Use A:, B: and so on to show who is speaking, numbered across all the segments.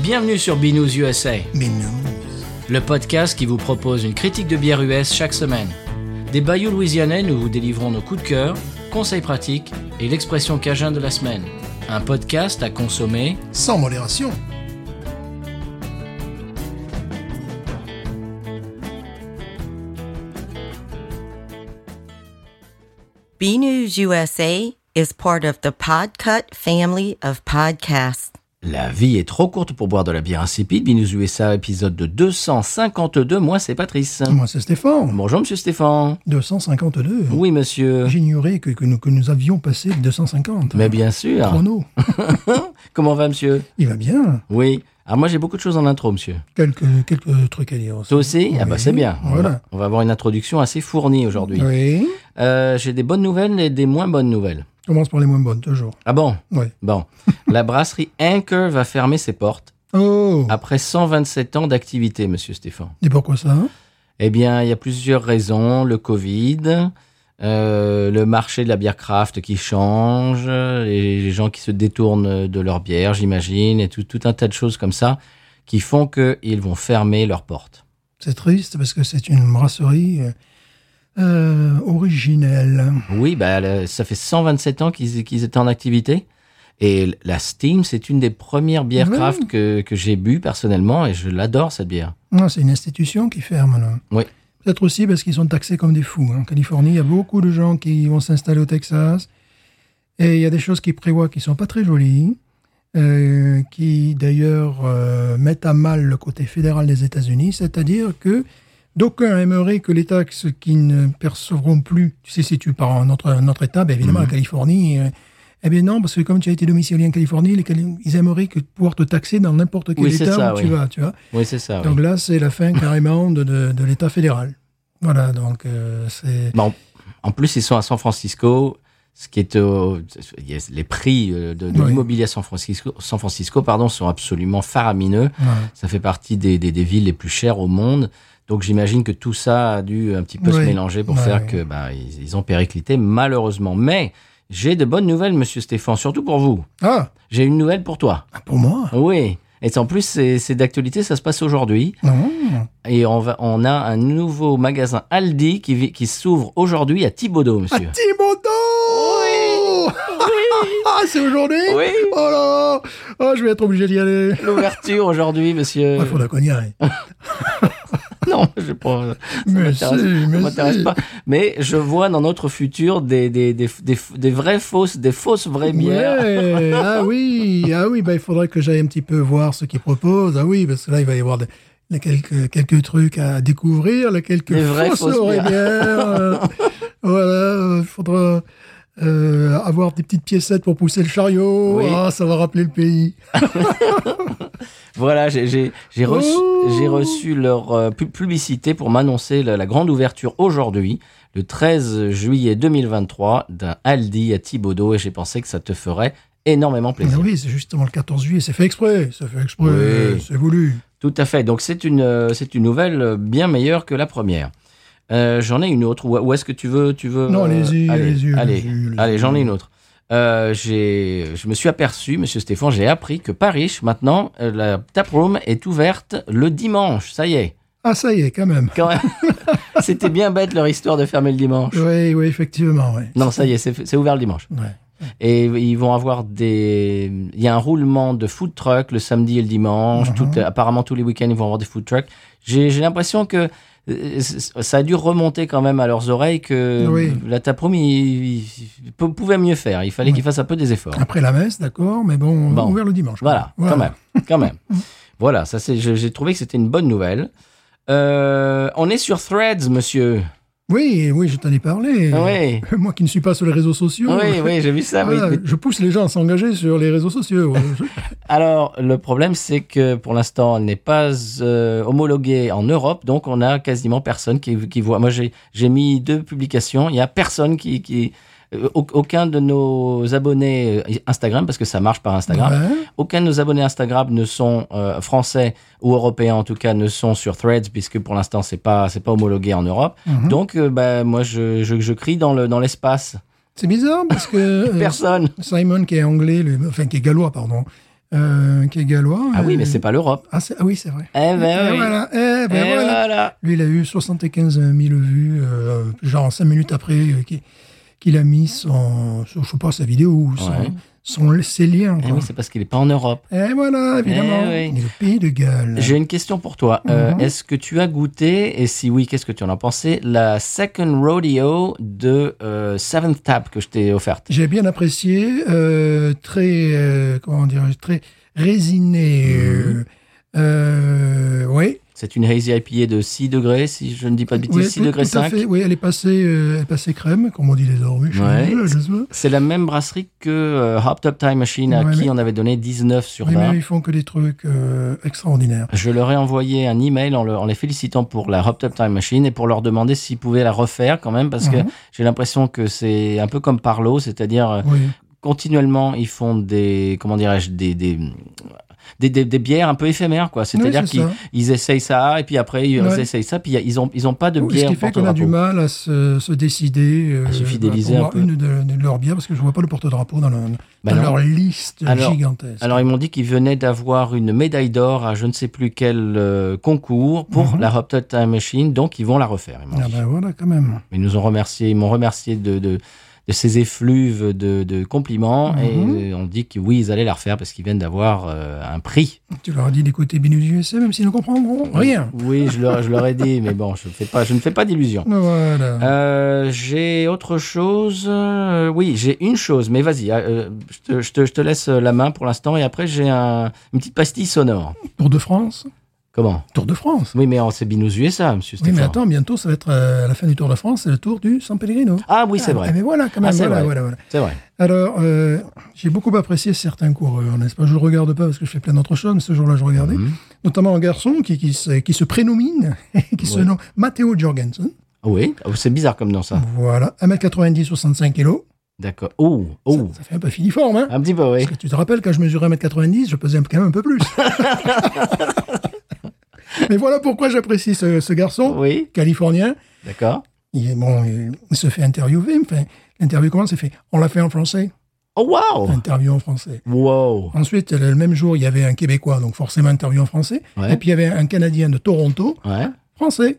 A: Bienvenue sur Binous USA,
B: Mais non.
A: le podcast qui vous propose une critique de bière US chaque semaine. Des bayous louisianais, nous vous délivrons nos coups de cœur, conseils pratiques et l'expression cajun de la semaine. Un podcast à consommer.
B: Sans modération.
C: B News USA is part of the Podcut family of podcasts.
A: La vie est trop courte pour boire de la bière insipide. Binous USA, épisode de 252. Moi, c'est Patrice.
B: Moi, c'est Stéphane.
A: Bonjour, monsieur Stéphane.
B: 252.
A: Oui, monsieur.
B: J'ignorais que, que nous, que nous avions passé le 250.
A: Mais bien sûr.
B: Chrono.
A: Comment va, monsieur
B: Il va bien.
A: Oui. Alors, moi, j'ai beaucoup de choses en intro, monsieur.
B: Quelques, quelques trucs à dire aussi.
A: Toi aussi Ah bah
B: Oui.
A: c'est bien. On va-
B: Voilà.
A: On va avoir une introduction assez fournie aujourd'hui.
B: Oui.
A: Euh, J'ai des bonnes nouvelles et des moins bonnes nouvelles.
B: Commence par les moins bonnes, toujours.
A: Ah bon
B: Oui.
A: Bon. La brasserie Anchor va fermer ses portes
B: Oh.
A: après 127 ans d'activité, monsieur Stéphane.
B: Et pourquoi ça hein
A: Eh bien, il y a plusieurs raisons. Le Covid, euh, le marché de la bière craft qui change, les, les gens qui se détournent de leur bière, j'imagine, et tout, tout un tas de choses comme ça qui font qu'ils vont fermer leurs portes.
B: C'est triste parce que c'est une brasserie euh, euh, originelle.
A: Oui, bah, le- ça fait 127 ans qu'ils qu'ils étaient en activité. Et l- la Steam, c'est une des premières bières
B: Oui.
A: craft que, que j'ai bu personnellement et je l'adore cette bière.
B: Non, c'est une institution qui ferme. Là.
A: Oui.
B: Peut-être aussi parce qu'ils sont taxés comme des fous. hein. En Californie, il y a beaucoup de gens qui vont s'installer au Texas. Et il y a des choses qu'ils prévoient qui sont pas très jolies, euh, qui d'ailleurs euh, mettent à mal le côté fédéral des États-Unis. C'est-à-dire que d'aucuns aimeraient que les taxes qui ne percevront plus, tu sais, si tu pars en autre, en autre État, ben
A: Mhm.
B: évidemment, la Californie. euh, eh bien non, parce que comme tu as été domicilié en Californie, les Cali- ils aimeraient que pouvoir te taxer dans n'importe quel
A: Oui, c'est
B: État
A: ça,
B: où
A: oui.
B: tu vas, tu vois.
A: Oui, c'est ça. Ah oui.
B: Donc là, c'est la fin carrément de, de, de l'État fédéral. Voilà, donc euh, c'est.
A: Bon, en plus, ils sont à San Francisco, ce qui est au- il y a- les prix euh, de, de
B: Oui.
A: l'immobilier à San Francisco, San Francisco pardon, sont absolument faramineux.
B: ouais.
A: Ça fait partie des, des- des villes les plus chères au monde. Donc j'imagine que tout ça a dû un petit peu se
B: Oui.
A: mélanger pour
B: Ouais,
A: faire
B: ouais.
A: que bah, ils, ils ont périclité malheureusement. Mais j'ai de bonnes nouvelles, Monsieur Stéphane, surtout pour vous.
B: Ah,
A: J'ai une nouvelle pour toi.
B: ah, pour moi
A: Oui. Et en plus, c'est c'est d'actualité, ça se passe aujourd'hui.
B: Non.
A: Et on, va, on a un nouveau magasin Aldi qui, vi- qui s'ouvre aujourd'hui à Thibaudot,
B: À
A: monsieur.
B: Thibaudot Ah, c'est aujourd'hui
A: Oui.
B: Oh là là Oh, je vais être obligé d'y aller
A: Euh,
B: Ah,
A: L'ouverture aujourd'hui, monsieur.
B: Il faudra qu'on y aille.
A: Non, je pense. Ça
B: Mais
A: m'intéresse-
B: si,
A: ça
B: mais
A: m'intéresse
B: si.
A: pas. Mais je vois dans notre futur des, des, des, des, des vraies fausses, des fausses vraies bières.
B: Ouais, ah oui, ah oui, bah, il faudrait que j'aille un petit peu voir ce qu'ils proposent. Ah oui, parce que là, il va y avoir des, des quelques, quelques trucs à découvrir, les quelques
A: Des vraies fausses bières.
B: oreillères, euh, voilà, il faudra euh, avoir des petites piécettes pour pousser le chariot.
A: Oui.
B: Ah, ça va rappeler le pays.
A: Voilà, j'ai- j'ai j'ai reçu,
B: Oh.
A: j'ai reçu leur euh, pub- publicité pour m'annoncer la, la grande ouverture aujourd'hui, le 13 juillet 2023, d'un Aldi à Thibaudot, et j'ai pensé que ça te ferait énormément
B: Mais
A: plaisir.
B: Ah oui, c'est justement le 14 juillet, c'est fait exprès, c'est fait exprès,
A: Oui.
B: c'est voulu.
A: Tout à fait. Donc c'est une euh, c'est une nouvelle euh, bien meilleure que la première. Euh, j'en ai une autre. Où, où est-ce que tu veux tu veux
B: Non,
A: euh,
B: allez-y,
A: allez,
B: allez-y,
A: allez,
B: allez-y, allez-y.
A: allez, j'en ai une autre. Euh, j'ai je me suis aperçu, Monsieur Stéphane, j'ai appris que Paris maintenant euh, la taproom est ouverte le dimanche. Ça y est.
B: Ah, ça y est, quand même.
A: Quand même. C'était bien bête leur histoire de fermer le dimanche.
B: Oui, oui, effectivement, oui.
A: Non, ça y est, c'est c'est ouvert le dimanche.
B: Ouais.
A: Et ils vont avoir des. Il y a un roulement de food truck le samedi et le dimanche.
B: Mhm.
A: Tout- apparemment, tous les week-ends, ils vont avoir des food trucks. J'ai j'ai l'impression que euh, c- ça a dû remonter quand même à leurs oreilles que
B: Oui.
A: la taproom il- il pou- pouvait mieux faire. Il fallait qu'ils fassent un peu des efforts.
B: Après la messe, d'accord, mais bon,
A: Bon.
B: ouvert le dimanche.
A: Voilà, quand même. Quand même. voilà, ça c'est. je- J'ai trouvé que c'était une bonne nouvelle. Euh, on est sur Threads, monsieur. Ah
B: Oui, oui, je t'en ai parlé.
A: Oui.
B: Moi qui ne suis pas sur les réseaux sociaux.
A: Oui, oui, j'ai vu ça. oui.
B: Voilà, Je pousse les gens à s'engager sur les réseaux sociaux. Je-
A: Alors, le problème, c'est que pour l'instant, elle n'est pas euh, homologuée en Europe, donc on a quasiment personne qui, qui voit. Moi, j'ai j'ai mis deux publications, il n'y a personne qui... qui euh, au- aucun de nos abonnés euh, Instagram, parce que ça marche par Instagram,
B: Ouais.
A: aucun de nos abonnés Instagram ne sont euh, français ou européens en tout cas ne sont sur Threads puisque pour l'instant c'est pas c'est pas homologué en Europe.
B: Mhm.
A: Donc euh, bah, moi je, je, je crie dans le dans l'espace.
B: C'est bizarre parce que euh,
A: Personne.
B: Simon qui est anglais, lui- enfin qui est gallois, pardon, euh, qui est gallois.
A: Ah oui,
B: euh,
A: mais c'est pas l'Europe.
B: ah, c'est- ah oui, c'est vrai.
A: Eh ben
B: Et
A: oui.
B: voilà, eh ben
A: Eh
B: voilà.
A: voilà.
B: Lui, il a eu 75 000 vues, euh, genre 5 minutes après euh, qu'il qu'il a mis son, son- je sais pas, sa vidéo ou son,
A: Ouais.
B: son- ses liens.
A: Eh
B: quoi.
A: oui, c'est parce qu'il est pas en Europe.
B: Et voilà, évidemment,
A: Eh oui.
B: il est au pays de Galles.
A: J'ai une question pour toi. Euh,
B: Mhm.
A: Est-ce que tu as goûté, et si oui, qu'est-ce que tu en as pensé, la Second Rodeo de euh, Seventh Tap que je t'ai offerte
B: J'ai bien apprécié, euh, très, euh, comment dire, très résiné.
A: Mhm.
B: euh, euh, oui,
A: C'est une Hazy IPA de 6 degrés, si je ne dis pas de bêtises,
B: oui,
A: 6
B: tout-
A: degrés
B: tout à
A: 5.
B: fait, oui, elle est passée, euh, elle est passée crème, comme on dit désormais. chez
A: Ouais.
B: nous, là, je sais pas.
A: C'est la même brasserie que euh, Hop Top Time Machine, à
B: Ouais,
A: qui
B: mais-
A: on avait donné 19 sur
B: Oui,
A: 20.
B: mais ils font que des trucs euh, extraordinaires.
A: Je leur ai envoyé un email en, le- en les félicitant pour la Hop Top Time Machine et pour leur demander s'ils pouvaient la refaire quand même, parce que
B: Mhm.
A: j'ai l'impression que c'est un peu comme Parlo, c'est-à-dire euh,
B: Oui.
A: continuellement ils font des comment dirais-je des des, des, des- des bières un peu éphémères quoi c'est-à-dire
B: Oui, c'est
A: qu'ils
B: ça.
A: ils essayent ça et puis après ils
B: Ouais.
A: essayent ça puis y a- ils ont ils ont pas de
B: Oui, Ce
A: bière
B: qui fait qu'on a
A: porte-drapeau.
B: du mal à se, se décider euh,
A: À se fidéliser
B: pour
A: un
B: boire
A: peu.
B: une de, de leurs bières, parce que je vois pas le porte-drapeau dans, le-
A: Bah
B: dans
A: non.
B: leur liste
A: Alors-
B: gigantesque.
A: alors ils m'ont dit qu'ils venaient d'avoir une médaille d'or à je ne sais plus quel euh, concours pour
B: Mhm.
A: la Hop Tot Time Machine donc ils vont la refaire ils m'ont
B: ah
A: dit.
B: ben voilà, quand même.
A: ils nous ont remercié ils m'ont remercié de, de de ces effluves de, de compliments
B: Mhm.
A: et euh, on dit que oui ils allaient la refaire parce qu'ils viennent d'avoir euh, un prix
B: Tu leur as dit d'écouter Binous USA, même s'ils ne comprendront rien.
A: oui je leur, je leur ai dit mais bon je fais pas je ne fais pas d'illusions
B: Voilà.
A: Euh, j'ai autre chose. euh, oui, j'ai une chose, mais vas-y, euh, je, te, je te- je te laisse la main pour l'instant et après j'ai un- une petite pastille sonore.
B: Tour de France
A: Comment
B: Tour de France
A: Oui, mais on s'est binous USA, monsieur
B: Oui,
A: Stéphane.
B: mais attends, bientôt, ça va être euh, à la fin du Tour de France, c'est le tour du San Pellegrino.
A: Ah oui, c'est
B: Ah,
A: vrai.
B: mais voilà, quand même.
A: Ah, c'est
B: voilà,
A: vrai.
B: voilà, voilà.
A: C'est vrai.
B: Alors, euh, j'ai beaucoup apprécié certains coureurs, euh, n'est-ce pas Je ne regarde pas parce que je fais plein d'autres choses, mais ce jour-là, je regardais.
A: Mhm.
B: Notamment un garçon qui, qui, se, qui se prénomine, qui se
A: Ouais.
B: nomme Matteo Jorgensen.
A: Oui, oh, c'est bizarre comme nom ça.
B: Voilà, 1m90, 65 kg.
A: D'accord. Oh, oh.
B: Ça, ça fait un peu filiforme, hein
A: Un petit peu, oui.
B: Parce que tu te rappelles, quand je mesurais 1m90, je pesais quand même un peu plus. Mais voilà pourquoi j'apprécie ce, ce garçon
A: Oui,
B: californien.
A: d'accord.
B: Il, est- bon, il, il se fait interviewer. Enfin, L'interview, comment c'est fait On l'a fait en français.
A: Oh, wow.
B: Interview en français.
A: Wow.
B: Ensuite, le même jour, il y avait un Québécois, donc forcément interview en français.
A: Ouais.
B: Et puis, il y avait un Canadien de Toronto,
A: Ouais.
B: français.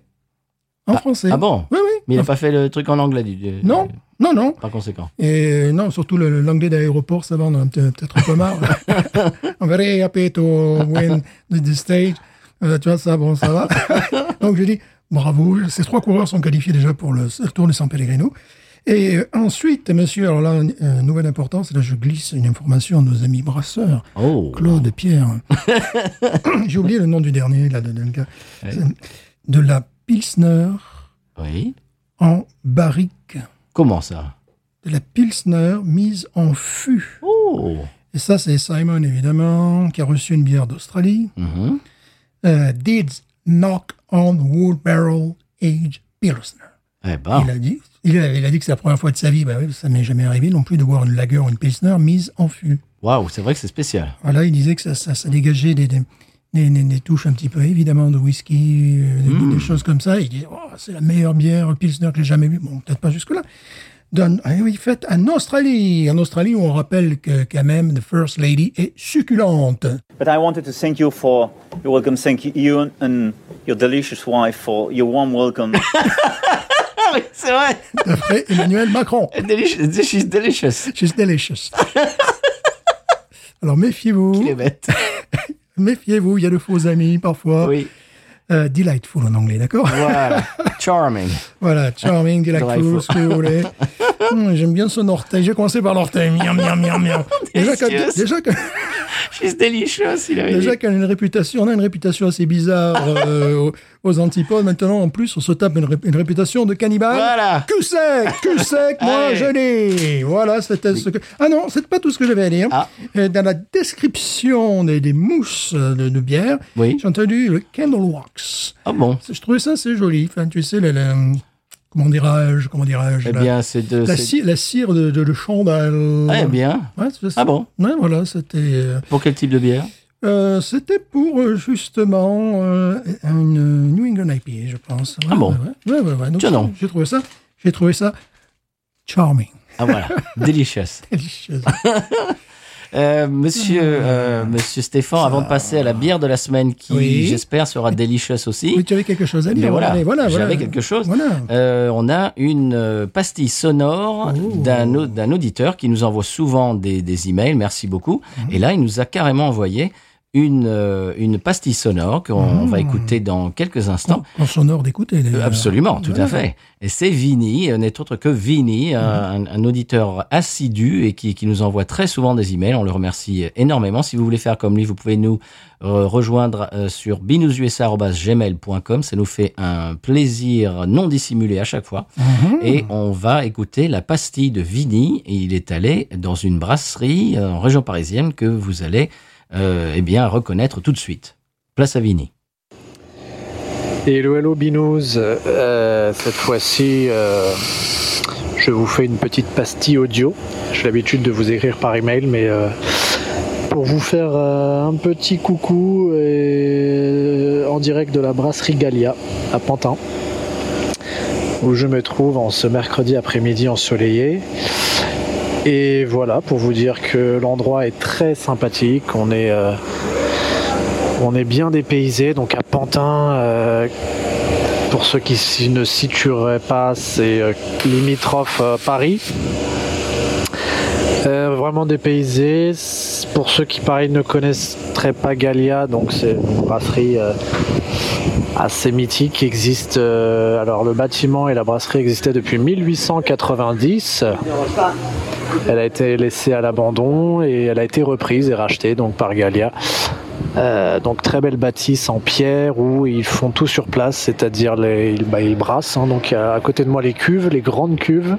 B: En français.
A: Ah bon
B: Oui, oui.
A: Mais il n'a pas fait le truc en anglais, du, du-
B: Non, non, non.
A: par conséquent.
B: Et euh, non, surtout le- le- l'anglais d'aéroport, ça va, on en a peut- peut-être un peu marre. I'm very happy to win the stage. Euh, tu vois, ça, bon, ça va. Donc, je dis, bravo. Ces trois coureurs sont qualifiés déjà pour le le Tour de San Pellegrino. Et euh, ensuite, monsieur, alors là, euh, nouvelle importance, là, je glisse une information à nos amis brasseurs.
A: Oh.
B: Claude, Pierre. J'ai oublié le nom du dernier, là, de, de, de- de la Pilsner
A: Oui.
B: en barrique.
A: Comment ça
B: De la Pilsner mise en fût.
A: Oh.
B: Et ça, c'est Simon, évidemment, qui a reçu une bière d'Australie.
A: Mhm.
B: Euh, Deeds Knock on Wood Barrel Age Pilsner.
A: Eh ben.
B: Il, a dit, il, a, il a dit que c'est la première fois de sa vie. Bah oui, ça m'est jamais arrivé non plus de voir une lager ou une Pilsner mise en fût.
A: Waouh, c'est vrai que c'est spécial.
B: Voilà, il disait que ça, ça, ça dégageait des, des, des- des- des touches un petit peu, évidemment, de whisky, euh, des-
A: Mmh.
B: des choses comme ça. Il dit, oh, c'est la meilleure bière Pilsner que j'ai jamais vue. Bon, peut-être pas jusque-là. D'un- ah oui, faite en Australie. En Australie, on rappelle que, quand même, The First Lady est succulente.
D: But I wanted to thank you for your welcome. Thank you, you and- and your delicious wife for your warm welcome.
A: Ah oui, c'est vrai.
B: D'après Emmanuel Macron.
A: Delicious, this is delicious.
B: She's delicious. Alors,
A: Il est
B: méfiez-vous.
A: bête.
B: Méfiez-vous, il y a de faux amis, parfois.
A: Oui,
B: Euh, delightful en anglais, d'accord
A: voilà. Charming.
B: Voilà, charming,
A: Delightful.
B: delightful, ce que vous voulez. Hum, J'aime bien son orteil. J'ai commencé par l'orteil. Miam, miam, miam, miam. Déjà qu'elle
A: Délicieuse.
B: déjà que-
A: She's delicious, il avait
B: déjà
A: dit.
B: qu'elle a une réputation, on a une réputation assez bizarre euh, aux, aux antipodes. Maintenant, en plus, on se tape une, ré- une réputation de cannibale.
A: Voilà.
B: Cul sec, cul sec, moi
A: Allez.
B: je l'ai. Voilà, c'était ce que. Ah non, c'est pas tout ce que j'avais à dire.
A: Ah.
B: Euh, Dans la description des, des mousses de, de bière,
A: Oui.
B: j'ai entendu le candle wax.
A: Ah bon.
B: Je trouvais ça assez joli. Enfin, tu sais, la, la- comment dirais-je, comment dirais-je,
A: Eh
B: la-
A: bien, c'est de.
B: la,
A: c'est-
B: cire, la cire de, de, de chandelle.
A: Ah, eh bien.
B: Ouais, c'est ça.
A: Ah bon.
B: Ouais, voilà, c'était. euh,
A: Pour quel type de bière
B: euh, c'était pour euh, justement euh, une euh, New England IPA, je pense. Ouais,
A: Ah bon.
B: Ouais, ouais, ouais, ouais. Donc,
A: Tiens donc.
B: J'ai trouvé ça, j'ai trouvé ça charming,
A: Ah voilà. delicious.
B: delicious.
A: Euh, monsieur, euh, monsieur Stéphane, avant de passer à la bière de la semaine qui,
B: Oui.
A: j'espère, sera delicious aussi.
B: Mais tu avais quelque chose à
A: Mais
B: dire.
A: voilà,
B: allez, voilà,
A: j'avais
B: voilà.
A: quelque chose.
B: Voilà.
A: Euh, on a une euh, pastille sonore
B: Oh.
A: d'un au- d'un auditeur qui nous envoie souvent des, des emails, merci beaucoup. Et là, il nous a carrément envoyé une, euh, une pastille sonore qu'on
B: Mhm. Oh.
A: va écouter dans quelques instants. Euh,
B: En sonore d'écouter. d'ailleurs.
A: Absolument, tout à
B: Voilà.
A: fait. Et c'est Vini, euh, n'est autre que Vini, un, un auditeur assidu et qui, qui nous envoie très souvent des emails. On le remercie énormément. Si vous voulez faire comme lui, vous pouvez nous euh, rejoindre euh, sur binoususa.gmail.com. Ça nous fait un plaisir non dissimulé à chaque fois.
B: Mhm.
A: Et on va écouter la pastille de Vini. Et il est allé dans une brasserie euh, en région parisienne que vous allez euh, eh bien reconnaître tout de suite. Place à Vini.
E: Hello, hello, Binous. Euh, cette fois-ci, euh, je vous fais une petite pastille audio. J'ai l'habitude de vous écrire par email, mais euh, pour vous faire euh, un petit coucou euh, en direct de la brasserie Galia à Pantin, où je me trouve en ce mercredi après-midi ensoleillé. Et voilà, pour vous dire que l'endroit est très sympathique. On est. euh, on est bien dépaysé, donc à Pantin, euh, pour ceux qui s'y- ne situeraient pas, c'est euh, limitrophe euh, Paris. Euh, vraiment dépaysé. C- Pour ceux qui, pareil, ne connaîtraient pas Galia, donc c'est une brasserie euh, assez mythique qui existe. euh, alors, le bâtiment et la brasserie existaient depuis 1890. Elle a été laissée à l'abandon et elle a été reprise et rachetée donc par Galia. Euh, donc très belle bâtisse en pierre où ils font tout sur place, c'est-à-dire les, ils, bah, ils brassent. hein. donc à, à côté de moi les cuves, les grandes cuves.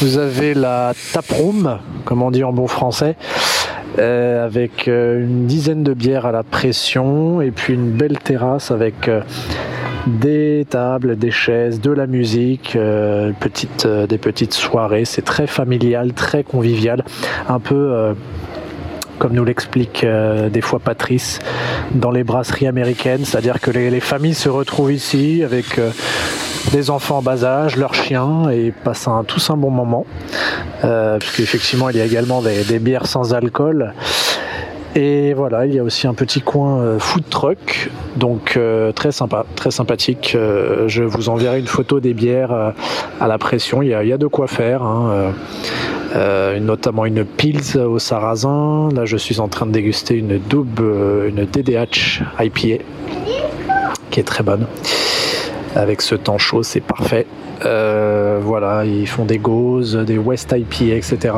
E: Vous avez la taproom, comme on dit en bon français, euh, avec euh, une dizaine de bières à la pression et puis une belle terrasse avec euh, des tables, des chaises, de la musique, euh, une petite, euh, des petites soirées. C'est très familial, très convivial, un peu. euh, comme nous l'explique euh, des fois Patrice, dans les brasseries américaines, c'est-à-dire que les, les familles se retrouvent ici avec euh, des enfants en bas âge, leurs chiens, et passent un- tous un bon moment, euh, parce qu'effectivement il y a également des, des bières sans alcool. Et voilà, il y a aussi un petit coin euh, food truck, donc euh, très sympa, très sympathique. Euh, je vous enverrai une photo des bières euh, à la pression, il y a, il y a de quoi faire. hein, euh. Euh, notamment une Pils au sarrasin. Là, je suis en train de déguster une double, euh, une DDH IPA, qui est très bonne. Avec ce temps chaud, c'est parfait. Euh, voilà, ils font des gauzes, des West IPA, etc.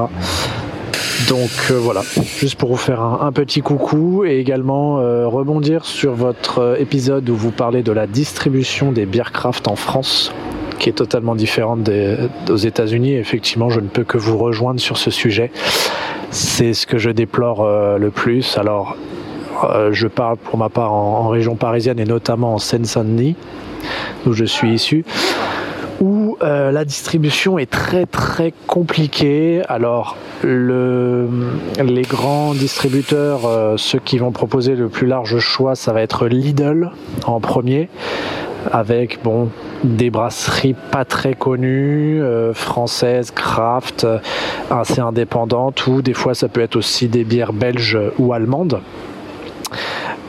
E: Donc euh, voilà, juste pour vous faire un, un petit coucou et également euh, rebondir sur votre euh, épisode où vous parlez de la distribution des bières craft en France qui est totalement différente des, aux États-Unis. Et Effectivement, je ne peux que vous rejoindre sur ce sujet. C'est ce que je déplore euh, le plus. Alors, euh, je parle pour ma part en, en région parisienne et notamment en Seine-Saint-Denis, d'où je suis issu, où euh, la distribution est très très compliquée. Alors, le, les grands distributeurs, euh, ceux qui vont proposer le plus large choix, ça va être Lidl en premier, avec bon des brasseries pas très connues, euh, françaises, craft, euh, assez indépendantes, ou des fois ça peut être aussi des bières belges ou allemandes.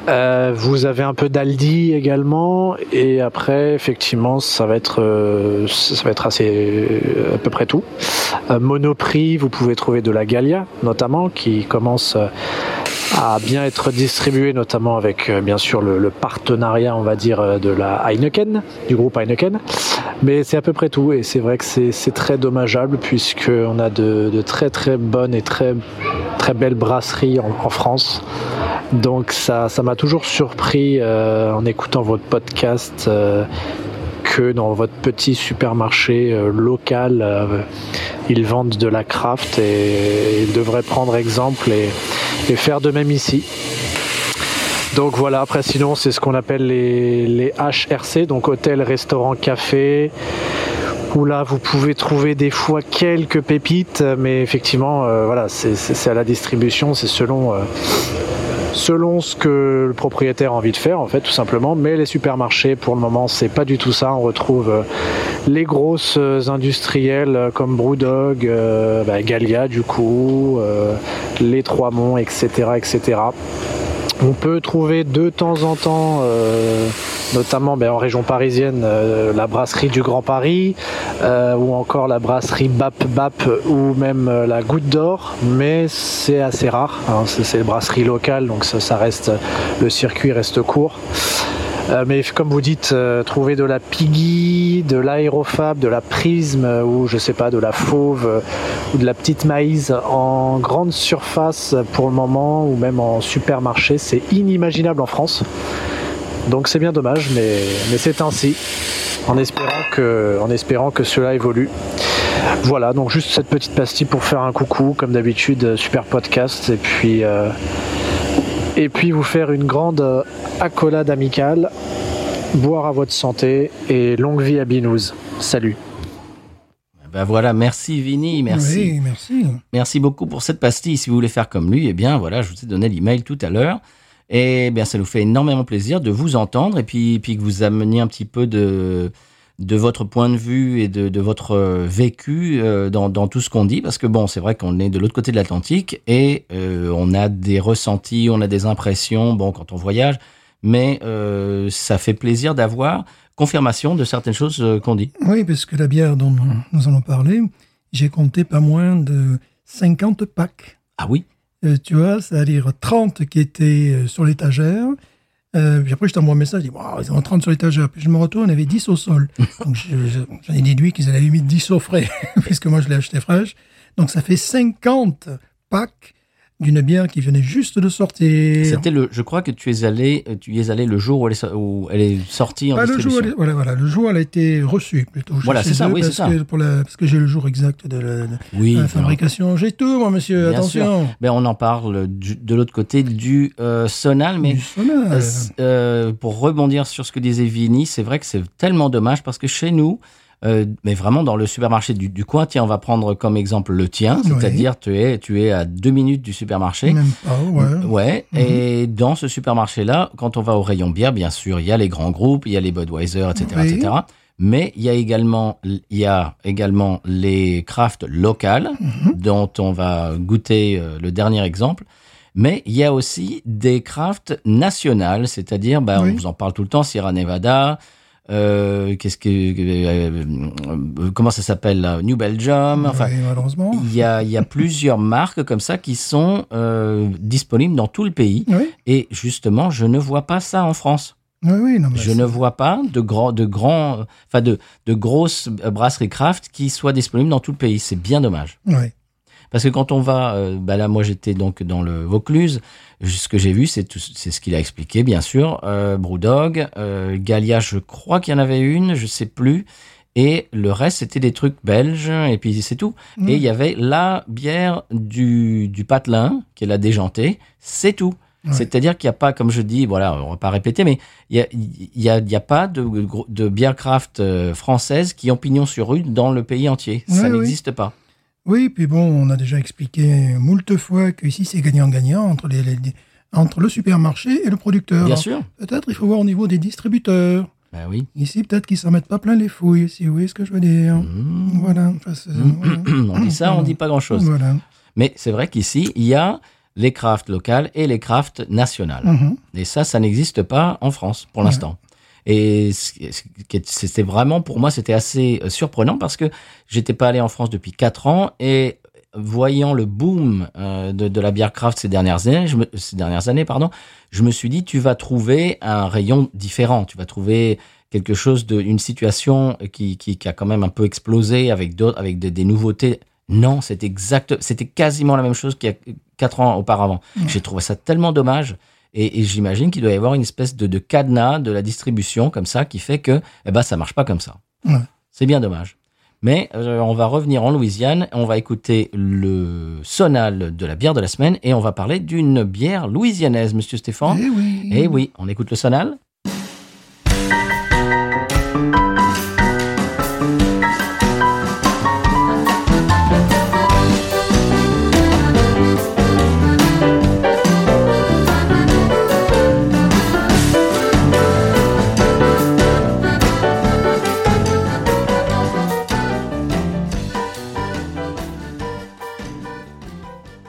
E: Euh, vous avez un peu d'Aldi également, et après effectivement ça va être euh, ça va être assez euh, à peu près tout. Euh, Monoprix, vous pouvez trouver de la Galia notamment, qui commence euh, à bien être distribuée, notamment avec euh, bien sûr le, le partenariat, on va dire, euh, de la Heineken, du groupe Heineken. Mais c'est à peu près tout, et c'est vrai que c'est c'est très dommageable puisque on a de, de très très bonnes et très très belles brasseries en, en France. Donc ça ça m'a toujours surpris euh, en écoutant votre podcast. euh, que dans votre petit supermarché euh, local, euh, ils vendent de la craft et ils devraient prendre exemple et, et faire de même ici. Donc voilà, après sinon c'est ce qu'on appelle les, les HRC, donc hôtel, restaurant, café, où là vous pouvez trouver des fois quelques pépites, mais effectivement euh, voilà, c'est- c'est c'est à la distribution, c'est selon, euh, selon ce que le propriétaire a envie de faire en fait tout simplement. Mais les supermarchés pour le moment c'est pas du tout ça. On retrouve euh, les grosses industrielles euh, comme Brewdog, euh, bah, Gallia du coup, euh, les Trois Monts, etc., etc. On peut trouver de temps en temps, euh, notamment ben, en région parisienne, euh, la brasserie du Grand Paris euh, ou encore la brasserie Bap Bap ou même euh, la Goutte d'Or, mais c'est assez rare. hein. c'est c'est une brasserie locale, donc ça, ça reste le circuit reste court. Euh, mais comme vous dites, euh, trouver de la Piggy, de l'aérofab, de la Prisme euh, ou je sais pas, de la Fauve euh, ou de la petite maïs en grande surface euh, pour le moment ou même en supermarché, c'est inimaginable en France. Donc c'est bien dommage, mais, mais c'est ainsi, en espérant, que, en espérant que cela évolue. Voilà, donc juste cette petite pastille pour faire un coucou, comme d'habitude, euh, super podcast, et puis, euh, et puis vous faire une grande euh, accolade amicale, boire à votre santé, et longue vie à Binous. Salut.
A: Ben voilà, merci Vini, merci.
B: Oui, merci.
A: Merci beaucoup pour cette pastille. Si vous voulez faire comme lui, eh bien voilà, je vous ai donné l'email tout à l'heure. Et eh bien ça nous fait énormément plaisir de vous entendre et puis, puis que vous ameniez un petit peu de, de votre point de vue et de, de votre euh, vécu euh, dans, dans tout ce qu'on dit. Parce que bon, c'est vrai qu'on est de l'autre côté de l'Atlantique et euh, on a des ressentis, on a des impressions, bon, quand on voyage. Mais euh, ça fait plaisir d'avoir confirmation de certaines choses euh, qu'on dit.
B: Oui, parce que la bière dont nous- nous allons parler, j'ai compté pas moins de 50 packs.
A: Ah oui
B: Euh, tu vois, c'est-à-dire 30 qui étaient euh, sur l'étagère. Euh, puis après, je t'envoie un message, je dis, Waouh, ils en ont 30 sur l'étagère. Puis je me retourne, il y en avait 10 au sol. Donc je- je- j'en ai déduit qu'ils avaient mis 10 au frais, puisque moi je l'ai acheté fraîche. Donc ça fait 50 packs d'une bière qui venait juste de sortir.
A: C'était le, je crois que tu es allé, euh, tu y es allé le jour où elle est, so- où elle est sortie en
B: Pas le jour,
A: distribution.
B: elle- voilà, voilà, le jour elle a été reçue plutôt.
A: Voilà,
B: chez
A: c'est ça,
B: eux,
A: oui, c'est ça.
B: parce que pour la- parce que j'ai le jour exact de la, de
A: Oui.
B: la
A: ben,
B: fabrication. J'ai tout, moi, monsieur.
A: Bien
B: attention.
A: Ben on en parle du- de l'autre côté du euh, Sonal, mais
B: Du sonal.
A: euh, s- euh, pour rebondir sur ce que disait Vini, c'est vrai que c'est tellement dommage parce que chez nous. euh, mais vraiment dans le supermarché du, du coin, tiens, on va prendre comme exemple le tien,
B: Oui.
A: c'est-à-dire tu es tu es à deux minutes du supermarché.
B: Même pas, ouais.
A: Ouais,
B: Mhm.
A: et dans ce supermarché-là, quand on va au rayon bière, bien sûr, il y a les grands groupes, il y a les Budweiser, etc.,
B: Oui.
A: etc. Mais il y a également, il y a également les crafts locales,
B: Mhm.
A: dont on va goûter euh, le dernier exemple. Mais il y a aussi des crafts nationales, c'est-à-dire, bah,
B: Oui.
A: on vous en parle tout le temps, Sierra Nevada, euh, qu'est-ce que, euh, euh, comment ça s'appelle, là, New Belgium, enfin,
B: Ouais, malheureusement.
A: il y a, il y a plusieurs marques comme ça qui sont euh, disponibles dans tout le pays.
B: Oui,
A: Et justement, je ne vois pas ça en France.
B: oui, oui, non, mais
A: Je
B: c'est-
A: ne vois pas de grands, de grands, euh, enfin de, de grosses euh, brasseries craft qui soient disponibles dans tout le pays. C'est bien dommage.
B: ouais.
A: Parce que quand on va, euh, bah là, moi j'étais donc dans le Vaucluse. Ce que j'ai vu, c'est tout, c'est ce qu'il a expliqué, bien sûr. Euh, Brewdog, euh, Gallia, je crois qu'il y en avait une, je sais plus. Et le reste, c'était des trucs belges. Et puis c'est tout.
B: Mm.
A: Et il y avait la bière du, du patelin, qui est la déjantée, c'est tout.
B: Ouais.
A: C'est-à-dire qu'il n'y a pas, comme je dis, voilà, on va pas répéter, mais il n'y a, il y a, il y a pas de, gro- de bière craft euh, française qui ont pignon sur rue dans le pays entier. ça
B: Ouais, oui.
A: n'existe pas.
B: Oui, puis bon, on a déjà expliqué moult fois que ici c'est gagnant-gagnant entre, les, les- entre le supermarché et le producteur.
A: Bien
B: Alors,
A: sûr.
B: Peut-être il faut voir au niveau des distributeurs.
A: Ben oui.
B: Ici, peut-être qu'ils s'en mettent pas plein les fouilles, si vous voyez ce que je veux dire.
A: Mmh.
B: Voilà. enfin, c'est- voilà.
A: on dit ça, on dit pas grand-chose.
B: Voilà.
A: Mais c'est vrai qu'ici, il y a les crafts locales et les crafts nationales.
B: Mhm.
A: Et ça, ça n'existe pas en France pour
B: Ouais.
A: l'instant. Et ce qui- ce qui est- c'était vraiment, pour moi, c'était assez euh, surprenant parce que j'étais pas allé en France depuis quatre ans et voyant le boom euh, de, de la bière craft ces dernières années, je me, ces dernières années, pardon, je me suis dit, tu vas trouver un rayon différent, tu vas trouver quelque chose de, une situation qui, qui, qui a quand même un peu explosé avec d'autres, avec des, des nouveautés. Non, c'est exact, c'était quasiment la même chose qu'il y a quatre ans auparavant. J'ai trouvé ça tellement dommage. Et, et j'imagine qu'il doit y avoir une espèce de, de cadenas de la distribution comme ça qui fait que eh ben, ça marche pas comme ça.
B: Ouais.
A: C'est bien dommage. Mais euh, on va revenir en Louisiane, on va écouter le sonal de la bière de la semaine et on va parler d'une bière louisianaise, monsieur Stéphane.
B: Eh oui.
A: Eh oui, on écoute le sonal.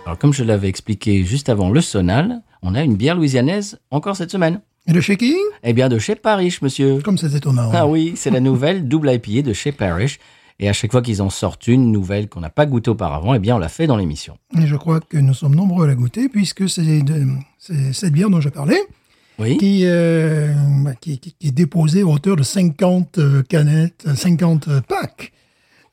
A: Alors, comme je l'avais expliqué juste avant le sonal, on a une bière louisianaise encore cette semaine.
B: Et le shaking
A: Eh bien, de chez Parish, monsieur.
B: Comme c'est étonnant.
A: Ah oui, c'est la nouvelle double IPA de chez Parrish. Et à chaque fois qu'ils en sortent une nouvelle qu'on n'a pas goûtée auparavant, eh bien, on la fait dans l'émission.
B: Et je crois que nous sommes nombreux à la goûter, puisque c'est de- c'est cette bière dont je parlais,
A: Oui.
B: qui, euh, bah, qui, qui- qui est déposée à hauteur de 50 euh, canettes, euh, 50 euh, packs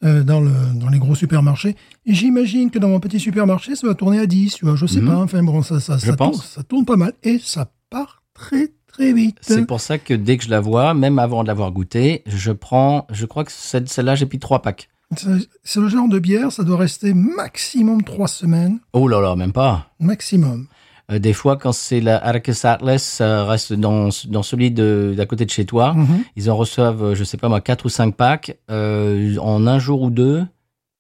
B: euh, dans, le- dans les gros supermarchés. Et j'imagine que dans mon petit supermarché, ça va tourner à 10, tu vois, je sais
A: Mhm.
B: pas. Enfin bon, ça, ça,
A: Je
B: ça, tourne,
A: pense.
B: ça tourne pas mal. Et ça part très, très vite.
A: C'est pour ça que dès que je la vois, même avant de l'avoir goûtée, je prends, je crois que cette- celle-là, j'ai pris trois packs.
B: C'est c'est le genre de bière, ça doit rester maximum 3 semaines,
A: Oh là là, même pas.
B: maximum.
A: Euh, des fois, quand c'est la Arcus Atlas, ça reste dans, dans celui de- d'à côté de chez toi.
B: Mhm.
A: Ils en reçoivent, euh, je sais pas moi, quatre ou cinq packs euh, en un jour ou deux.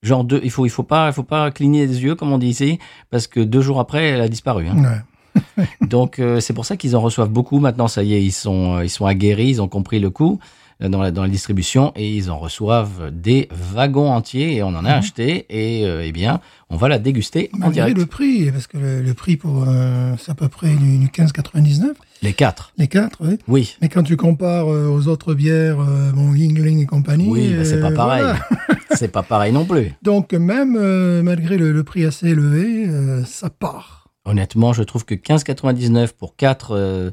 A: Genre deux, il faut, il faut pas, il faut pas cligner les yeux comme on dit ici, parce que deux jours après, elle a disparu. hein.
B: Ouais.
A: Donc euh, c'est pour ça qu'ils en reçoivent beaucoup maintenant. Ça y est, ils sont, euh, ils sont aguerris, ils ont compris le coup euh, dans la, dans la distribution et ils en reçoivent des wagons entiers et on
B: Mhm.
A: en a acheté et euh, eh bien on va la déguster en
B: Malgré
A: direct.
B: le prix, parce que le, le prix pour euh, c'est à peu près du, du 15,99,
A: Les quatre.
B: les quatre, oui.
A: Oui.
B: Mais quand tu compares euh, aux autres bières, euh, bon, Yingling et compagnie,
A: Oui, bah, c'est pas
B: euh,
A: pareil.
B: voilà.
A: c'est pas pareil non plus.
B: Donc même euh, malgré le, le prix assez élevé, euh, ça part.
A: Honnêtement, je trouve que 15,99 pour quatre euh,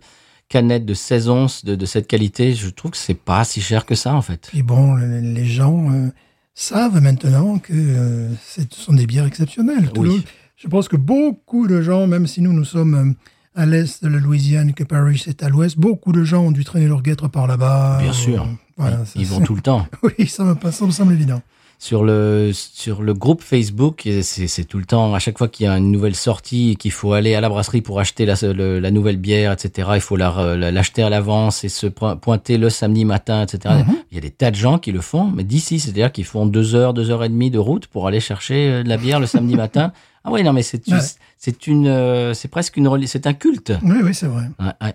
A: canettes de 16 onces de, de cette qualité, je trouve que c'est pas si cher que ça en fait.
B: Puis bon, le- les gens euh, savent maintenant que euh, c'est- ce sont des bières exceptionnelles. Tout
A: Oui.
B: le- je pense que beaucoup de gens, même si nous, nous sommes euh, à l'est de la Louisiane, que Paris est à l'ouest, beaucoup de gens ont dû traîner leur guêtre par là-bas.
A: Bien sûr.
B: Voilà,
A: Ils
B: ça-
A: vont tout le temps.
B: Oui, ça me, passe- ça me semble évident.
A: sur le sur le groupe Facebook, et c'est c'est tout le temps à chaque fois qu'il y a une nouvelle sortie et qu'il faut aller à la brasserie pour acheter la le- la nouvelle bière, etc. Il faut la re- la- l'acheter à l'avance et se point- pointer le samedi matin, etc.
B: Mhm.
A: Il y a des tas de gens qui le font, mais d'ici, c'est-à-dire qu'ils font deux heures, deux heures et demie de route pour aller chercher euh, de la bière le samedi matin. Ah oui, non, mais c'est une-
B: Ouais.
A: c'est une euh, c'est presque une reli- c'est un culte.
B: Oui, oui, c'est vrai.
A: Ouais, ouais.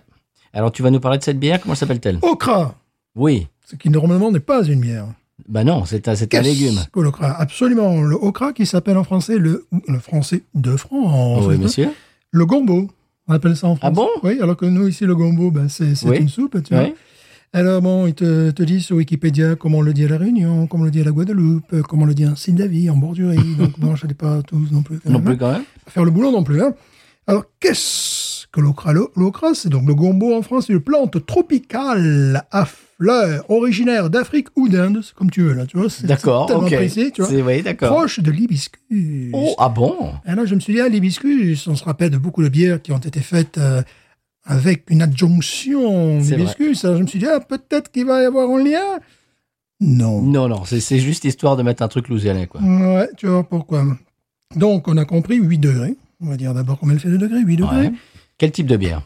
A: Alors tu vas nous parler de cette bière, comment s'appelle-t-elle
B: Okra,
A: Oui,
B: ce qui normalement n'est pas une bière.
A: bah non, c'est un c'est un
B: Qu'est-ce
A: légume.
B: que l'okra Absolument, le okra qui s'appelle en français le, le français de France. hein.
A: oui, monsieur.
B: Le gombo, on appelle ça en
A: Ah
B: français.
A: bon
B: Oui, alors que nous ici le gombo, ben, c'est c'est
A: Oui.
B: une soupe, tu vois.
A: Oui.
B: Alors bon, ils te, te disent sur Wikipédia comment on le dit à la Réunion, comment on le dit à la Guadeloupe, euh, comment on le dit à Sindavie, en Bordurie. Donc bon, je ne pas tous non plus. quand
A: Non
B: même. hein.
A: plus quand même.
B: faire le boulot non plus. Hein. Alors, qu'est-ce que l'ocra Le- L'ocra, c'est donc le gombo en France, c'est une plante tropicale à fleurs, originaire d'Afrique ou d'Inde, c'est comme tu veux, là, tu vois. c'est-
A: D'accord,
B: c'est tellement
A: ok.
B: précis, tu vois.
A: C'est- oui, d'accord.
B: Proche de l'hibiscus.
A: Oh, ah bon
B: Alors, je me suis dit, ah, l'hibiscus, on se rappelle de beaucoup de bières qui ont été faites euh, avec une adjonction
A: C'est
B: d'hibiscus. Alors, je me suis dit, ah, peut-être qu'il va y avoir un lien. Non.
A: Non, non, c'est c'est juste histoire de mettre un truc louisianais, quoi.
B: Ouais, tu vois pourquoi. Donc, on a compris 8 degrés. On va dire d'abord combien elle fait de degrés 8 degrés.
A: Ouais. Quel type de bière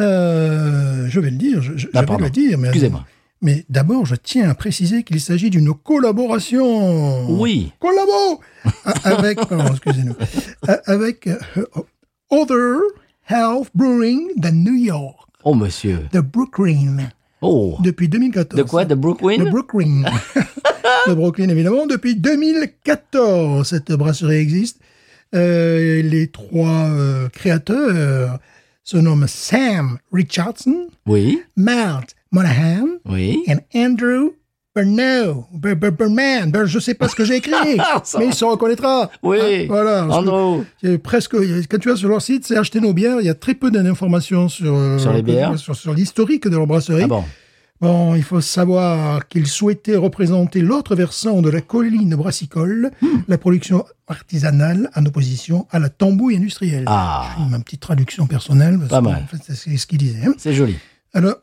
B: Euh, je vais le dire, je, je-
A: Ah,
B: je vais
A: pardon.
B: le dire, mais,
A: Excusez-moi.
B: mais d'abord, je tiens à préciser qu'il s'agit d'une collaboration.
A: Oui.
B: Collabo A- Avec, pardon, excusez-nous. A- Avec euh, euh, Other Health Brewing de New York,
A: Oh, monsieur.
B: de Brooklyn,
A: Oh.
B: depuis 2014.
A: De quoi De
B: De
A: Brooklyn
B: Brooklyn. de Brooklyn, évidemment. Depuis 2014, cette brasserie existe. Euh, les trois euh, créateurs se nomment Sam Richardson,
A: Oui,
B: Matt Monahan
A: oui.
B: et Andrew Bernard. Ber- Ber- Berman. Ber- je sais pas ce que j'ai écrit,
A: Ça
B: mais il se reconnaîtra.
A: Oui.
B: Ah, voilà. Parce que
A: Andrew.
B: c'est Presque, quand tu vas sur leur site, c'est acheter nos bières. Il y a très peu d'informations sur, euh,
A: Sur les bières.
B: sur, sur l'historique de leur brasserie.
A: Ah bon
B: Bon, il faut savoir qu'ils souhaitaient représenter l'autre versant de la colline brassicole,
A: Hmm.
B: la production artisanale, en opposition à la tambouille industrielle.
A: Ah.
B: Je fais Ma petite traduction personnelle, parce
A: Pas
B: que,
A: mal.
B: en fait, c'est- c'est ce qu'il disait. hein.
A: C'est joli.
B: Alors,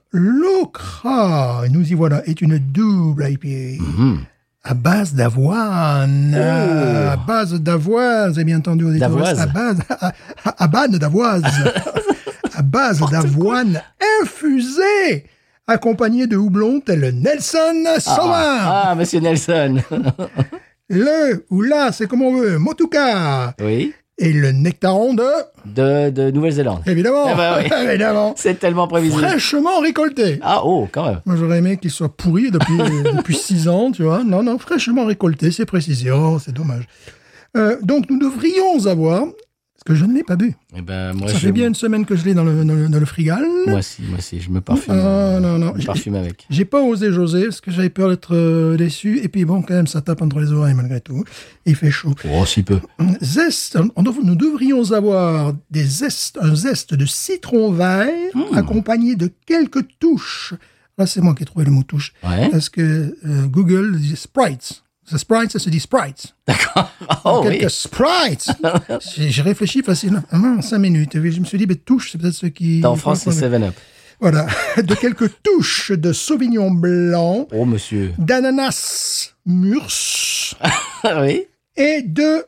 B: l'ocra, et nous y voilà, est une double IPA
A: Mhm.
B: à base d'avoine. À base d'avoine, j'ai bien entendu au détour.
A: Oh. D'avoise.
B: À base, à, à- à base d'avoise. à base d'avoine infusée, accompagnée de houblon tel le Nelson Sauvage.
A: Ah, monsieur Nelson.
B: Le ou la, c'est comme on veut, Motuka.
A: oui.
B: Et le nectaron de,
A: De, de Nouvelle-Zélande.
B: évidemment,
A: Eh ben oui.
B: évidemment,
A: C'est tellement prévisible.
B: fraîchement récolté.
A: Ah, oh, quand même.
B: Moi, j'aurais aimé qu'il soit pourri depuis, euh, depuis six ans, tu vois. Non, non, fraîchement récolté, c'est précisé. Oh, c'est dommage. Euh, donc, nous devrions avoir, parce que je ne l'ai pas bu.
A: Eh ben, moi,
B: Ça
A: je-
B: fait bien une semaine que je l'ai dans le, dans le, dans le frigal. Ah,
A: Moi aussi, moi aussi, je me parfume.
B: Non,
A: Je
B: non, non,
A: me
B: Euh, j'ai-
A: parfume avec.
B: J'ai pas osé José parce que j'avais peur d'être euh, déçu. Et puis bon, quand même, ça tape entre les oreilles malgré tout. Il fait chaud.
A: Oh, si peu.
B: Zeste, on dev- nous devrions avoir des zestes, un zeste de citron vert
A: Hmm.
B: accompagné de quelques touches. Là, c'est moi qui ai trouvé le mot touche.
A: Ouais.
B: Parce que euh, Google dit sprites. The sprites, ça se dit sprites.
A: Oh, oui.
B: quelques sprites. J'ai j'ai réfléchi facilement cinq minutes. Et Je me suis dit, mais touche, c'est peut-être ce qui.
A: En France, c'est 7-Up.
B: Voilà. De quelques touches de sauvignon blanc,
A: Oh, monsieur.
B: d'ananas mûrs
A: Ah oui.
B: et de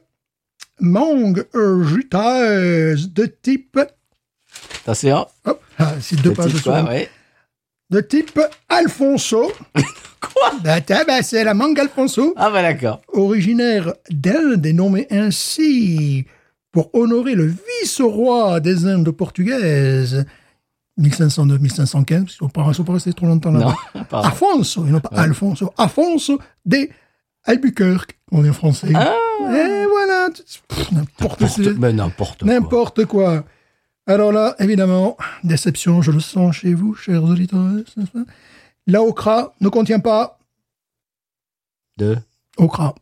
B: mangue juteuse de type.
A: Attention.
B: Hop, ah, c'est deux
A: Le
B: pages de
A: titre, quoi,
B: souvenirs.
A: ouais.
B: De type Alfonso.
A: Quoi
B: Ben, tiens, ben, c'est la mangue Alfonso,
A: Ah, bah d'accord.
B: originaire d'Inde et nommée ainsi pour honorer le vice-roi des Indes portugaises. 1509-1515, parce qu'on ne peut pas rester trop longtemps là-bas.
A: Non, pardon.
B: Alfonso, et non pas Alfonso. Alfonso de Albuquerque, on est en français.
A: Ah.
B: Et voilà, pff, n'importe
A: N'importe-
B: c'est-
A: mais n'importe quoi.
B: n'importe quoi. Alors là, évidemment, déception, je le sens chez vous, chers auditeurs. n'est-ce pas La okra ne contient pas
A: De.
B: okra.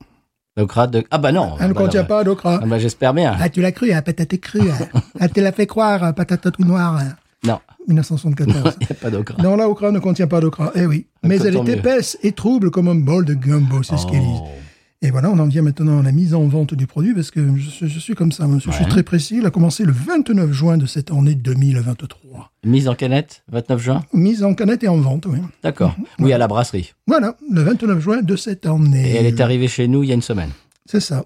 A: Le crade de. Ah, bah non.
B: Elle ne
A: Bah,
B: contient
A: bah,
B: pas d'okra.
A: Ah, bah j'espère bien.
B: Ah, tu l'as cru, hein, patate crue. hein. ah, tu l'as fait croire, hein, patate tout noire. hein.
A: Non,
B: 1974.
A: il n'y a pas d'ocra.
B: Non, la okra ne contient pas d'okra. Eh oui.
A: Ah,
B: Mais
A: tant
B: elle est
A: mieux.
B: épaisse et trouble comme un bol de gumbo, c'est ce qu'elle dit.
A: Oh.
B: Et voilà, on en vient maintenant à la mise en vente du produit, parce que je, suis- je suis comme ça, monsieur, je suis
A: Ouais.
B: très précis. Il a commencé le 29 juin de cette année 2023.
A: Mise en canette, 29 juin.
B: Mise en canette et en vente, oui.
A: D'accord.
B: Mhm.
A: Oui, à la brasserie.
B: Voilà, le 29 juin de cette
A: Et
B: année.
A: elle est arrivée chez nous il y a une semaine.
B: C'est ça,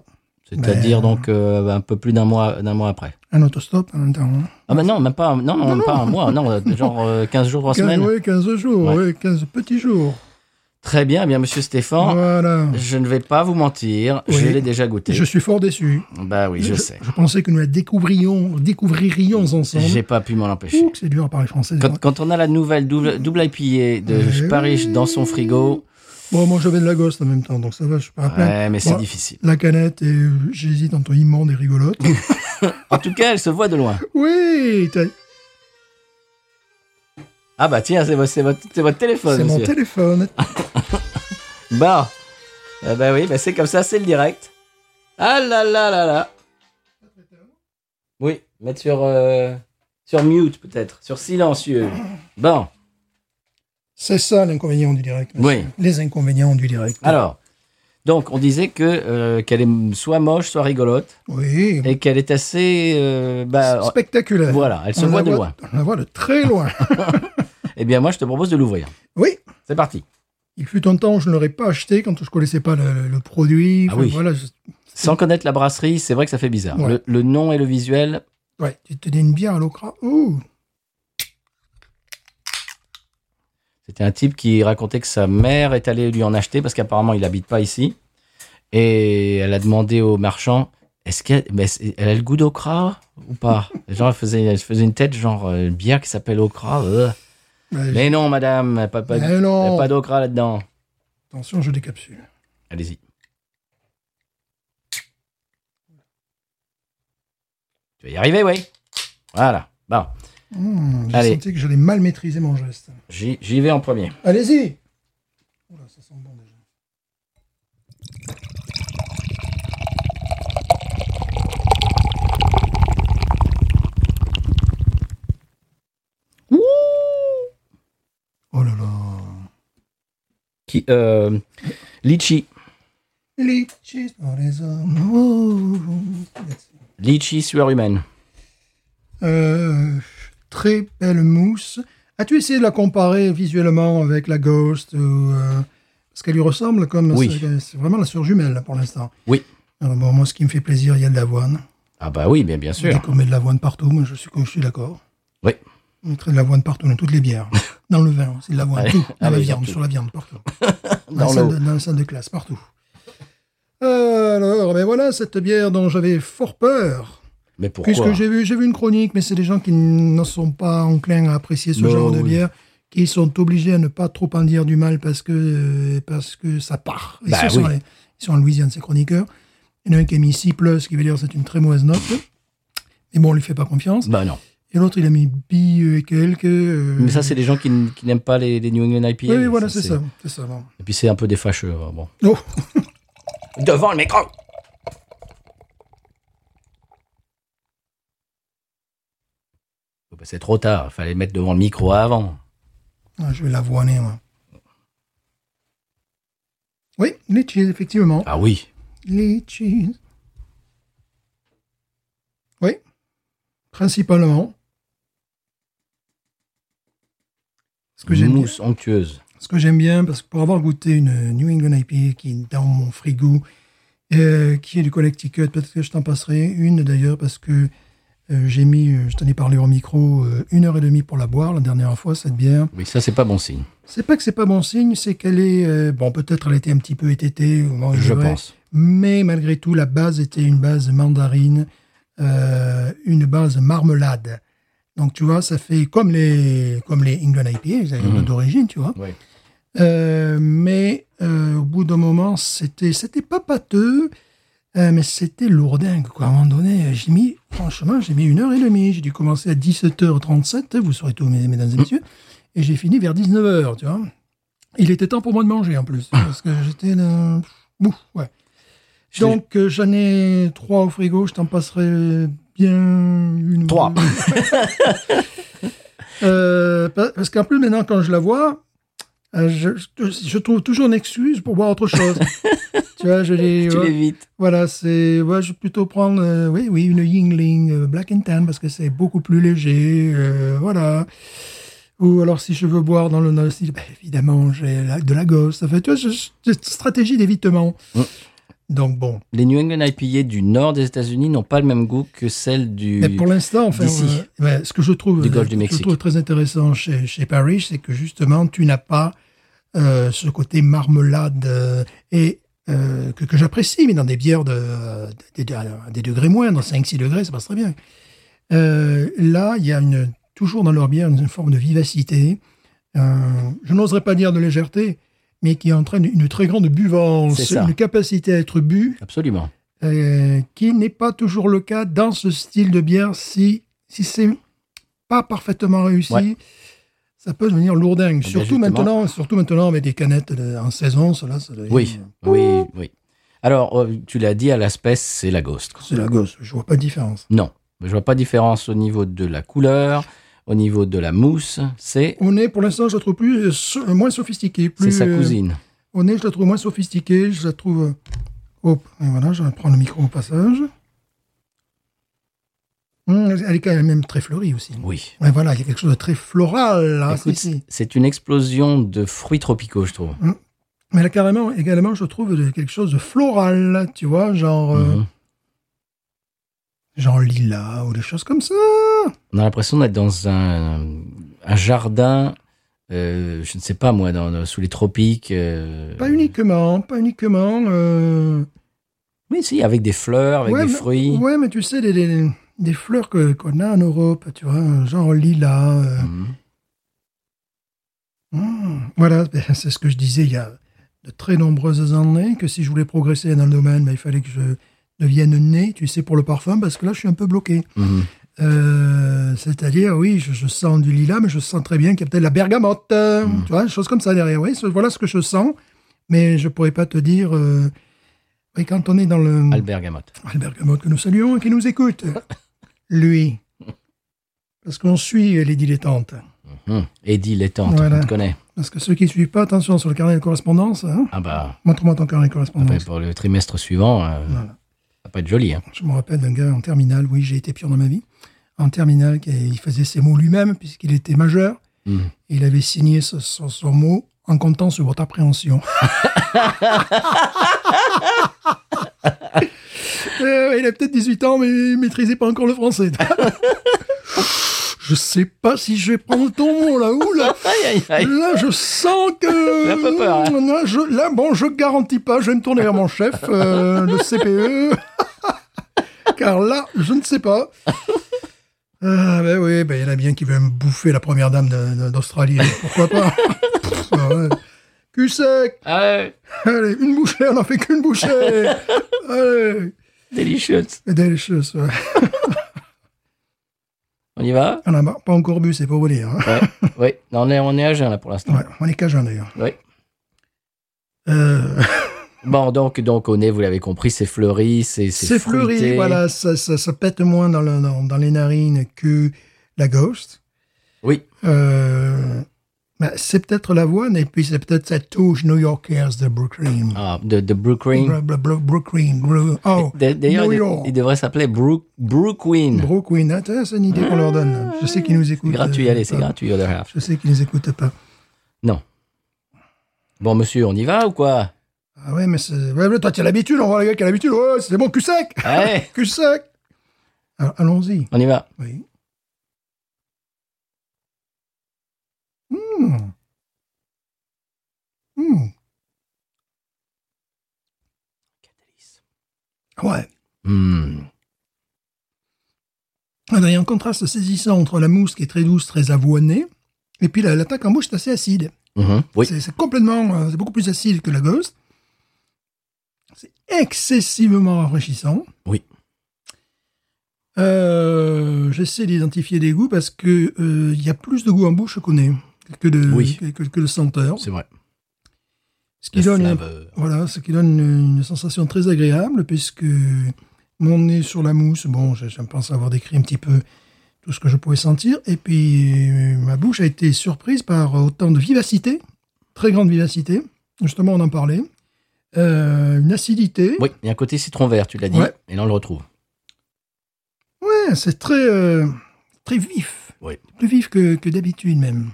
A: C'est-à-dire
B: Ben.
A: donc euh, un peu plus d'un mois, d'un mois après.
B: un autostop en même temps. hein.
A: Ah, bah non, même pas, un- non, non, même pas un mois. Non, euh, genre euh, 15 jours, 3
B: 15,
A: semaines.
B: oui, 15 jours,
A: Ouais.
B: oui, 15 petits jours.
A: Très bien, eh bien, monsieur Stéphane.
B: Voilà.
A: Je ne vais pas vous mentir, je
B: Oui.
A: l'ai déjà goûté.
B: Je suis fort déçu.
A: Bah oui, je sais.
B: Je pensais que nous la découvririons, découvririons ensemble.
A: J'ai pas pu m'en empêcher.
B: Ouh, que c'est dur à parler français.
A: Quand, quand on a la nouvelle double, double IPA de
B: Oui.
A: Paris dans son frigo,
B: Bon, moi, j'avais de la gosse en même temps, donc ça va, je suis pas à plaindre.
A: ouais, mais c'est
B: Bon,
A: difficile.
B: La canette, et j'hésite entre immonde et rigolote.
A: En tout cas, elle se voit de loin.
B: Oui, t'as-
A: Ah bah tiens, c'est vo- c'est votre, c'est votre téléphone,
B: c'est mon
A: monsieur.
B: téléphone.
A: Ah. Bah, Eh bah oui, bah c'est comme ça, c'est le direct. Ah là là là là. Oui, mettre sur, euh, sur mute peut-être, sur silencieux. Bon,
B: C'est ça l'inconvénient du direct.
A: Oui.
B: monsieur. Les inconvénients du direct.
A: alors. Donc, on disait que euh, qu'elle est soit moche, soit rigolote,
B: Oui.
A: et qu'elle est assez... euh, bah,
B: Spectaculaire.
A: Voilà, elle se
B: On
A: voit
B: la
A: de loin.
B: On la voit de très loin.
A: Eh bien, moi, je te propose de l'ouvrir.
B: oui.
A: C'est parti.
B: Il fut un temps où je ne l'aurais pas acheté quand je ne connaissais pas le, le- le produit.
A: Ah oui.
B: Voilà, je-
A: Sans connaître la brasserie, c'est vrai que ça fait bizarre.
B: Ouais.
A: Le, le nom et le visuel,
B: ouais, tu te dis une bière à l'ocra. Ouh.
A: c'était un type qui racontait que sa mère est allée lui en acheter parce qu'apparemment, il n'habite pas ici. Et elle a demandé au marchand est-ce qu'elle mais c'est- elle a le goût d'ocra ou pas Genre, elle faisait, elle faisait une tête, genre, euh, une bière qui s'appelle ocra. euh.
B: Ouais,
A: Mais non, madame, elle a pas, pas,
B: Mais
A: elle
B: non.
A: a pas d'ocra là-dedans.
B: Attention, je décapsule.
A: Allez-y. Tu vas y arriver, oui. Voilà. Bon,
B: Mmh, J'ai
A: Allez.
B: senti que j'allais mal maîtriser mon geste.
A: j'y j'y vais en premier.
B: Allez-y. Oula, ça sent bon déjà. Oh là là.
A: Qui, euh, litchi.
B: Les cheese dans les hommes. Oh, oh, oh. Yes.
A: Litchi sueur humaine.
B: Euh, très belle mousse. As-tu essayé de la comparer visuellement avec la Ghost ou, euh, Parce qu'elle lui ressemble comme.
A: Oui.
B: C'est c'est vraiment la sœur jumelle là, pour l'instant.
A: Oui.
B: Alors bon, moi, ce qui me fait plaisir, il y a de l'avoine.
A: Ah bah oui, bien, bien sûr.
B: Dès qu'on met de l'avoine partout, moi, je suis, je suis d'accord.
A: Oui.
B: On mettrait de l'avoine partout, dans toutes les bières. dans le vin, c'est de l'avoine,
A: Allez.
B: tout. Dans
A: Ah
B: la
A: oui,
B: viande,
A: partout.
B: sur la viande, partout. dans,
A: Dans
B: la salle
A: l'eau.
B: de, dans la salle de classe, partout. Euh, alors, ben voilà cette bière dont j'avais fort peur.
A: Mais pourquoi
B: Puisque j'ai vu, j'ai vu une chronique, mais c'est des gens qui ne sont pas enclins à apprécier ce
A: Non,
B: genre de
A: Bah oui.
B: bière, qui sont obligés à ne pas trop en dire du mal parce que, euh, parce que ça part. Ils,
A: Bah
B: sont,
A: oui.
B: ils sont en Louisiane, ces chroniqueurs. Il y en a un qui a mis 6 plus, ce qui veut dire que c'est une très mauvaise note. Mais bon, on lui fait pas confiance.
A: Bah non.
B: Et l'autre, il a mis billes et quelques. euh,
A: Mais ça, c'est des gens qui, n- qui n'aiment pas les, les New England IPA.
B: Oui, oui, voilà, c'est
A: c'est-
B: ça. C'est ça. bon.
A: Et puis c'est un peu des fâcheux. euh, Bon.
B: Oh,
A: Devant le micro Oh, bah, C'est trop tard, fallait le mettre devant le micro avant.
B: ah, je vais l'avoiner, moi. Oui, les cheese, effectivement.
A: Ah oui,
B: Les cheese. Oui, principalement. Ce que j'aime bien.
A: mousse onctueuse.
B: Ce que j'aime bien, parce que pour avoir goûté une New England IPA qui est dans mon frigo, euh, qui est du Connecticut, peut-être que je t'en passerai une d'ailleurs, parce que euh, j'ai mis, euh, je t'en ai parlé en micro, euh, une heure et demie pour la boire la dernière fois, cette bière.
A: Oui, ça, c'est pas bon signe,
B: C'est pas que c'est pas bon signe, c'est qu'elle est, euh, bon, peut-être elle était un petit peu ététée, au moment où
A: je
B: dirais,
A: pense.
B: mais malgré tout, la base était une base mandarine, euh, une base marmelade. Donc tu vois, ça fait comme les comme les England IPA, ils avaient
A: Mhm.
B: d'origine, tu vois.
A: Oui.
B: Euh, mais euh, au bout d'un moment, c'était c'était pas pâteux, euh, mais c'était lourdingue. Quoi. À un moment donné, j'ai mis, franchement, j'ai mis une heure et demie. J'ai dû commencer à 17h37, vous saurez tout, mes- mesdames et messieurs, et j'ai fini vers 19h, tu vois. Il était temps pour moi de manger en plus, parce que j'étais dans- Ouf, ouais.
A: Je-
B: Donc, euh, j'en ai trois au frigo, je t'en passerai bien une.
A: Trois.
B: Euh, pa- parce qu'en plus, maintenant, quand je la vois, euh, je, je- je trouve toujours une excuse pour boire autre chose. tu vois, je dis.
A: Tu
B: ouais,
A: l'évites.
B: voilà, c'est. Ouais, je vais plutôt prendre, euh, oui, oui, une Yingling euh, Black and Tan parce que c'est beaucoup plus léger. euh, voilà. Ou alors, si je veux boire dans le dans le style, bah, évidemment, j'ai la- de la gosse. Ça fait, tu vois, je- je- cette stratégie d'évitement.
A: Mm.
B: Donc, bon.
A: Les New England IPA du nord des États-Unis n'ont pas le même goût que celle du.
B: Mais pour l'instant, enfin,
A: d'ici.
B: euh, ouais, ce que je trouve,
A: Du
B: euh,
A: golfe du
B: que je
A: Mexique.
B: trouve très intéressant chez, chez Parrish, c'est que justement, tu n'as pas euh, ce côté marmelade euh, et euh, que, que j'apprécie, mais dans des bières de, euh, des- des- des degrés moindres, 5-6 degrés, ça passe très bien. Euh, là, il y a une, toujours dans leur bière une forme de vivacité, euh, je n'oserais pas dire de légèreté, mais qui entraîne une très grande
A: C'est
B: buvance,
A: ça.
B: une capacité à être bu
A: Absolument.
B: euh, qui n'est pas toujours le cas dans ce style de bière. Si, si c'est pas parfaitement réussi,
A: Ouais.
B: ça peut devenir lourdingue.
A: bien,
B: Surtout
A: justement.
B: maintenant, surtout maintenant avec des canettes de- en saison, cela, ça devient-
A: Oui, oui, oui. Alors, euh, tu l'as dit, à l'aspect, c'est la Ghost. quoi.
B: C'est la gosse, je vois pas de différence.
A: Non, je vois pas de différence au niveau de la couleur, au niveau de la mousse. C'est
B: Au nez, pour l'instant, je la trouve plus, euh, so- moins sophistiquée.
A: c'est
B: Plus,
A: sa
B: euh,
A: cousine.
B: au nez, je la trouve moins sophistiquée. Je la trouve. euh, Hop, et voilà, je vais prendre le micro au passage. Hum, elle est quand même très fleurie aussi.
A: Oui.
B: Ouais, voilà, il y a quelque chose de très floral là.
A: Écoute,
B: Ah, si, si.
A: c'est une explosion de fruits tropicaux, je trouve.
B: Mais là, carrément, également, je trouve de- quelque chose de floral, tu vois, genre, euh,
A: Mhm.
B: genre lilas ou des choses comme ça.
A: On a l'impression d'être dans un, un jardin, euh, je ne sais pas moi, dans, dans- sous les tropiques. euh,
B: Pas uniquement, pas uniquement. euh,
A: Oui, si, avec des fleurs, avec
B: ouais,
A: des
B: mais-
A: fruits.
B: Ouais, mais tu sais, des, des- des fleurs que- qu'on a en Europe, tu vois, genre lilas. euh,
A: Mhm.
B: Mmh. Voilà, ben, c'est ce que je disais il y a de très nombreuses années, que si je voulais progresser dans le domaine, ben, il fallait que je devienne né, tu sais, pour le parfum, parce que là, je suis un peu bloqué.
A: Mhm.
B: Mm. Euh, c'est-à-dire, oui, je, je sens du lilas, mais je sens très bien qu'il y a peut-être la bergamote, euh,
A: Mm.
B: tu vois, chose comme ça derrière. Oui, ce- voilà ce que je sens, mais je pourrais pas te dire. euh, oui, quand on est dans le
A: Albert Gamotte.
B: Ah, le bergamote que nous saluons et qui nous écoute, lui, parce qu'on suit les dilettantes,
A: Mhm. Eddie Létante,
B: Voilà.
A: on te connaît.
B: parce que ceux qui suivent pas, attention sur le carnet de correspondance. Hein,
A: Ah bah,
B: Montre-moi ton carnet de
A: après,
B: correspondance.
A: pour le trimestre suivant, euh,
B: Voilà.
A: ça peut être joli. hein.
B: Je me rappelle d'un gars en terminale, oui, j'ai été pion dans ma vie, en terminale, qui- il faisait ses mots lui-même, puisqu'il était majeur.
A: Mhm.
B: Il avait signé ce- son, son mot en comptant sur votre appréhension. Euh, il a peut-être 18 ans, mais il maîtrisait pas encore le français. je sais pas si je vais prendre ton mot là. Oula
A: Aïe, aïe, aïe.
B: Là, je sens que.
A: Là, pas peur, hein.
B: Là, je, là, bon, je garantis pas. Je vais me tourner vers mon chef, euh, le CPE. Car là, je ne sais pas. Ah, ben oui, ben, il y en a bien qui veut me bouffer la première dame de- de- d'Australie. Pourquoi pas Pff, bah ouais. Cul sec
A: Ah ouais,
B: Allez, une bouchée, on n'en fait qu'une bouchée Allez
A: delicious.
B: Delicious, ouais.
A: On y va
B: On n'a pas encore bu, c'est pour vous dire. hein.
A: Oui, on est, on est à jeun là pour l'instant.
B: Ouais, on est cajun d'ailleurs.
A: Ouais.
B: Euh,
A: Bon, donc, donc au nez, vous l'avez compris, c'est fleuri, c'est c'est
B: c'est fleuri,
A: fruité.
B: voilà, ça, ça, ça pète moins dans, le- dans, dans les narines que la Ghost.
A: Oui.
B: Euh, bah, c'est peut-être l'avoine et puis c'est peut-être cette touche New Yorkers de Brooklyn.
A: Ah, de, de Brew Queen.
B: Bro- bro- bro- Brooklyn. bro- Oh,
A: D'a- D'ailleurs,
B: New
A: il,
B: York.
A: il devrait s'appeler Brew, Brew Queen.
B: Brooklyn. Ah, tiens, c'est une idée qu'on leur donne. Je sais qu'ils nous
A: C'est
B: écoutent.
A: gratuit,
B: euh,
A: allez, c'est
B: pas.
A: gratuit, Other Half.
B: Je sais qu'ils nous écoutent pas.
A: Bon, monsieur, on y va ou quoi
B: Ah ouais, mais c'est. Ouais, mais toi, tu as l'habitude, on voit le gars qui a l'habitude. Ouais, c'est bon, cul sec
A: Allez,
B: Cul sec Alors, allons-y.
A: on y va.
B: Oui. Hmm. Hmm. Ouais.
A: Hmm.
B: Ah ben, Il y a un contraste saisissant entre la mousse qui est très douce, très avoinée, et puis la- l'attaque en bouche est assez acide.
A: Mhm. Oui,
B: C'est- C'est complètement, euh, c'est beaucoup plus acide que la Ghost. C'est excessivement rafraîchissant.
A: Oui.
B: Euh, J'essaie d'identifier des goûts parce que euh, il y a plus de goût en bouche qu'on est que de
A: Oui.
B: que, que- que de senteur.
A: c'est vrai.
B: Ce qui
A: La
B: donne un-
A: saveur.
B: voilà, ce qui donne une, une sensation très agréable puisque mon nez sur la mousse, bon, je, je pense avoir décrit un petit peu tout ce que je pouvais sentir, et puis euh, ma bouche a été surprise par autant de vivacité, très grande vivacité, justement on en parlait, Euh, une acidité,
A: Oui, il y a un côté citron vert, tu l'as dit.
B: Ouais.
A: Et là, on le retrouve.
B: ouais, c'est très euh, très vif,
A: Oui.
B: plus vif que, que d'habitude même.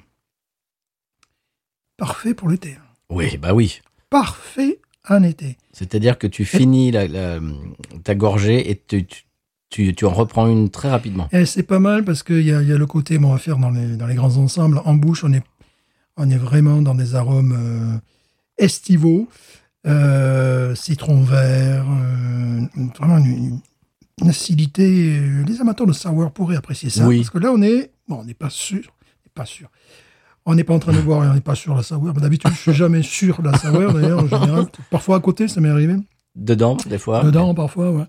B: Parfait pour l'été,
A: Oui, bah oui.
B: parfait en été.
A: C'est-à-dire que tu finis la, la- ta gorgée et tu, tu, tu- tu en reprends une très rapidement.
B: Eh, c'est pas mal parce qu'il y a, il y a le côté, bon, on va faire dans les, dans les grands ensembles. En bouche, on est, on est vraiment dans des arômes euh, estivaux, euh, citron vert, euh, vraiment une, une acidité. euh, Les amateurs de sour pourraient apprécier ça.
A: Oui.
B: Parce que là, on est, bon, on n'est pas sûr, on n'est pas sûr. On n'est pas en train de boire et on n'est pas sûr de la sour. Mais D'habitude, je suis jamais sûr de la sour, d'ailleurs, en général. Parfois à côté, ça m'est arrivé
A: Dedans, des fois.
B: dedans parfois. ouais.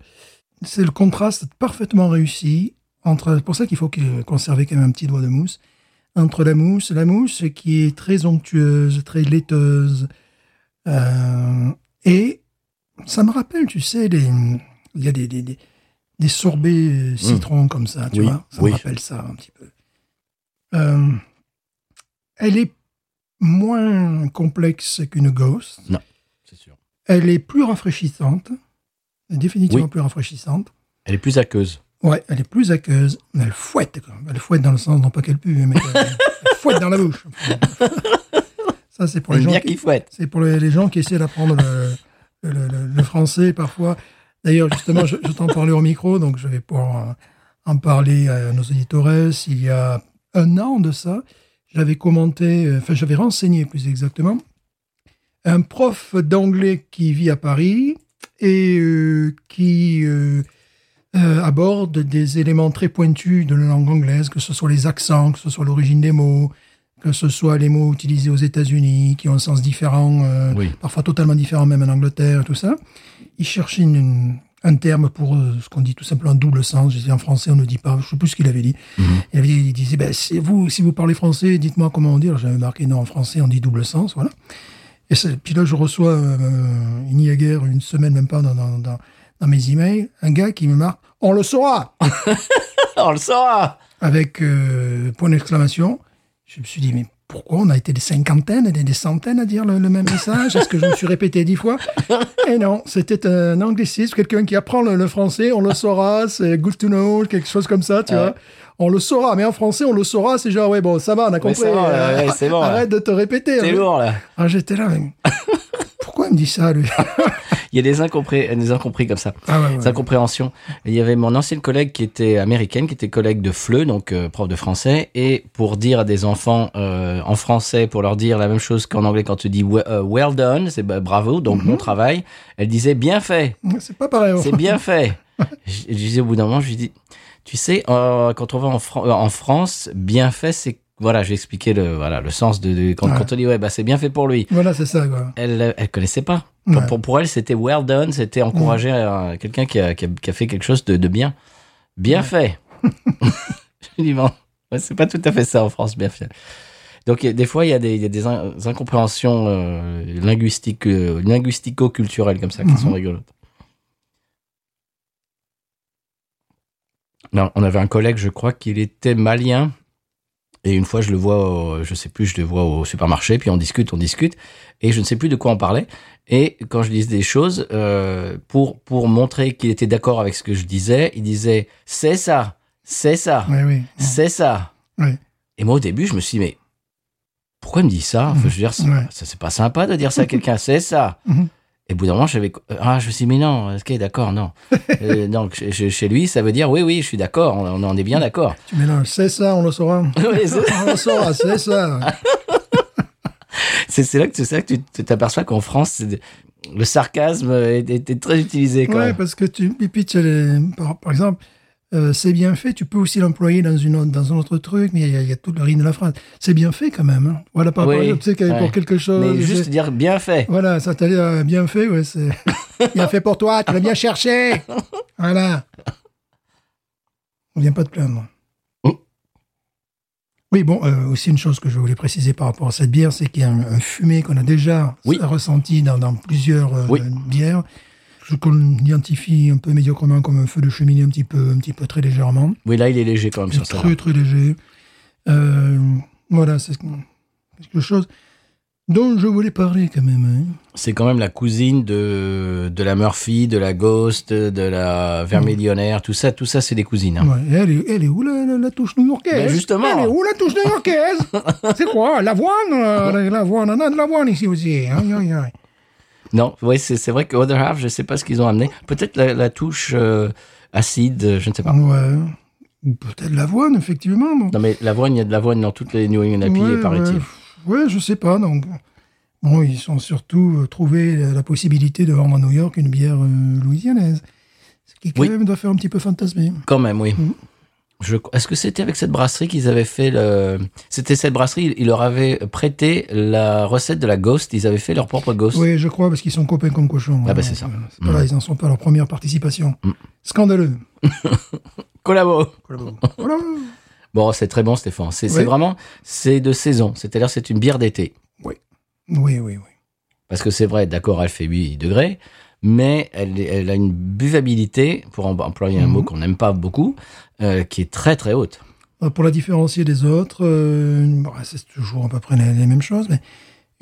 B: C'est le contraste parfaitement réussi entre. C'est pour ça qu'il faut que- conserver quand même un petit doigt de mousse entre la mousse, la mousse qui est très onctueuse, très laiteuse, euh, et ça me rappelle, tu sais, les- il y a des, des, des- des sorbets euh, citron comme ça, tu
A: Hmm. Oui,
B: vois, ça
A: oui.
B: me rappelle ça un petit peu. Euh, elle est moins complexe qu'une ghost.
A: C'est sûr.
B: Elle est plus rafraîchissante, définitivement plus rafraîchissante.
A: Elle est plus aqueuse.
B: Ouais, elle est plus aqueuse, mais elle fouette. quoi. Elle fouette dans le sens, non pas qu'elle pue, mais qu'elle elle fouette dans la bouche. Ça, c'est pour les
A: J'aime
B: gens
A: bien
B: qui,
A: qu'il fouette.
B: c'est pour les, les gens qui essaient d'apprendre le, le- le- le français parfois. D'ailleurs, justement, je, je t'en parlais au micro, donc je vais pouvoir euh, en parler à nos auditeurs. Il y a un an de ça, j'avais commenté, euh, enfin, j'avais renseigné plus exactement, un prof d'anglais qui vit à Paris et euh, qui euh, euh, aborde des éléments très pointus de la langue anglaise, que ce soit les accents, que ce soit l'origine des mots, que ce soit les mots utilisés aux États-Unis, qui ont un sens différent, euh,
A: Oui.
B: parfois totalement différent même en Angleterre, tout ça. Il cherchait une- une- un terme pour euh, ce qu'on dit tout simplement un double sens. Je dis en français, on ne dit pas. Je sais plus ce qu'il avait dit. Il, avait- il disait, ben, si, vous, si vous parlez français, dites-moi comment on dit. Alors, J'avais marqué, non, en français, on dit double sens, voilà. Et c'est- puis là, je reçois, euh, il n'y a guère une semaine, même pas, dans, dans, dans- dans mes emails, un gars qui me marque, on le saura
A: on Oh, le ah saura
B: avec euh, point d'exclamation. Je me suis dit, mais pourquoi on a été des cinquantaines et des, des centaines à dire le, le même message Est-ce que je me suis répété dix fois Et non, c'était un anglicisme, quelqu'un qui apprend le, le français, on le saura, c'est good to know, quelque chose comme ça, tu
A: Ouais.
B: vois. On le saura, mais en français, on le saura, c'est genre, ouais, bon, ça va, on a compris.
A: ça
B: euh,
A: va, ouais, ouais, c'est bon,
B: Arrête de te répéter.
A: C'est
B: hein.
A: lourd, là.
B: Ah, j'étais là, mais pourquoi il me dit ça, lui
A: Ah, Il y a des incompris, des incompris comme ça,
B: Ah, ouais, ouais.
A: des incompréhensions. Il y avait mon ancienne collègue qui était américaine, qui était collègue de FLE, donc euh, prof de français, et pour dire à des enfants euh, en français, pour leur dire la même chose qu'en anglais quand tu dis we- euh, well done, c'est bah, bravo,
B: Mm-hmm.
A: donc bon travail, elle disait bien fait,
B: C'est pas pareil. oh.
A: c'est bien fait. je, je disais au bout d'un moment, je lui dis, tu sais, euh, quand on va en, Fran- euh, en France, bien fait, c'est voilà, j'ai expliqué le voilà le sens de, de- quand,
B: Ouais.
A: quand on dit ouais bah c'est bien fait pour lui
B: Voilà, c'est ça, quoi.
A: elle, elle connaissait pas. Pour,
B: Ouais.
A: pour, pour elle, c'était well done, c'était encourager euh, quelqu'un qui a, qui, a, qui a fait quelque chose de, de bien. Bien fait. Je dis, bon, ouais, c'est pas tout à fait ça en France, bien fait. Donc, il y a- des fois, il y a des, il y a des in- des incompréhensions euh, linguistiques, euh, linguistico-culturelles comme ça qui sont
B: Mhm.
A: rigolotes. Non, on avait un collègue, je crois qu'il était malien. Et une fois, je le vois, au- je sais plus, je le vois au supermarché, puis on discute, on discute, et je ne sais plus de quoi on parlait. Et quand je disais des choses, euh, pour, pour montrer qu'il était d'accord avec ce que je disais, il disait C'est ça, c'est ça,
B: Oui, oui.
A: c'est ça.
B: Ouais.
A: Et moi, au début, je me suis dit Mais pourquoi il me dit ça Enfin, Je veux dire, c'est
B: Ouais.
A: ça, c'est pas sympa de dire ça à quelqu'un, c'est ça.
B: Mhm.
A: Et au bout d'un moment, j'avais. Ah, je me suis dit, mais non, ok, d'accord, non. Euh, donc, chez- chez chez lui, ça veut dire, oui, oui, je suis d'accord, on, on en est bien d'accord.
B: Tu mélanges, c'est ça, on le saura.
A: Oui, c'est-
B: on le saura, c'est ça.
A: C'est c'est là que, c'est là que tu- tu t'aperçois qu'en France, c'est de- le sarcasme est, est- est très utilisé quand
B: Ouais,
A: même.
B: parce que tu, et puis tu les- par, par exemple, euh, c'est bien fait, tu peux aussi l'employer dans, une, autre- dans un autre truc, mais il y, a- il y a tout le rythme de la phrase. C'est bien fait quand même. hein. Voilà, par
A: Oui,
B: exemple, tu sais, que
A: ouais.
B: pour quelque chose.
A: Mais juste
B: c'est-
A: dire bien fait.
B: Voilà, ça t'a dit, euh, bien fait, ouais, c'est. bien fait pour toi, tu l'as bien cherché. Voilà. On vient pas de plaindre.
A: Oh.
B: Oui, bon, euh, aussi une chose que je voulais préciser par rapport à cette bière, c'est qu'il y a un, un fumé qu'on a déjà
A: Oui.
B: ressenti dans, dans plusieurs euh,
A: Oui.
B: bières, ce qu'on identifie un peu médiocrement comme un feu de cheminée, un petit peu, un petit peu très légèrement.
A: Oui, là, il est léger quand même sur
B: C'est
A: ça.
B: très, très léger. Euh, voilà, c'est c'est quelque chose dont je voulais parler quand même. hein.
A: C'est quand même la cousine de, de la Murphy, de la Ghost, de la
B: Mm.
A: Vermillionnaire, tout ça, tout ça, c'est des cousines. hein.
B: Ouais, elle, est, elle est où la, la- la touche new-yorkaise
A: Ben, justement.
B: Elle est où la touche new-yorkaise C'est quoi L'avoine euh, la- L'avoine, on a de l'avoine ici aussi. hein, Aïe, aïe, aïe.
A: Non, oui, c'est c'est vrai que Other Half, je sais pas ce qu'ils ont amené. Peut-être la, la touche euh, acide, euh, je ne sais pas.
B: Ouais. Ou Peut-être l'avoine, effectivement. Bon.
A: Non, mais l'avoine, il y a de l'avoine dans toutes les New England IPA,
B: ouais,
A: paraît-il.
B: ouais, ouais, je sais pas. Donc, bon, ils ont surtout euh, trouvé la, la possibilité de vendre à New York une bière euh, louisianaise. Ce qui, quand
A: Oui.
B: même, doit faire un petit peu fantasmer.
A: Quand même, oui.
B: Mhm.
A: Je- Est-ce que c'était avec cette brasserie qu'ils avaient fait le. C'était cette brasserie, ils- ils leur avaient prêté la recette de la Ghost, ils avaient fait leur propre Ghost.
B: Oui, je crois, parce qu'ils sont copains comme cochons.
A: Ah, bah,
B: hein.
A: c'est ça. Mm.
B: Voilà, ils n'en sont pas à leur première participation. Scandaleux.
A: Collabo
B: Voilà.
A: Bon, c'est très bon, Stéphane. C'est c'est
B: Oui.
A: vraiment. C'est de saison. C'est-à-dire, c'est une bière d'été.
B: Oui, oui, oui.
A: Parce que c'est vrai, d'accord, elle fait 8 degrés, mais elle, est- elle a une buvabilité, pour em- employer
B: Mhm.
A: un mot qu'on n'aime pas beaucoup, euh, qui est très très haute.
B: Euh, Pour la différencier des autres, euh, une- bon, c'est toujours à peu près les, les mêmes choses, mais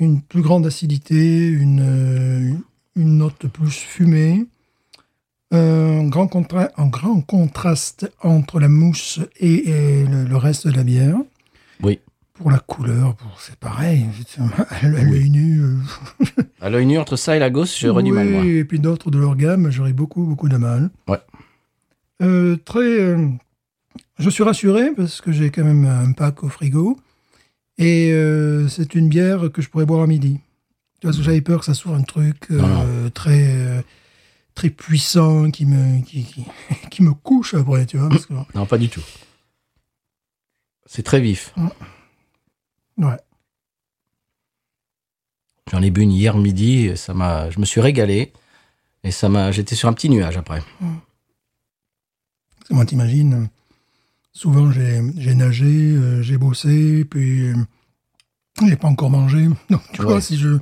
B: une plus grande acidité, une, euh, une note plus fumée, un grand, contra- un grand contraste entre la mousse et, et le, le reste de la bière.
A: Oui.
B: Pour la couleur, pour- c'est pareil. c'est- à l'œil nu, euh,
A: À l'œil nu, entre ça et la gauche, j'aurais du
B: oui,
A: mal, moi.
B: Et puis d'autres de leur gamme, j'aurais beaucoup, beaucoup de mal.
A: Ouais.
B: Euh, très. euh, je suis rassuré parce que j'ai quand même un pack au frigo. Et euh, c'est une bière que je pourrais boire à midi. Tu vois, parce que j'avais peur que ça soit un truc euh,
A: Non,
B: très. euh, très puissant qui me qui, qui, qui me couche après tu vois parce que,
A: Non, pas du tout. C'est très vif.
B: ouais
A: J'en ai bu une hier midi, et ça m'a, je me suis régalé. Et ça m'a, j'étais sur un petit nuage après.
B: Parce que moi, t'imagines, euh, souvent j'ai j'ai nagé, euh, j'ai bossé, puis euh, j'ai pas encore mangé. Donc, tu vois,
A: Ouais.
B: si je,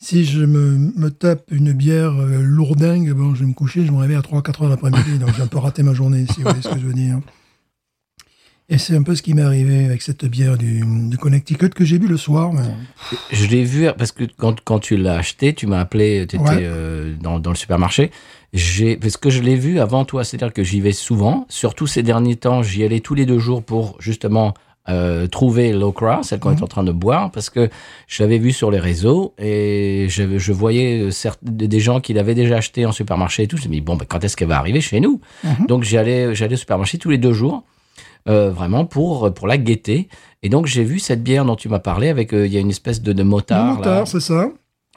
B: si je me, me tape une bière euh, lourdingue, bon, je vais me coucher, je me réveille à 3-4 heures l'après-midi, donc j'ai un peu raté ma journée, si vous voyez ce que je veux dire. Et c'est un peu ce qui m'est arrivé avec cette bière du, du Connecticut que j'ai bu le soir. mais-
A: Je l'ai vu parce que quand, quand tu l'as acheté, tu m'as appelé, tu étais euh,
B: Ouais.
A: dans, dans le supermarché. J'ai, parce que je l'ai vu avant toi, c'est-à-dire que j'y vais souvent. Surtout ces derniers temps, j'y allais tous les deux jours pour justement euh, trouver l'Okra, celle qu'on est en train de boire, parce que je l'avais vu sur les réseaux et je, je voyais euh, certes- des des gens qui l'avaient déjà acheté en supermarché et tout. Je me suis dit, bon, ben, quand est-ce qu'elle va arriver chez nous Donc j'allais j'allais au supermarché tous les deux jours. euh, vraiment pour pour la guetter et donc j'ai vu cette bière dont tu m'as parlé avec euh, il y a une espèce de, de motard,
B: Le
A: là.
B: moutard, c'est ça.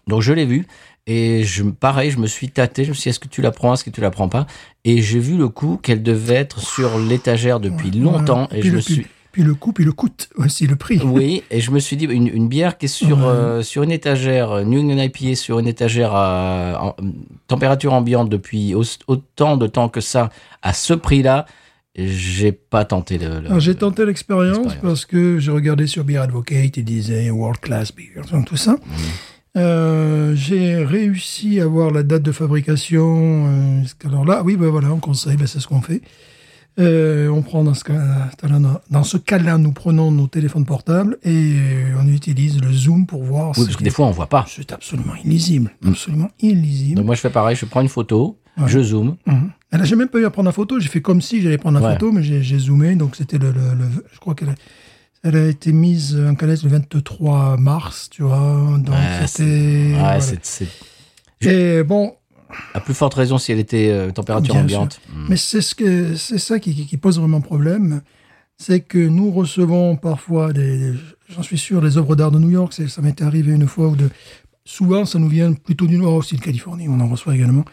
A: donc je l'ai vu et je pareil je me suis tâté je me suis dit, est-ce que tu la prends est-ce que tu la prends pas et j'ai vu le coup qu'elle devait être sur l'étagère depuis longtemps
B: Voilà.
A: et
B: puis,
A: je
B: le,
A: me
B: puis-
A: suis
B: puis le coût, puis le coût aussi, le prix.
A: oui, et je me suis dit, une, une bière qui est sur,
B: Ouais.
A: euh, sur une étagère, euh, New England IPA sur une étagère à en- température ambiante depuis au- autant de temps que ça, à ce prix-là, J'ai pas tenté le. le-
B: Alors, Ah, j'ai tenté l'expérience
A: Euh, L'expérience.
B: parce que j'ai regardé sur Beer Advocate, il disait World Class Beer, donc tout
A: Mhm.
B: ça. Euh, j'ai réussi à voir la date de fabrication. euh, parce que- alors là, oui, ben voilà, on conseille, ben c'est ce qu'on fait. Euh, on prend dans ce cas-là, dans ce cas-là, nous prenons nos téléphones portables et euh, on utilise le zoom pour voir.
A: Oui,
B: ce
A: parce que
B: qui-
A: des fois, Mhm. on voit pas.
B: c'est absolument illisible, absolument illisible.
A: Donc, moi, je fais pareil. Je prends une photo, je zoome.
B: Mhm. Elle a jamais pas eu à prendre la photo. J'ai fait comme si j'allais prendre la
A: Ouais.
B: photo, mais j'ai j'ai zoomé. Donc, c'était le, le- le- Je crois qu'elle a, elle a été mise en calette le 23 mars, tu vois. Donc,
A: Ouais,
B: c'était.
A: Ouais,
B: voilà.
A: c'est, c'est-
B: Et bon,
A: à plus forte raison si elle était euh, température
B: Bien sûr.
A: ambiante. Mm.
B: mais c'est ce que c'est ça qui, qui- qui pose vraiment problème. C'est que nous recevons parfois des. des- J'en suis sûr, les œuvres d'art de New York. c'est- Ça m'était arrivé une fois ou deux. Souvent, ça nous vient plutôt du Nord, aussi de Californie. On en reçoit également.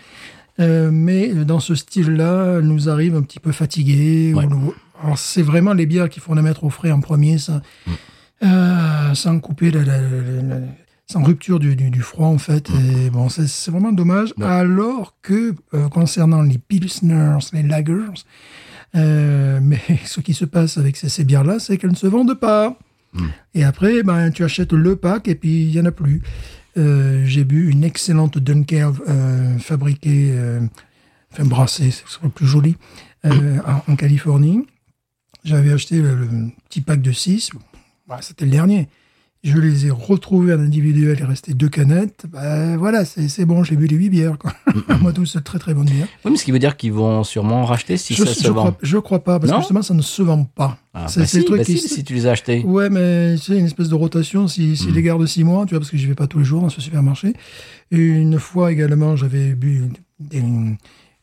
B: Euh, mais dans ce style-là, elle nous arrive un petit peu fatigué.
A: Ouais.
B: C'est vraiment les bières qu'il faut la mettre au frais en premier, ça.
A: Mm.
B: Euh, sans couper la, la- la- la- la- sans rupture du, du- du froid en fait. Et bon, c'est- c'est vraiment dommage. Alors que euh, concernant les pilsners, les lagers, euh, mais ce qui se passe avec ces, ces bières-là, c'est qu'elles ne se vendent pas. Et après, ben, tu achètes le pack et puis il n'y en a plus. Euh, J'ai bu une excellente Dunkerve euh, fabriquée, euh, enfin brassée, c'est le plus joli, euh, en, en Californie. J'avais acheté le, le petit pack de 6, c'était le dernier. Je les ai retrouvés en individuel, il restait deux canettes. Ben, voilà, c'est c'est bon, j'ai bu les huit bières. Quoi.
A: Mm,
B: Moi, tous, c'est très très bonne bière.
A: Oui, mais ce qui veut dire qu'ils vont sûrement en racheter si
B: je,
A: ça
B: je
A: se vend.
B: Crois, je crois pas, parce
A: Non
B: que justement, ça ne se vend pas.
A: Ah,
B: c'est
A: bah
B: c'est
A: si, bah
B: qui-
A: si, si tu les as achetés.
B: Ouais, mais c'est une espèce de rotation. Si, si les garde six mois, tu vois, parce que j'y vais pas tous les jours dans ce supermarché. Et une fois également, j'avais bu une, une,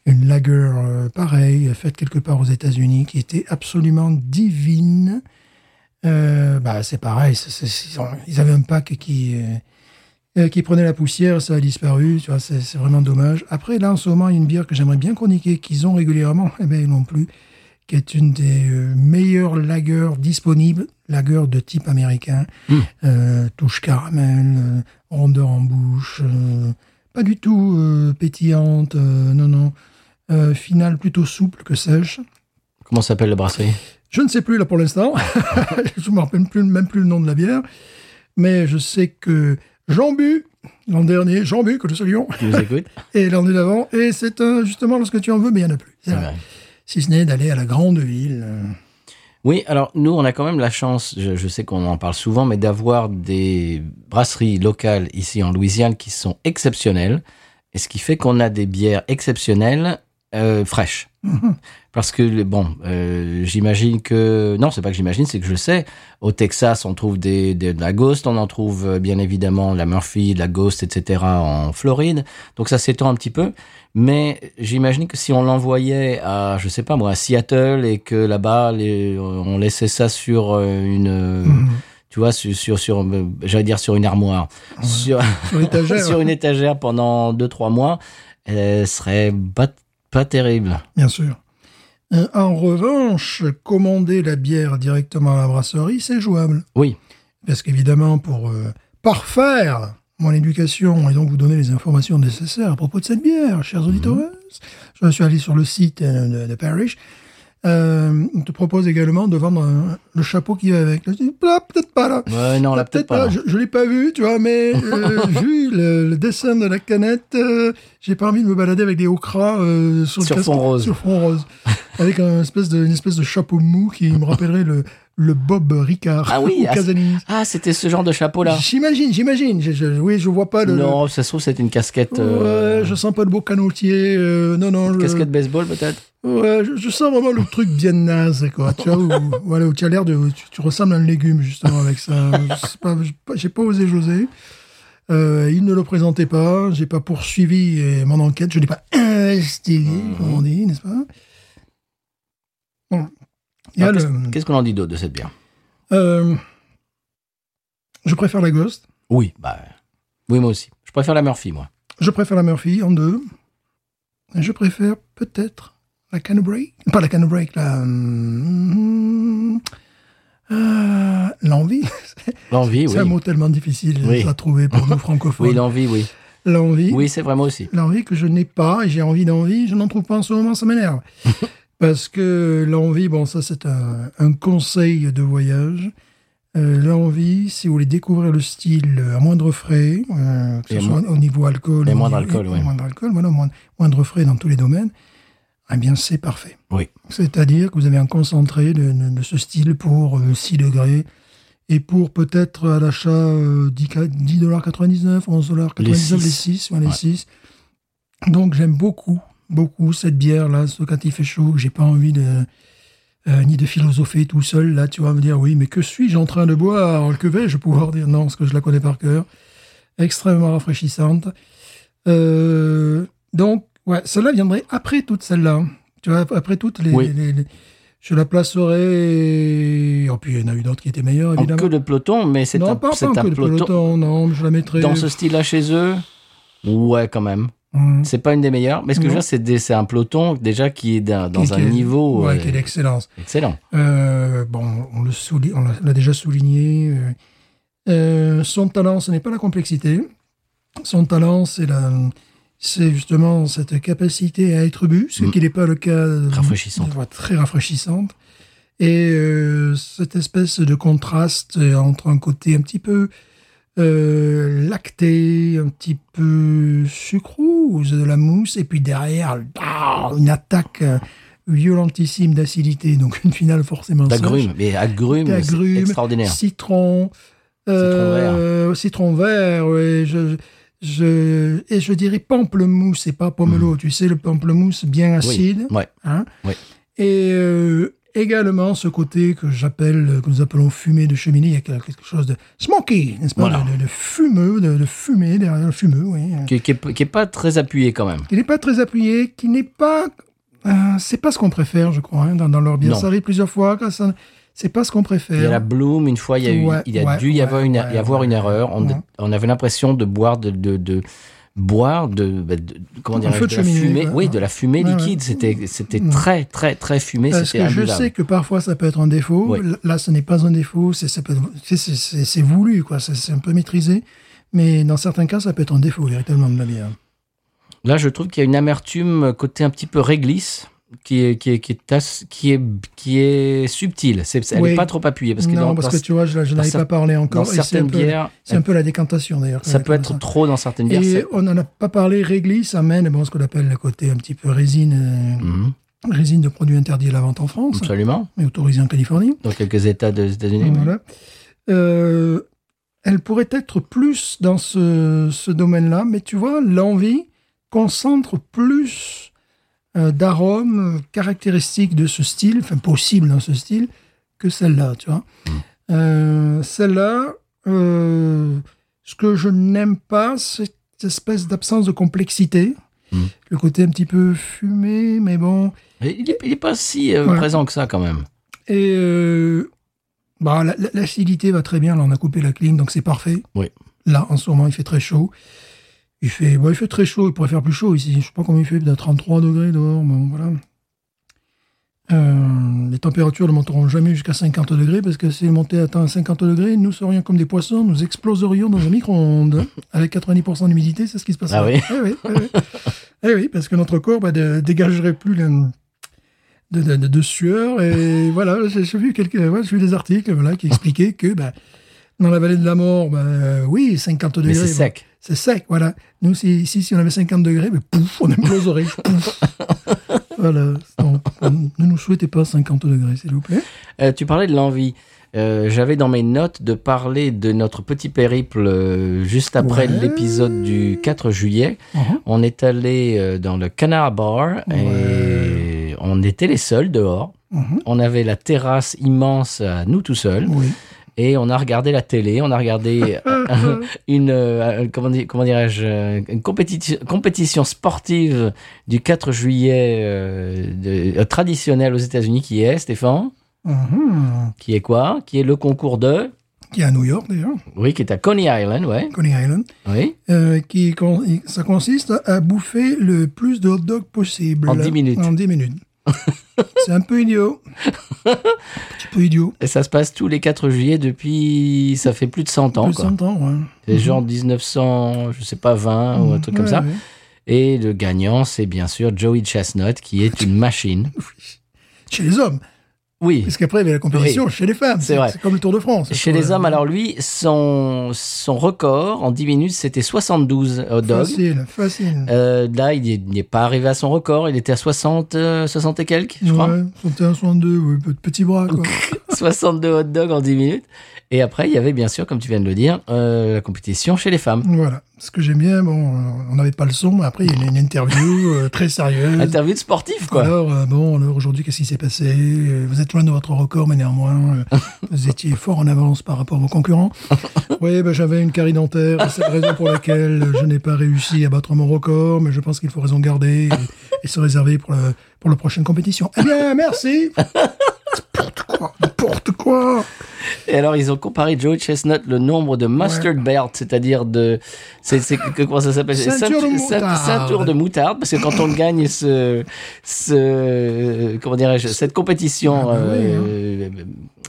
B: une lager euh, pareille, faite quelque part aux États-Unis, qui était absolument divine. Euh, bah, c'est pareil. c'est- c'est- c'est- ils ont- ils avaient un pack qui. euh, euh, qui prenait la poussière, ça a disparu, tu vois, c'est c'est vraiment dommage. Après, là, en ce moment, il y a une bière que j'aimerais bien chroniquer, qu'ils ont régulièrement, eh ben, ils l'ont plus, qui est une des euh, meilleures lagers disponibles, lager de type américain, Euh, touche caramel, euh, rondeur en bouche, euh, pas du tout euh, pétillante, euh, non, non, euh, finale plutôt souple que sèche.
A: Comment s'appelle le brasserie
B: Je ne sais plus là pour l'instant. je ne me rappelle plus, même plus le nom de la bière. Mais je sais que j'en bu l'an dernier, j'en bu que nous saluons,
A: Tu nous écoutes
B: et l'année d'avant. Et c'est un- justement lorsque tu en veux, mais il n'y en a plus. C'est vrai. Si ce n'est d'aller à la grande ville. euh,
A: Oui, alors nous, on a quand même la chance, je, je sais qu'on en parle souvent, mais d'avoir des brasseries locales ici en Louisiane qui sont exceptionnelles, et ce qui fait qu'on a des bières exceptionnelles euh, fraîches. Parce que, le- bon, euh, j'imagine que... Non, c'est pas que j'imagine, c'est que je sais. Au Texas, on trouve des, des- de la Ghost, on en trouve euh, bien évidemment la Murphy, de la Ghost, etc. en Floride. Donc ça s'étend un petit peu. Mais j'imagine que si on l'envoyait à, je sais pas moi, à Seattle et que là-bas, les- on laissait ça sur euh, une, euh,
B: Mhm. Hmm.
A: tu vois, sur, sur, sur, euh, j'allais dire sur une armoire, sur,
B: Sur l'étagère.
A: sur une étagère pendant deux trois mois, elle serait pas, pas terrible.
B: Bien sûr. Euh, en revanche, commander la bière directement à la brasserie, c'est jouable.
A: Oui.
B: Parce qu'évidemment, pour euh, parfaire mon éducation et donc vous donner les informations nécessaires à propos de cette bière, chers auditeurs,
A: Mhm.
B: je suis allé sur le site euh, de, de Parrish. Euh, on te propose également de vendre un- le chapeau qui va avec. Là, je dis, Là, peut-être pas là.
A: Ouais, non, là, peut-être pas,
B: Je, je l'ai Bah, pas vu, tu vois, mais euh, vu le, le dessin de la canette, euh, j'ai pas envie de me balader avec des okras euh, sur, le
A: Sur
B: casque-
A: fond rose.
B: Sur fond rose, avec un espèce de, une espèce de chapeau mou qui me rappellerait le, le Bob Ricard
A: Ah oui,
B: ou
A: ah,
B: Casanis.
A: Ah, c'était ce genre de chapeau là.
B: J'imagine, j'imagine. Je- je- oui, je vois pas le.
A: Non, ça se trouve c'est une casquette,
B: le-
A: euh,
B: Ouais, je sens pas le beau canotier. euh, non, non. je-
A: casquette baseball peut-être.
B: Ouais, je, je sens vraiment le truc bien naze, quoi. Tu vois, où, voilà, où tu as l'air de. Tu, tu ressembles à un légume, justement, avec ça. Je sais pas, j'ai pas- J'ai pas osé José. Euh, il ne le présentait pas. J'ai pas poursuivi euh, mon enquête. Je n'ai pas investigué, comme on dit, n'est-ce pas Bon. Il y a
A: Alors,
B: le-
A: qu'est-ce- Qu'est-ce qu'on en dit d'autre de cette bière
B: euh, je préfère la Ghost.
A: Oui, bah, oui moi aussi. Je préfère la Murphy moi.
B: Je préfère la Murphy en deux. Et Je préfère peut-être la Can Break. Pas la Can Break, la. hum, euh, L'envie.
A: L'envie, oui.
B: C'est un mot tellement difficile
A: Oui.
B: à trouver pour nous francophones.
A: Oui, l'envie, oui.
B: L'envie.
A: Oui, c'est vrai, moi aussi.
B: L'envie que je n'ai pas et j'ai envie d'envie, je n'en trouve pas en ce moment, ça m'énerve. Parce que l'envie, bon, ça c'est un, un conseil de voyage. Euh, l'envie, si vous voulez découvrir le style à moindre frais, euh, que
A: Et
B: ce
A: à
B: soit au niveau alcool,
A: Et
B: au
A: moindre
B: niveau-
A: alcool, oui.
B: moindre alcool, voilà, moindre, moindre frais dans tous les domaines, eh bien c'est parfait.
A: Oui.
B: C'est-à-dire que vous avez un concentré de, de- de ce style pour euh, 6 degrés et pour peut-être à l'achat euh, 10,99$, 11,99$,
A: Les
B: les
A: six.
B: 6. ouais, les
A: Ouais.
B: six. Donc j'aime beaucoup, beaucoup cette bière-là, ce quand il fait chaud, que j'ai pas envie de, euh, ni de philosopher tout seul. Là, tu vas me dire, oui, mais que suis-je en train de boire Que vais-je pouvoir dire Non, parce que je la connais par cœur. Extrêmement rafraîchissante. Euh, donc, ouais, celle-là viendrait après toutes celles-là. hein. Tu vois, après toutes les...
A: Oui.
B: les- les- je la placerai... Oh, puis il y en a eu d'autres qui étaient meilleures,
A: En
B: évidemment.
A: queue de peloton, mais c'est
B: non,
A: un,
B: pas,
A: c'est
B: pas en
A: un
B: queue de
A: peloton.
B: peloton, non, mais je la mettrais...
A: Dans ce style-là chez eux, ouais, quand même.
B: Hum,
A: C'est pas une des meilleures, mais ce que
B: Non.
A: je veux dire, c'est des- c'est un peloton déjà qui est d'un- dans
B: qui-
A: un
B: qui est-
A: niveau
B: Ouais,
A: euh,
B: qui est d'excellence.
A: excellent.
B: Euh, bon, on le souli- on l'a- l'a déjà souligné. euh, euh, son talent, ce n'est pas la complexité. Son talent, c'est la, c'est justement cette capacité à être bu, ce
A: Mm.
B: qui n'est pas le cas. de-
A: Rafraîchissante.
B: de- ouais, très rafraîchissante. Et euh, cette espèce de contraste entre un côté un petit peu euh, lacté, un petit peu sucrose de la mousse, et puis derrière, ah, une attaque euh, violentissime d'acidité, donc une finale forcément sèche.
A: D'agrumes, mais agrumes, c'est
B: D'agrumes,
A: extraordinaire.
B: Citron, euh, citron vert, ouais, je, je, et je dirais pamplemousse, c'est pas pomelo, tu sais, le pamplemousse bien acide.
A: Oui, ouais.
B: hein.
A: Oui.
B: Et euh, également ce côté que j'appelle, que nous appelons fumée de cheminée, il y a quelque quelque chose de smoky, n'est-ce pas,
A: Voilà.
B: de, de- de fumeux, de, de fumée derrière le fumeux, oui. hein.
A: Qui, qui est, qui est pas très appuyé quand même.
B: Il n'est pas très appuyé, qui n'est pas. euh, c'est pas ce qu'on préfère, je crois, hein, dans, dans leur bière.
A: Non.
B: Ça arrive plusieurs fois. quand ça- C'est pas ce qu'on préfère.
A: Il y a la Bloom, une fois, il y a, eu,
B: Euh, Ouais,
A: il y a
B: ouais,
A: dû y
B: ouais,
A: avoir une,
B: ouais,
A: y avoir
B: ouais.
A: une erreur. On,
B: Ouais.
A: on avait l'impression de boire de, de, de- boire de, bah, de- comment
B: Un
A: dirais-je,
B: feu de
A: la
B: cheminée,
A: fumée,
B: quoi.
A: oui, de la fumée
B: Ouais,
A: liquide.
B: ouais.
A: C'était, c'était
B: Mm.
A: très, très, très fumé.
B: Parce
A: C'était
B: que je sais
A: imbuvable.
B: que parfois ça peut être un défaut.
A: Ouais.
B: L- Là, ce n'est pas un défaut. C'est ça peut- c'est- c'est- c'est- c'est voulu, quoi. C'est- C'est un peu maîtrisé. Mais dans certains cas, ça peut être un défaut, véritablement, de hein. la bière.
A: Là, je trouve qu'il y a une amertume euh, côté un petit peu réglisse qui est, qui est, qui est, ass- qui est, qui est subtile. C'est, elle n'est
B: Oui.
A: pas trop appuyée. Parce que
B: non,
A: dans,
B: parce
A: dans-
B: que tu vois, je, je
A: dans
B: n'avais pas
A: cer-
B: parlé
A: dans
B: encore. et c'est un
A: certaines
B: peu-
A: bières,
B: C'est un peu la décantation, d'ailleurs.
A: ça peut
B: comme
A: être trop dans certaines bières.
B: Et
A: c'est-
B: on en a pas parlé, réglisse amène bon, ce qu'on appelle le côté un petit peu résine, euh,
A: Mhm,
B: résine de produits interdits à la vente en France,
A: absolument.
B: mais autorisée en Californie.
A: Dans quelques États des États-Unis. mais-
B: Voilà. Euh, elle pourrait être plus dans ce, ce domaine-là, mais tu vois, l'envie concentre plus euh, d'arômes euh, caractéristiques de ce style, enfin possible dans ce style, que celle-là, tu vois. Euh, celle-là, euh, ce que je n'aime pas, c'est cette espèce d'absence de complexité.
A: Mm.
B: Le côté un petit peu fumé, mais bon,
A: Mais Il n'est il est pas si euh,
B: Ouais.
A: présent que ça quand même.
B: Et euh, bah, la- la- l'acidité va très bien. Là, on a coupé la clim, donc c'est parfait.
A: Oui.
B: Là, en ce moment, il fait très chaud. Il fait, bon, il fait très chaud. Il pourrait faire plus chaud ici. Je sais pas combien il fait, peut-être 33 degrés dehors. Bon, voilà. Euh, les températures ne monteront jamais jusqu'à 50 degrés parce que si elles montaient atteint 50 degrés, nous serions comme des poissons, nous exploserions dans un micro-ondes avec 90% d'humidité. C'est ce qui se passe.
A: Ah oui.
B: Eh oui, eh oui. Eh oui, parce que notre corps bah, de- dégagerait plus la- de, de, de- de sueur. Et voilà, j'ai j'ai vu, quelques, ouais, j'ai vu des articles voilà, qui expliquaient que bah, dans la vallée de la mort, bah, euh, oui, 50 degrés.
A: Mais c'est
B: bah,
A: sec.
B: c'est sec, voilà. Nous, si, ici, si on avait 50 degrés, mais pouf, on imploserait. pouf. Voilà. Donc, ne nous souhaitez pas 50 degrés, s'il vous plaît.
A: Euh, tu parlais de l'envie. Euh, J'avais dans mes notes de parler de notre petit périple euh, juste après
B: Ouais.
A: l'épisode du 4 juillet. On est allé euh, dans le Canard Bar et on était les seuls dehors.
B: Mhm.
A: On avait la terrasse immense à nous tout seuls
B: Oui.
A: et on a regardé la télé, on a regardé euh, une euh, comment, di- comment dirais-je euh, une compétition, compétition sportive du 4 juillet euh, de- euh, traditionnelle aux États-Unis qui est Stéphane,
B: Mhm.
A: qui est quoi Qui est le concours de
B: Qui est à New York, déjà,
A: oui, qui est à Coney Island, ouais,
B: Coney Island.
A: oui,
B: Euh, qui, con- ça consiste à bouffer le plus de hot dog possible.
A: En 10 minutes.
B: En 10 minutes. C'est un peu idiot. Un petit peu idiot.
A: et ça se passe tous les 4 juillet depuis ça fait plus de 100 ans,
B: Plus de
A: quoi.
B: 100 ans, ouais. Mmh.
A: C'est genre 1900, je sais pas 20 Ah, ou un truc comme
B: Mhm. Ouais,
A: ça.
B: ouais.
A: Et le gagnant, c'est bien sûr Joey Chestnut, qui est une machine.
B: chez les hommes.
A: Oui.
B: Parce qu'après, il y avait la compétition chez les femmes.
A: C'est vrai.
B: comme le Tour de France.
A: Chez les hommes, alors lui, son, son record en 10 minutes, c'était 72 hot dogs.
B: Facile, facile.
A: Euh, là, il est- il n'est pas arrivé à son record. Il était à 60, euh, 60 et quelques, je crois.
B: Ouais, 61, 62, ouais, pe- petit bras, quoi.
A: 62 hot dogs en 10 minutes. Et après, il y avait bien sûr, comme tu viens de le dire, euh, la compétition chez les femmes.
B: Voilà. Ce que j'aime bien, bon, euh, on n'avait pas le son, mais après, il y a une interview euh, très sérieuse.
A: Interview de sportif, quoi.
B: Alors, euh, bon, alors aujourd'hui, qu'est-ce qui s'est passé Euh, Vous êtes loin de votre record, mais néanmoins, euh, vous étiez fort en avance par rapport aux concurrents. Oui, ben, j'avais une carie dentaire, et c'est la raison pour laquelle je n'ai pas réussi à battre mon record, mais je pense qu'il faut raison garder et, et se réserver pour, le, pour la prochaine compétition. Eh bien, merci N'importe quoi N'importe quoi
A: Et alors, ils ont comparé Joe Chestnut le nombre de mustard belt, c'est-à-dire de. C'est, c'est, que- comment ça s'appelle
B: Ceinture de
A: Ceintu- ceint-
B: moutarde.
A: ceinture de moutarde, parce que quand on gagne ce. ce comment dirais-je Cette compétition.
B: Ah bah oui, hein.
A: euh,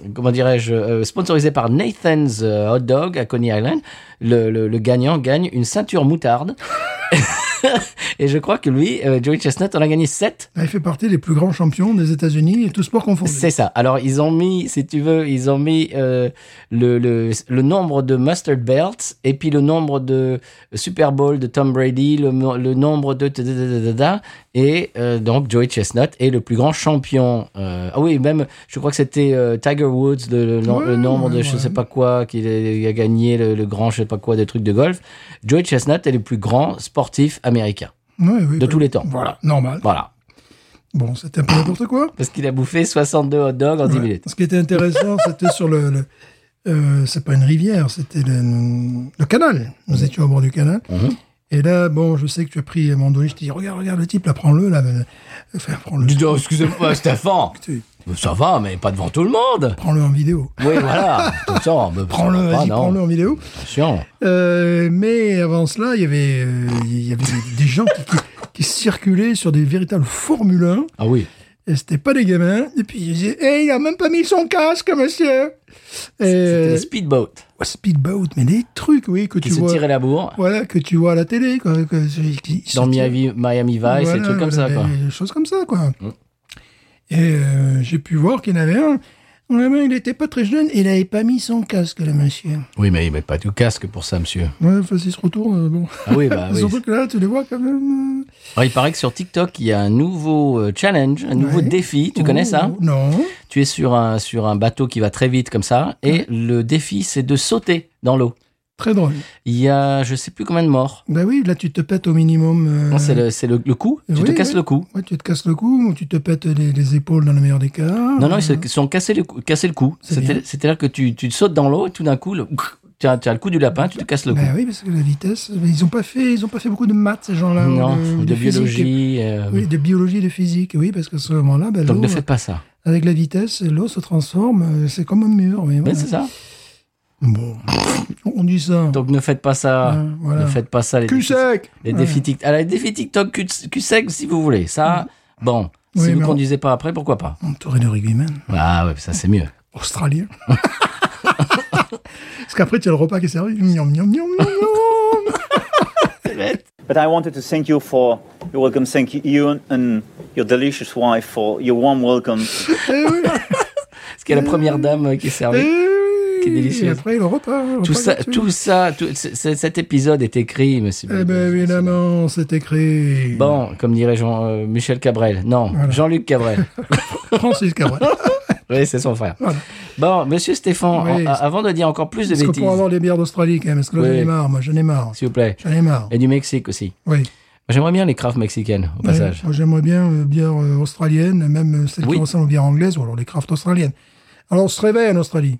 A: euh, Comment dirais-je euh, Sponsorisée par Nathan's euh, Hot Dog à Coney Island, le, le- le gagnant gagne une ceinture moutarde. Et je crois que lui, euh, Joey Chestnut, en a gagné 7.
B: Ah, Il fait partie des plus grands champions des États-Unis et tout sport confondu.
A: C'est ça. Alors, ils ont mis, si tu veux, ils ont mis euh, le, le, le nombre de mustard belts et puis le nombre de Super Bowl de Tom Brady, le, mo- le nombre de... ta- ta- ta- ta- ta- ta. Et euh, donc, Joey Chestnut est le plus grand champion. euh, ah oui, même, je crois que c'était euh, Tiger Woods, le, le nom-
B: Ouais,
A: le nombre de
B: ouais,
A: je
B: ouais.
A: sais pas quoi, qu'il a- il a gagné le, le grand je sais pas quoi des trucs de golf. Joey Chestnut est le plus grand sportif américain.
B: Ouais, oui,
A: De
B: bah,
A: tous les temps.
B: Voilà, normal.
A: Voilà.
B: Bon, c'était un peu n'importe quoi.
A: Parce qu'il a bouffé 62 hot dogs en 10
B: Ouais.
A: minutes.
B: Ce qui était intéressant, c'était sur le. le- euh, c'est pas une rivière, c'était le, le canal. Nous étions au bord du canal.
A: Uh-huh.
B: Et là, bon, je sais que tu as pris à un moment donné, je te dis, regarde, regarde le type, là, prends-le, là. euh, Enfin, prends-le.
A: donc, excusez-moi, Stéphane.
B: Tu-
A: Ça va, mais pas devant tout le monde.
B: Prends-le en vidéo.
A: Oui, voilà. Tout ça, me
B: Prends-le, vas-y, prends-le en vidéo.
A: Attention.
B: Euh, mais avant cela, il y avait, euh, il y avait des, des gens qui, qui, qui circulaient sur des véritables Formule 1.
A: Ah oui.
B: Et c'était pas des gamins. Et puis, ils disaient, hé, il a même pas mis son casque, monsieur.
A: C'était
B: Et,
A: les speedboats
B: speedboat, mais des trucs, oui, que
A: qui
B: Euh, tu
A: se
B: vois.
A: tiraient la bourre
B: voilà, que tu vois à la télé, quoi. Que, qui- qui- qui
A: dans
B: se tire-
A: Miami, Miami Vice, et
B: Voilà,
A: des trucs comme ça,
B: voilà,
A: quoi. Mm.
B: Des choses comme ça, quoi. Et euh, j'ai pu voir qu'il y en avait un. Vraiment, il n'était pas très jeune, il n'avait pas mis son casque, le monsieur.
A: Oui, mais il met pas du casque pour ça, monsieur.
B: Ouais, enfin, s'il se retourne, euh, bon.
A: Ah oui, bah oui.
B: Surtout que là, tu les vois quand même. euh,
A: Alors, il paraît que sur TikTok, il y a un nouveau euh, challenge, un nouveau
B: Ouais.
A: défi. Tu
B: oh,
A: connais ça
B: Non.
A: Tu es sur un, sur un bateau qui va très vite comme ça, et le défi, c'est de sauter dans l'eau.
B: Très drôle.
A: Il y a, je sais plus combien de morts.
B: Bah oui, là, tu te pètes au minimum. euh,
A: Non, C'est le, c'est le, le cou. Tu te
B: oui,
A: casses
B: oui.
A: le cou.
B: Ouais, tu te casses le cou, ou tu te pètes les, les épaules dans le meilleur des cas.
A: Non, non, ils se sont cassés le cou. Cassés le cou.
B: Mhm. C'est
A: C'était-
B: bien.
A: C'est-à-dire que tu, tu sautes dans l'eau et tout d'un coup, le- tu, as, tu as le coup du lapin, tu te casses le cou.
B: Ben oui, parce que la vitesse, mais ils n'ont pas fait, ils ont pas fait beaucoup de maths ces gens-là.
A: non,
B: ou
A: de,
B: physique.
A: biologie. euh,
B: Oui, de biologie, et de physique. Oui, parce qu'à ce moment-là, ben,
A: donc
B: l'eau,
A: ne faites pas ça.
B: avec la vitesse, l'eau se transforme. euh, C'est comme un mur. Mais
A: Mais Ben,
B: voilà.
A: c'est ça.
B: Bon, on dit ça.
A: Donc ne faites pas ça.
B: Ouais, voilà.
A: Ne faites pas ça. Les
B: Cul
A: défis,
B: sec.
A: les défis TikTok. Alors, les défis TikTok cul cul sec, si vous voulez. Ça, bon.
B: Mhm. Oui,
A: si vous
B: mais on-
A: conduisez pas après, pourquoi pas
B: Entouré de rugbymen
A: Ah ouais, ça c'est mieux.
B: australiens. parce qu'après, tu as le repas qui est servi. Miam, miam, miam, miam, miam.
D: But I wanted to thank you for your welcome. Thank you and your delicious wife for your warm welcome.
B: Eh oui,
A: Ah Parce qu'il y a la première dame euh, qui est
B: eh
A: servie.
B: oui.
A: Qui est délicieuse.
B: Et après, le repas. le
A: Tout
B: repas
A: ça,
B: gratuit.
A: tout ça, tout- c- c- cet épisode est écrit, monsieur.
B: Eh ben évidemment, c'était créé.
A: Bon, comme dirait Jean, euh, Michel Cabrel. Non,
B: Voilà.
A: Jean-Luc Cabrel.
B: Francis Cabrel.
A: oui, c'est son frère.
B: Voilà.
A: Bon, monsieur Stéphane,
B: Oui.
A: en- a- avant de dire encore plus de
B: Est-ce qu'on
A: bêtises,
B: pourra avoir des bières d'Australie quand même Parce que là,
A: Oui.
B: j'en ai marre, moi, j'en ai marre.
A: s'il vous plaît,
B: J'en ai marre.
A: et du Mexique aussi.
B: Oui.
A: J'aimerais bien les crafts mexicaines, au
B: Ouais,
A: passage.
B: moi, j'aimerais bien les bières euh, australiennes, même euh, celles
A: Oui.
B: qui ressemblent aux bières anglaises ou alors les crafts australiennes. Alors, on se réveille en Australie.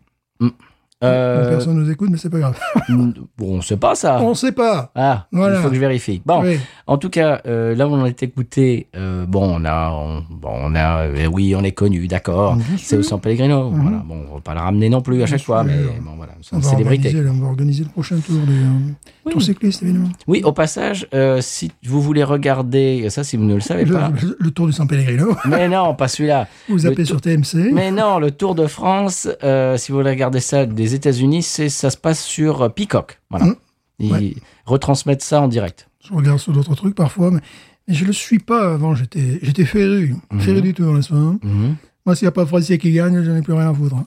A: Euh,
B: Personne nous écoute, mais c'est pas grave.
A: bon, on sait pas ça.
B: On sait pas.
A: Ah,
B: Voilà.
A: il faut que je vérifie. Bon,
B: Oui.
A: en tout cas, euh, là où on est écouté, euh, bon, on a, on- bon, on a, euh, oui, on est connu, d'accord.
B: Bien
A: C'est au
B: sûr.
A: San Pellegrino. Voilà, bon, on va pas le ramener non plus à chaque fois, mais
B: Mhm. sûr.
A: bon, voilà, c'est
B: On
A: une
B: va,
A: célébrité.
B: organiser, on va organiser le prochain tour des euh, tours cyclistes, évidemment.
A: Oui, au passage, euh, si vous voulez regarder, ça, si vous ne le savez
B: Le,
A: pas.
B: le- le tour du San Pellegrino.
A: Mais non, pas celui-là.
B: Vous
A: Le
B: appelez
A: tour-
B: sur TMC.
A: Mais non, le Tour de France, euh, si vous voulez regarder ça des États-Unis, c'est ça se passe sur euh, Peacock. Voilà.
B: Mm.
A: Ils
B: Ouais.
A: retransmettent ça en direct.
B: Je regarde sur d'autres trucs parfois, mais, mais je le suis pas avant. J'étais j'étais féru. Féru du tour, n'est-ce pas
A: Mhm.
B: Moi, s'il n'y a pas Français qui gagne, je n'ai plus rien à foutre. hein.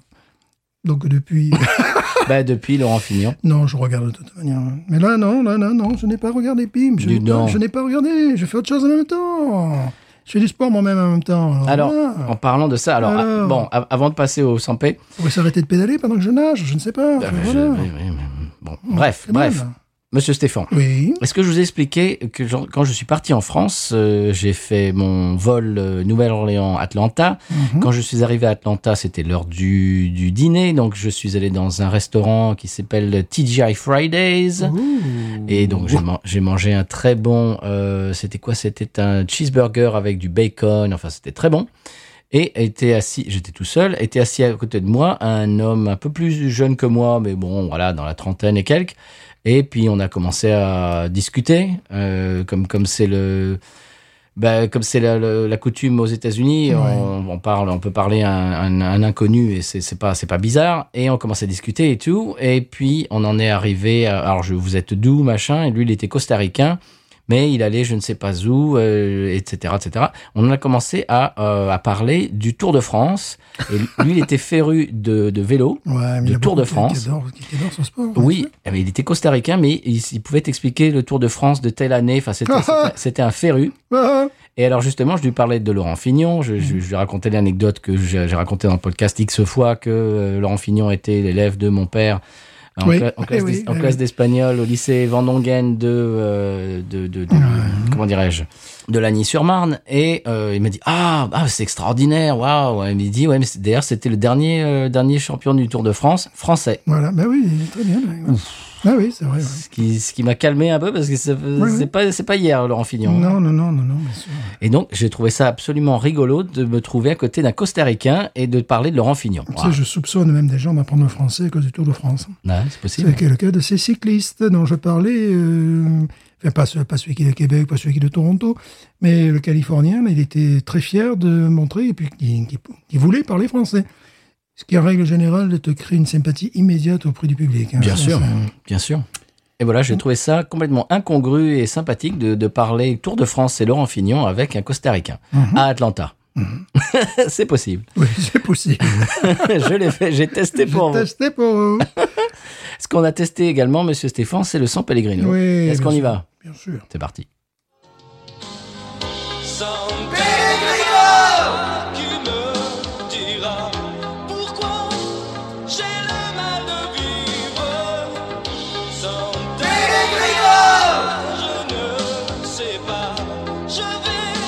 B: Donc depuis,
A: Bah, depuis Laurent Fignon.
B: non, je regarde de toute manière. Mais là, non, là, non, non, je n'ai pas regardé Pim. Je,
A: Dis
B: n'ai pas-
A: donc.
B: je n'ai pas regardé. Je fais autre chose en même temps. Je fais du sport moi-même en même temps.
A: Alors,
B: voilà.
A: en parlant de ça, alors, ah,
B: Alors.
A: bon, av- avant de passer au Ah, 100 p
B: on pourrait s'arrêter de pédaler pendant que je nage. Je ne sais pas.
A: Bah,
B: Enfin, Ah, ben, voilà. Ah,
A: bon, bref,
B: C'est
A: bref,
B: mal.
A: Monsieur Stéphane.
B: Oui.
A: Est-ce que je vous ai expliqué que genre, quand je suis parti en France, euh, j'ai fait mon vol euh, Nouvelle-Orléans-Atlanta.
B: Mhm.
A: Quand je suis arrivé à Atlanta, c'était l'heure du, du dîner, donc je suis allé dans un restaurant qui s'appelle TGI Fridays. Et donc j'ai man- j'ai mangé un très bon, euh, c'était quoi C'était un cheeseburger avec du bacon, enfin c'était très bon. Et était assis, j'étais tout seul, était assis à côté de moi un homme un peu plus jeune que moi, mais bon voilà, dans la trentaine et quelques. Et puis on a commencé à discuter, euh, comme comme c'est le bah, comme c'est la, la- la coutume aux États-Unis,
B: Ouais.
A: on, on parle, on peut parler à un, un- un inconnu et c'est c'est pas c'est pas bizarre. Et on commence à discuter et tout. Et puis on en est arrivé. À, alors je vous êtes d'où machin Et lui il était costaricain, mais il allait je ne sais pas où, euh, etc etc. On a commencé à euh, à parler du Tour de France. Et lui il était féru de de vélo.
B: Ouais, mais il y a
A: Le Tour
B: beaucoup
A: de
B: qui-
A: France.
B: Qui adore, qui- qui adore son sport. bien
A: Oui,
B: sûr.
A: eh ben, il était costaricain, mais il, il pouvait t'expliquer le Tour de France de telle année. Enfin, c'était- c'était- c'était un féru.
B: Ah,
A: Et alors justement, je lui parlais de Laurent Fignon. Je,
B: Mm-hmm.
A: je, je lui racontais l'anecdote que j'ai j'ai racontée dans le podcast X fois que euh, Laurent Fignon était l'élève de mon père en,
B: Oui.
A: cla- en
B: Eh
A: classe
B: oui,
A: d'es- en
B: eh
A: classe
B: oui.
A: d'espagnol au lycée Vandongen de, euh, de, de, de- comment dirais-je de Lagny-sur-Marne. Et euh, il m'a dit ah, ah c'est extraordinaire, waouh. Et Il m'a dit ouais, mais c'est- d'ailleurs c'était le dernier euh, dernier champion du Tour de France français.
B: Voilà, bah oui, très bien. ouais, ouais. Ah oui, c'est vrai. ouais.
A: Ce qui, ce qui m'a calmé un peu parce que ça-
B: oui.
A: c'est pas c'est pas hier Laurent Fignon.
B: Non, non, non, non, non, bien sûr.
A: Et donc, j'ai trouvé ça absolument rigolo de me trouver à côté d'un costaricain et de parler de Laurent Fignon.
B: Tu sais, je soupçonne même des gens d'apprendre le français à cause du Tour de France.
A: Ouais, c'est
B: C'est
A: possible.
B: le cas de ces cyclistes dont je parlais, euh, enfin pas, ce- pas celui qui est de Québec, pas celui qui est de Toronto, mais le Californien, là, il était très fier de montrer et puis qu'il qu'il- qu'il voulait parler français. Ce qui, en règle générale, te crée une sympathie immédiate auprès du public. hein.
A: Bien
B: Ça,
A: sûr,
B: ça-
A: bien sûr. Et voilà, j'ai trouvé ça complètement incongru et sympathique de, de parler Tour de France et Laurent Fignon avec un costaricain
B: Mhm.
A: à Atlanta. c'est possible.
B: Oui, c'est possible.
A: je l'ai fait, j'ai testé pour
B: J'ai
A: vous.
B: testé pour vous.
A: Ce qu'on a testé également, monsieur Stéphane, c'est le sang Pellegrino.
B: Oui,
A: Est-ce
B: bien
A: qu'on y
B: sûr.
A: va
B: Bien sûr.
A: C'est parti.
F: Sans Pellegrino, tu me diras pourquoi j'ai le mal de vivre. Sans Pellegrino, je ne sais pas. Je vais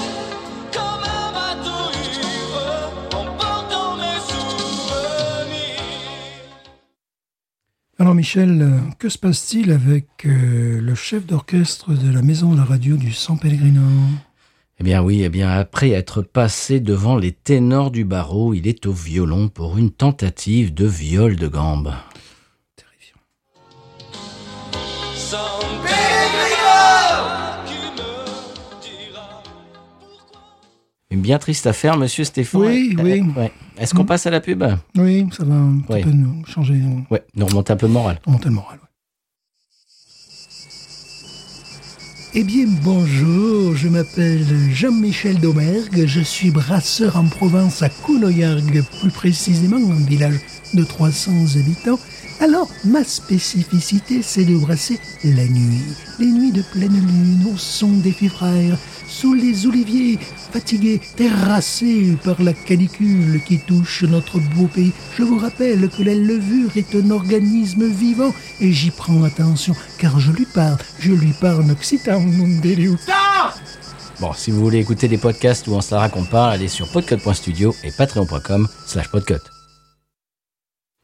F: comme un bateau ivre en portant mes souvenirs.
B: Alors Michel, euh, que se passe-t-il avec euh, le chef d'orchestre de la maison de la radio du San Pellegrino
A: Eh bien oui, eh bien après être passé devant les ténors du barreau, il est au violon pour une tentative de viol de gambe.
B: Terrifiant.
F: Sans Pellegrino, tu me diras pourquoi.
A: Une bien triste affaire, monsieur Stéphane.
B: Oui,
A: Euh,
B: oui. Mm.
A: ouais. Est-ce qu'on passe à la pub
B: Oui, ça va un petit
A: Oui.
B: peu nous changer, nous
A: Ouais, nous remonter un peu le moral.
B: remonter le moral. ouais. Eh bien bonjour, je m'appelle Jean-Michel Domergue, je suis brasseur en province à Counoyargues, plus précisément un village de 300 habitants. Alors, ma spécificité, c'est de brasser la nuit. Les nuits de pleine lune, au son des fifraires, sous les oliviers, fatigués, terrassés par la canicule qui touche notre beau pays. Je vous rappelle que la levure est un organisme vivant et j'y prends attention car je lui parle, je lui parle en occitan, mon délire.
A: Bon, si vous voulez écouter des podcasts où on se la raconte pas, allez sur podcut.studio et patreon.com slash podcut.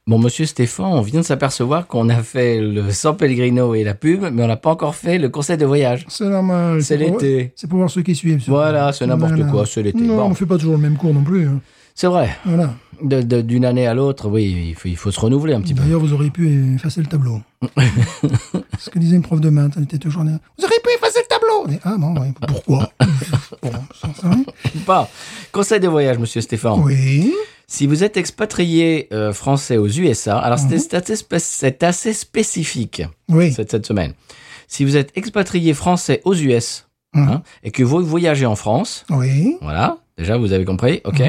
A: Bon, monsieur Stéphane, on vient de s'apercevoir qu'on a fait le San Pellegrino et la pub, mais on n'a pas encore fait le conseil de voyage.
B: C'est normal.
A: C'est l'été.
B: C'est pour voir ceux qui suivent.
A: Voilà, c'est n'importe quoi, c'est l'été.
B: Non,
A: Bon.
B: on fait pas toujours le même cours non plus. hein.
A: C'est vrai.
B: Voilà.
A: De- de- D'une année à l'autre, oui, il faut, il faut se renouveler un petit peu.
B: D'ailleurs, vous auriez pu effacer le tableau. Ce que disait une prof de maths, elle était toujours là. Vous auriez pu effacer le tableau Mais, Ah bon, ouais, pourquoi Bon, ça, ça, hein.
A: Pas. Conseil de voyage, monsieur Stéphane.
B: Oui.
A: Si vous êtes expatrié euh, français aux USA, alors c'est- c'est assez, spé- c'est assez spécifique
B: Mhm. Oui.
A: cette, cette semaine. Si vous êtes expatrié français aux US
B: Mhm.
A: hein, et que vous voyagez en France,
B: Oui. Mhm.
A: voilà, déjà vous avez compris, ok.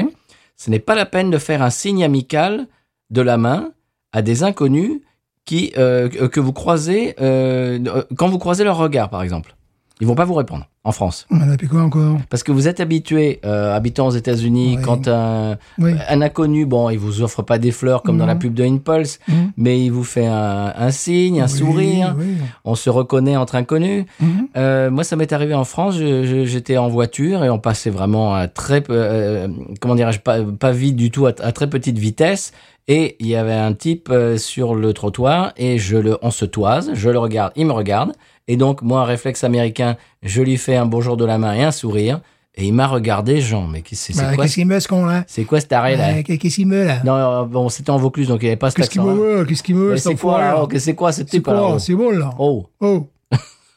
A: ce n'est pas la peine de faire un signe amical de la main à des inconnus qui, euh, que que vous croisez, euh, euh, quand vous croisez leur regard, par exemple. Ils vont pas vous répondre en France.
B: On en a plus quoi encore
A: Parce que vous êtes habitué, euh, habitant aux États-Unis,
B: Oui.
A: quand un,
B: Oui.
A: un inconnu, bon, il vous offre pas des fleurs comme dans la
B: Non.
A: pub de Impulse,
B: Mhm.
A: mais il vous fait un, un signe, un
B: Oui,
A: sourire.
B: oui.
A: On se reconnaît entre inconnus.
B: Mhm.
A: Euh, moi, ça m'est arrivé en France. je- je- J'étais en voiture et on passait vraiment à très, peu- euh, comment dirais-je, pas, pas vite du tout, à, à très petite vitesse. Et il y avait un type euh, sur le trottoir et je le, on se toise. Je le regarde, il me regarde. Et donc, moi, un réflexe américain, je lui fais un bonjour de la main et un sourire. Et il m'a regardé, Jean, mais qu'est- c'est c'est
B: Bah,
A: quoi,
B: Qu'est-ce qu'il me, ce con, là
A: c'est quoi cet arrêt là
B: Ouais, Qu'est-ce qu'il me, là
A: Non, euh, bon, c'était en Vaucluse, donc il n'y avait pas cet
B: Qu'est-ce qu'il
A: accent.
B: me veut Qu'est-ce qu'il me veut, cet
A: C'est quoi
B: enfoiré
A: alors que C'est quoi ce
B: C'est
A: type alors
B: quoi C'est bon, là
A: Oh,
B: Oh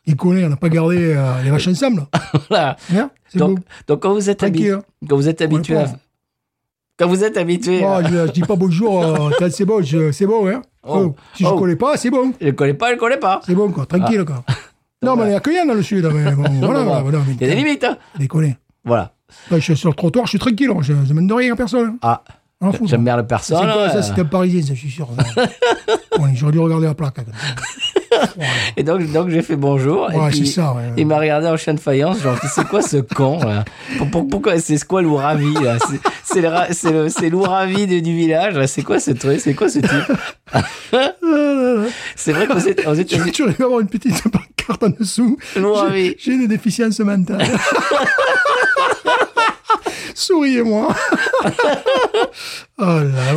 B: Il connaît, on n'a pas gardé euh, les vaches ensemble, là.
A: voilà.
B: Hein C'est bon.
A: Donc, donc quand vous êtes habitué,
B: Tranquille. hein.
A: Quand vous êtes habitué à...
B: répond.
A: Quand vous êtes habitué
B: Oh,
A: à-
B: je, je dis pas bonjour, euh, t'as- c'est bon, je- c'est bon, hein
A: Oh.
B: Oh, Si
A: Oh.
B: je connais pas, c'est bon.
A: Je ne connais pas, je ne connais pas.
B: C'est bon, quoi. Tranquille, quoi. Non, mais on est accueillant dans le sud, hein, mais bon, voilà,
A: Non, non,
B: voilà, voilà.
A: Il y a des limites, hein
B: Déconner.
A: Voilà.
B: Là, je suis sur le trottoir, je suis tranquille, hein, je ne demande de rien à personne.
A: Ah,
B: On en fout,
A: j'aime
B: moi.
A: bien la
B: C'est
A: personne.
B: quoi,
A: hein.
B: ça, c'était un parisien, ça, je suis sûr. ça. Bon, J'aurais dû regarder la plaque. hein. quoi.
A: Et donc, donc j'ai fait bonjour. et
B: Ouais,
A: puis,
B: c'est ça, ouais.
A: Il m'a regardé en chien de faïence, genre, c'est quoi ce con là Pour- pour- Pourquoi c'est quoi l'ouravi là C'est- C'est le ra- c'est le- c'est l'ouravi de- du village là C'est quoi ce truc C'est quoi ce type C'est vrai qu'aux Éta- aux
B: Tu
A: États-Unis,
B: tu devais avoir une petite carte en dessous.
A: l'ouravi.
B: J'ai- J'ai des déficiences mentales. Souriez-moi. oh là,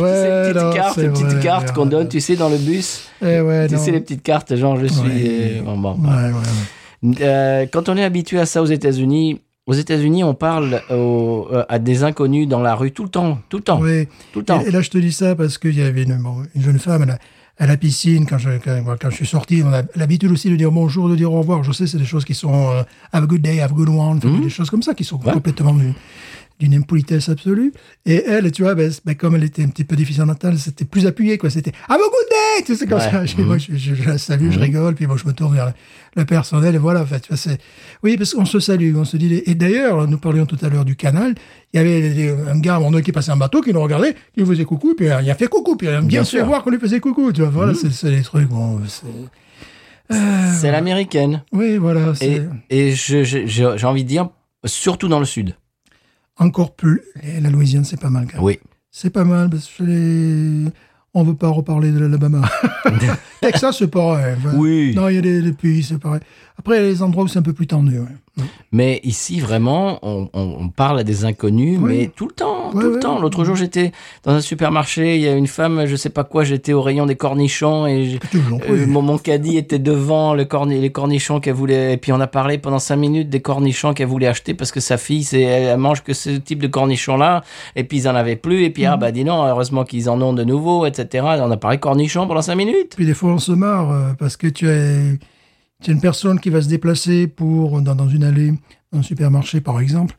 A: C'est
B: ouais.
A: une
B: non,
A: petite carte,
B: c'est
A: une petite
B: vrai,
A: carte qu'on
B: merde.
A: donne, tu sais, dans le bus.
B: Eh ouais,
A: Tu
B: non.
A: sais, les petites cartes, genre, je suis. euh,
B: Ouais.
A: bon, bon,
B: Ouais, ouais, ouais.
A: Euh, quand on est habitué à ça aux États-Unis, aux États-Unis, on parle au- euh, à des inconnus dans la rue tout le temps, tout le temps,
B: Ouais.
A: tout le temps.
B: Et, et là, je te dis ça parce qu'il y avait une, bon, une jeune femme à la, à la piscine, quand je, quand, quand je suis sorti, on a l'habitude aussi de dire bonjour, de dire au revoir. Je sais, c'est des choses qui sont euh, have a good day, have a good one,
A: Mmh.
B: enfin, des choses comme ça qui sont complètement d'une- d'une impolitesse absolue. Et elle, tu vois, ben, c'est- ben, comme elle était un petit peu difficile mentale, c'était plus appuyé, quoi. C'était have a good day, tu sais, comme
A: Ouais. Mhm.
B: ça. Je- moi, je, je- je la salue, je rigole, puis moi, je me tourne vers le, le personnel, et voilà, en fait, tu vois, c'est, oui, parce qu'on se salue, on se dit, et d'ailleurs, nous parlions tout à l'heure du canal, il y avait un gars, mon qui passait en bateau, qui nous regardait, qui nous faisait coucou, puis euh, il a fait coucou, puis il a bien,
A: Bien
B: fait
A: sûr. Mhm.
B: voir qu'on lui faisait coucou, tu vois, voilà, c'est, c'est les trucs, bon, c'est,
A: C'est l'américaine.
B: oui, voilà, euh, c'est
A: Et, et je- je- je- j'ai envie de dire, surtout dans le sud.
B: encore plus, et la Louisiane, c'est pas mal, quand même.
A: Oui.
B: C'est pas mal, parce que les... on veut pas reparler de l'Alabama. Texas, c'est pareil. voilà.
A: Oui.
B: Non, il y a des, des pays, c'est pareil. Après, il y a des endroits où c'est un peu plus tendu, ouais.
A: Mais ici, vraiment, on, on- on parle à des inconnus,
B: Oui.
A: mais tout le temps,
B: Ouais,
A: tout le
B: ouais.
A: temps. L'autre jour, j'étais dans un supermarché, il y a une femme, je sais pas quoi, j'étais au rayon des cornichons et j'ai-
B: Tu veux, j'en prie.
A: Euh, mon, mon caddie était devant le corni- les cornichons qu'elle voulait. Et puis on a parlé pendant cinq minutes des cornichons qu'elle voulait acheter parce que sa fille, c'est, elle, elle mange que ce type de cornichons-là. Et puis ils en avaient plus. Et puis
B: Mm.
A: ah bah dis non, heureusement qu'ils en ont de nouveau, etc. Et on a parlé cornichons pendant cinq minutes.
B: Puis des fois, on se marre euh, parce que tu es, tu es une personne qui va se déplacer pour dans, dans une allée, dans un supermarché par exemple,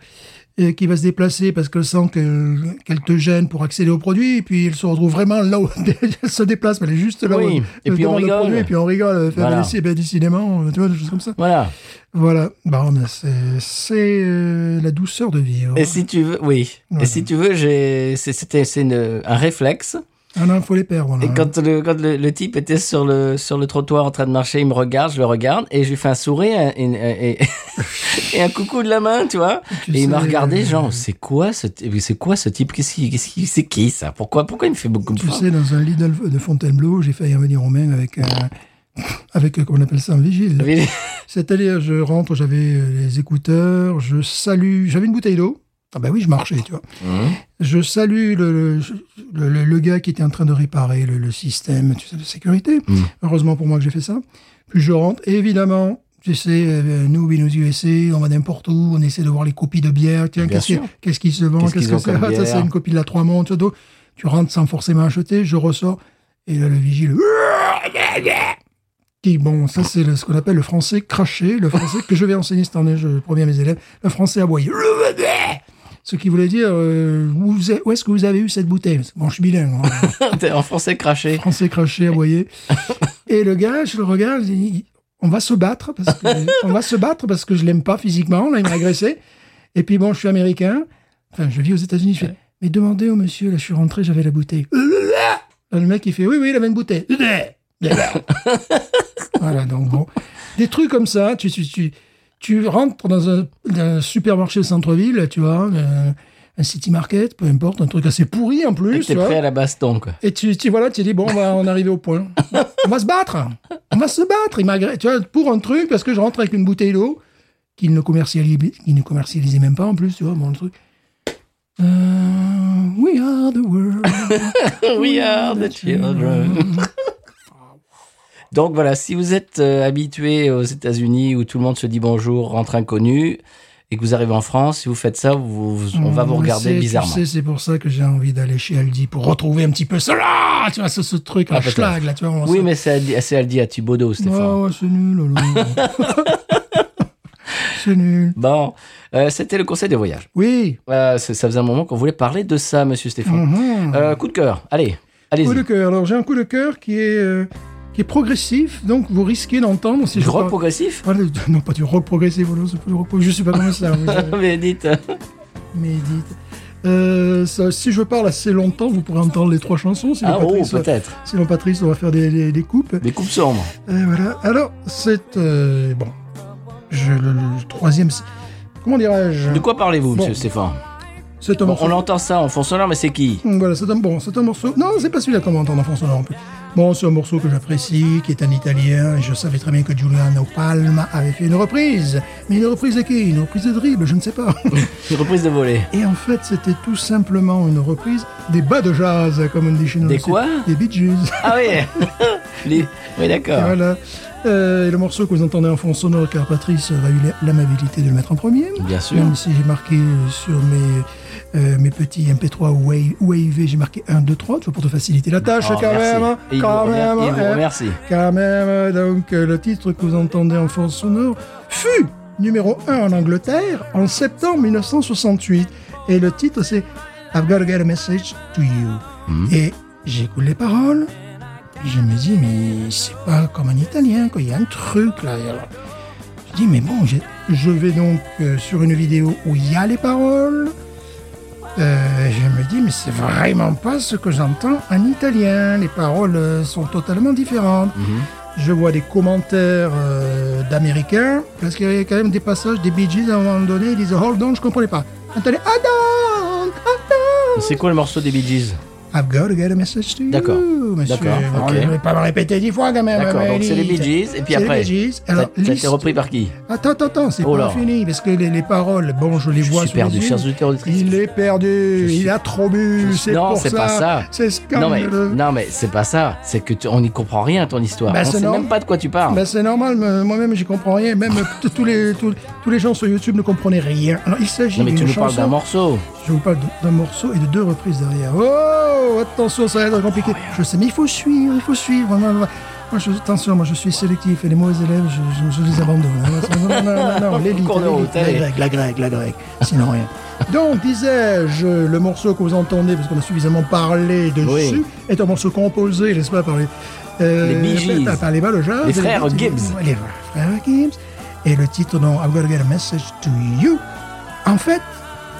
B: et qui va se déplacer parce qu'elle sent que- qu'elle te gêne pour accéder au produit, et puis elle se retrouve vraiment là où elle se déplace, mais elle est juste là
A: Oui.
B: où
A: Et
B: elle
A: puis on
B: demande le
A: rigole.
B: produit, et puis on rigole, elle fait,
A: Voilà.
B: ben, déci- ben, décidément, euh, tu vois, des choses comme ça.
A: Voilà.
B: Voilà, bon, ben, c'est c'est, euh, la douceur de vivre.
A: Et si tu veux, oui. Et
B: Voilà.
A: si tu veux, j'ai, c'est- c'était c'est une- un réflexe.
B: Ah non, il faut les perdre. voilà.
A: Et quand le, quand le, le type était sur le, sur le trottoir en train de marcher, il me regarde, je le regarde, et je lui fais un sourire et, et- et- et un coucou de la main, tu vois.
B: Tu
A: et il m'a
B: sais,
A: regardé,
B: euh,
A: genre, c'est quoi ce, ty- c'est quoi ce type Qu'est-ce qui, qu'est-ce qui- c'est qui ça Pourquoi, pourquoi il me fait beaucoup de
B: Tu
A: fois
B: sais, dans un Lidl de Fontainebleau, j'ai failli revenir au même avec, euh, avec, euh, comment on appelle ça, un vigile. C'est-à-dire, je rentre, j'avais euh, les écouteurs, je salue, j'avais une bouteille d'eau. Ah ben oui, je marchais, tu vois.
A: Hum.
B: Je salue le, le, le- le gars qui était en train de réparer le, le système tu sais, de sécurité.
A: Hum.
B: Heureusement pour moi que j'ai fait ça. Puis je rentre, et évidemment. Tu sais, euh, nous, oui, nous USA, on va n'importe où, on essaie de voir les copies de bière. Tiens,
A: Bien
B: qu'est-ce qui,
A: sûr.
B: qu'est-ce qui se vend
A: Qu'est-ce
B: Qu'est-ce
A: qu'ils ont
B: que c'est
A: comme
B: Ah, Ça,
A: bière
B: c'est une copie de la Trois Montes. Tu, vois, tu rentres sans forcément acheter, je ressors, et là, le vigile. Qui, bon, ça, c'est le- ce qu'on appelle le français craché, le français que je vais enseigner cette année, je le promets à mes élèves, le français aboyé. Ce qui voulait dire, euh, où, vous êtes- où est-ce que vous avez eu cette bouteille Bon, je suis bilingue, hein.
A: T'es En français craché.
B: français craché, aboyé. Et le gars, je le regarde, je dis, on va se battre parce que, on va se battre parce que je l'aime pas physiquement, là, il m'a agressé. Et puis bon, je suis américain, enfin, je vis aux États-Unis, je fais, Mais demandez au monsieur, là, je suis rentré, j'avais la bouteille. Là, le mec, il fait, oui, oui, la même bouteille. voilà, donc bon. Des trucs comme ça, tu, tu, tu, tu rentres dans un, dans un supermarché au centre-ville, tu vois, euh, un city market, peu importe, un truc assez pourri en
A: Et
B: plus.
A: T'es
B: tu vois.
A: prêt à la baston, quoi.
B: Et tu, tu voilà, tu dis bon, on va en arriver au point. On va se battre. On va se battre. Il m'a agré- tu vois, pour un truc parce que je rentre avec une bouteille d'eau qu'il ne commercialisait, qu'il ne commercialisait même pas en plus, tu vois, bon le truc. Euh, we are the world.
A: We are the children. Donc voilà, si vous êtes euh, habitué aux États-Unis où tout le monde se dit bonjour entre inconnus et que vous arrivez en France, si vous faites ça, vous- vous- on va vous
B: Je sais,
A: regarder
B: tu
A: bizarrement.
B: sais, Mmh, c'est pour ça que j'ai envie d'aller chez Aldi pour retrouver un petit peu cela, tu vois, ce, ce truc
A: Ah,
B: en
A: peut-être.
B: schlag là, tu vois. on
A: oui,
B: sait-
A: mais c'est Aldi- c'est Aldi à Thibodeau, Stéphane.
B: Ouais, ouais, c'est nul. oh là là. c'est nul.
A: Bon, euh, c'était le conseil des voyages.
B: Oui.
A: Euh, c'est- ça faisait un moment qu'on voulait parler de ça, monsieur Stéphane.
B: Mhm.
A: Euh, coup de cœur, allez, allez-y.
B: Coup de cœur. Alors j'ai un coup de cœur qui est euh, qui est progressif, donc vous risquez d'entendre si
A: Du
B: je
A: rock
B: parle-
A: progressif
B: Voilà, de- non pas du rock progressif, voilà, c'est pas du rock progressif, je sais pas comment ça. mais je-
A: Mais dites,
B: mais dites. Euh, ça, si je parle assez longtemps, vous pourrez entendre les trois chansons. Sinon,
A: ah oh,
B: Patrice, va-
A: peut-être.
B: sinon Patrice, on va faire des, des- des coupes.
A: Des coupes sombres.
B: Et voilà. Alors, c'est euh, bon. Je, le, le troisième. c'est- Comment dirais-je
A: De quoi parlez-vous,
B: Bon.
A: monsieur Stéphane
B: C'est un
A: Bon,
B: morceau-
A: On entend ça en fond sonore, mais c'est qui
B: Voilà, c'est un, bon, c'est un morceau. Non, c'est pas celui-là qu'on va entendre en France en plus. Bon, c'est un morceau que j'apprécie, qui est un italien. et Je savais très bien que Giuliano Palma avait fait une reprise. Mais une reprise de qui Une reprise de dribble, je ne sais pas.
A: Une reprise de volet.
B: Et en fait, c'était tout simplement une reprise des bas de jazz, comme on dit chez nous.
A: Des
B: C'est-
A: quoi
B: Des Bee Gees.
A: Ah oui Les- Oui,
B: Et
A: d'accord.
B: voilà. Euh, et le morceau que vous entendez en fond sonore, car Patrice aura eu l'amabilité de le mettre en premier.
A: Bien sûr.
B: Même si j'ai marqué euh, sur mes, euh, mes petits MP3 ou Wave- ou AIV, j'ai marqué 1, 2, 3, tu vois, pour te faciliter la tâche
A: Oh,
B: quand
A: merci.
B: même. hein,
A: Et il vous
B: quand
A: remer-
B: même.
A: il vous
B: hein,
A: remercie.
B: Quand même. Donc, euh, le titre que vous entendez en fond sonore fut numéro 1 en Angleterre en septembre 1968. Et le titre, c'est I've got to get a message to you. Et j'écoute les paroles. Je me dis, mais c'est pas comme en italien, quoi. Il y a un truc là. Et alors, je dis, mais bon, j'ai- je vais donc euh, sur une vidéo où il y a les paroles. Euh, je me dis, mais c'est vraiment pas ce que j'entends en italien. Les paroles euh, sont totalement différentes. Je vois des commentaires euh, d'Américains, parce qu'il y avait quand même des passages des Bee Gees à un moment donné, ils disaient, hold on, je comprenais pas. Attendez, hold on, hold on.
A: C'est quoi le morceau des Bee
B: Eh
A: Gees
B: I've got to get a message to you.
A: D'accord.
B: monsieur.
A: D'accord,
B: Bon,
A: ok.
B: Je ne vais pas me répéter dix fois quand même.
A: D'accord, donc c'est les Bee Gees, et puis après,
B: ben, C'est les Bee Gees.
A: Ça
B: Alors,
A: ça a été
B: liste-
A: repris par qui
B: Attends, attends, attends, c'est
A: Oh là.
B: pas fini, parce que les, les paroles, bon, je les
A: Je
B: vois
A: suis
B: sous les
A: perdu,
B: yeux.
A: chers auditeurs, auditrices.
B: Il est perdu,
A: Je suis-
B: il a trop bu,
A: Je-
B: c'est
A: non,
B: pour
A: c'est
B: ça.
A: pas ça.
B: C'est
A: Non mais,
B: scandaleux.
A: non mais c'est pas ça, c'est que tu- on n'y comprend rien à ton histoire.
B: Bah,
A: on
B: c'est
A: sait
B: normal.
A: même pas de quoi tu parles.
B: Ben, c'est normal, me- moi-même j'y comprends rien, même t- tous les, tous, tous les gens sur YouTube ne comprenaient rien. Alors il s'agit
A: non mais tu
B: d'une
A: nous parles
B: chanson.
A: d'un morceau.
B: Je vous parle de- d'un morceau et de deux reprises derrière. Oh, attention, ça va être compliqué. Je sais, mais il faut suivre, il faut suivre. Moi, moi, moi, je, attention, moi je suis sélectif et les mauvais élèves, je, je- je les abandonne. Non, non, non, non, non, l'élite,
A: Cours de
B: l'élite,
A: route,
B: la
A: allez.
B: grecque, la grecque, la grecque, sinon rien. Donc, disais-je, le morceau que vous entendez, parce qu'on a suffisamment parlé dessus,
A: Oui.
B: est un morceau composé, n'est-ce pas, par les...
A: Les
B: euh,
A: Bee Gees.
B: par- par les Ballojars,
A: Les frères Gibbs.
B: les frères Gibbs. Et le titre, non, I've gotta get a message to you. En fait,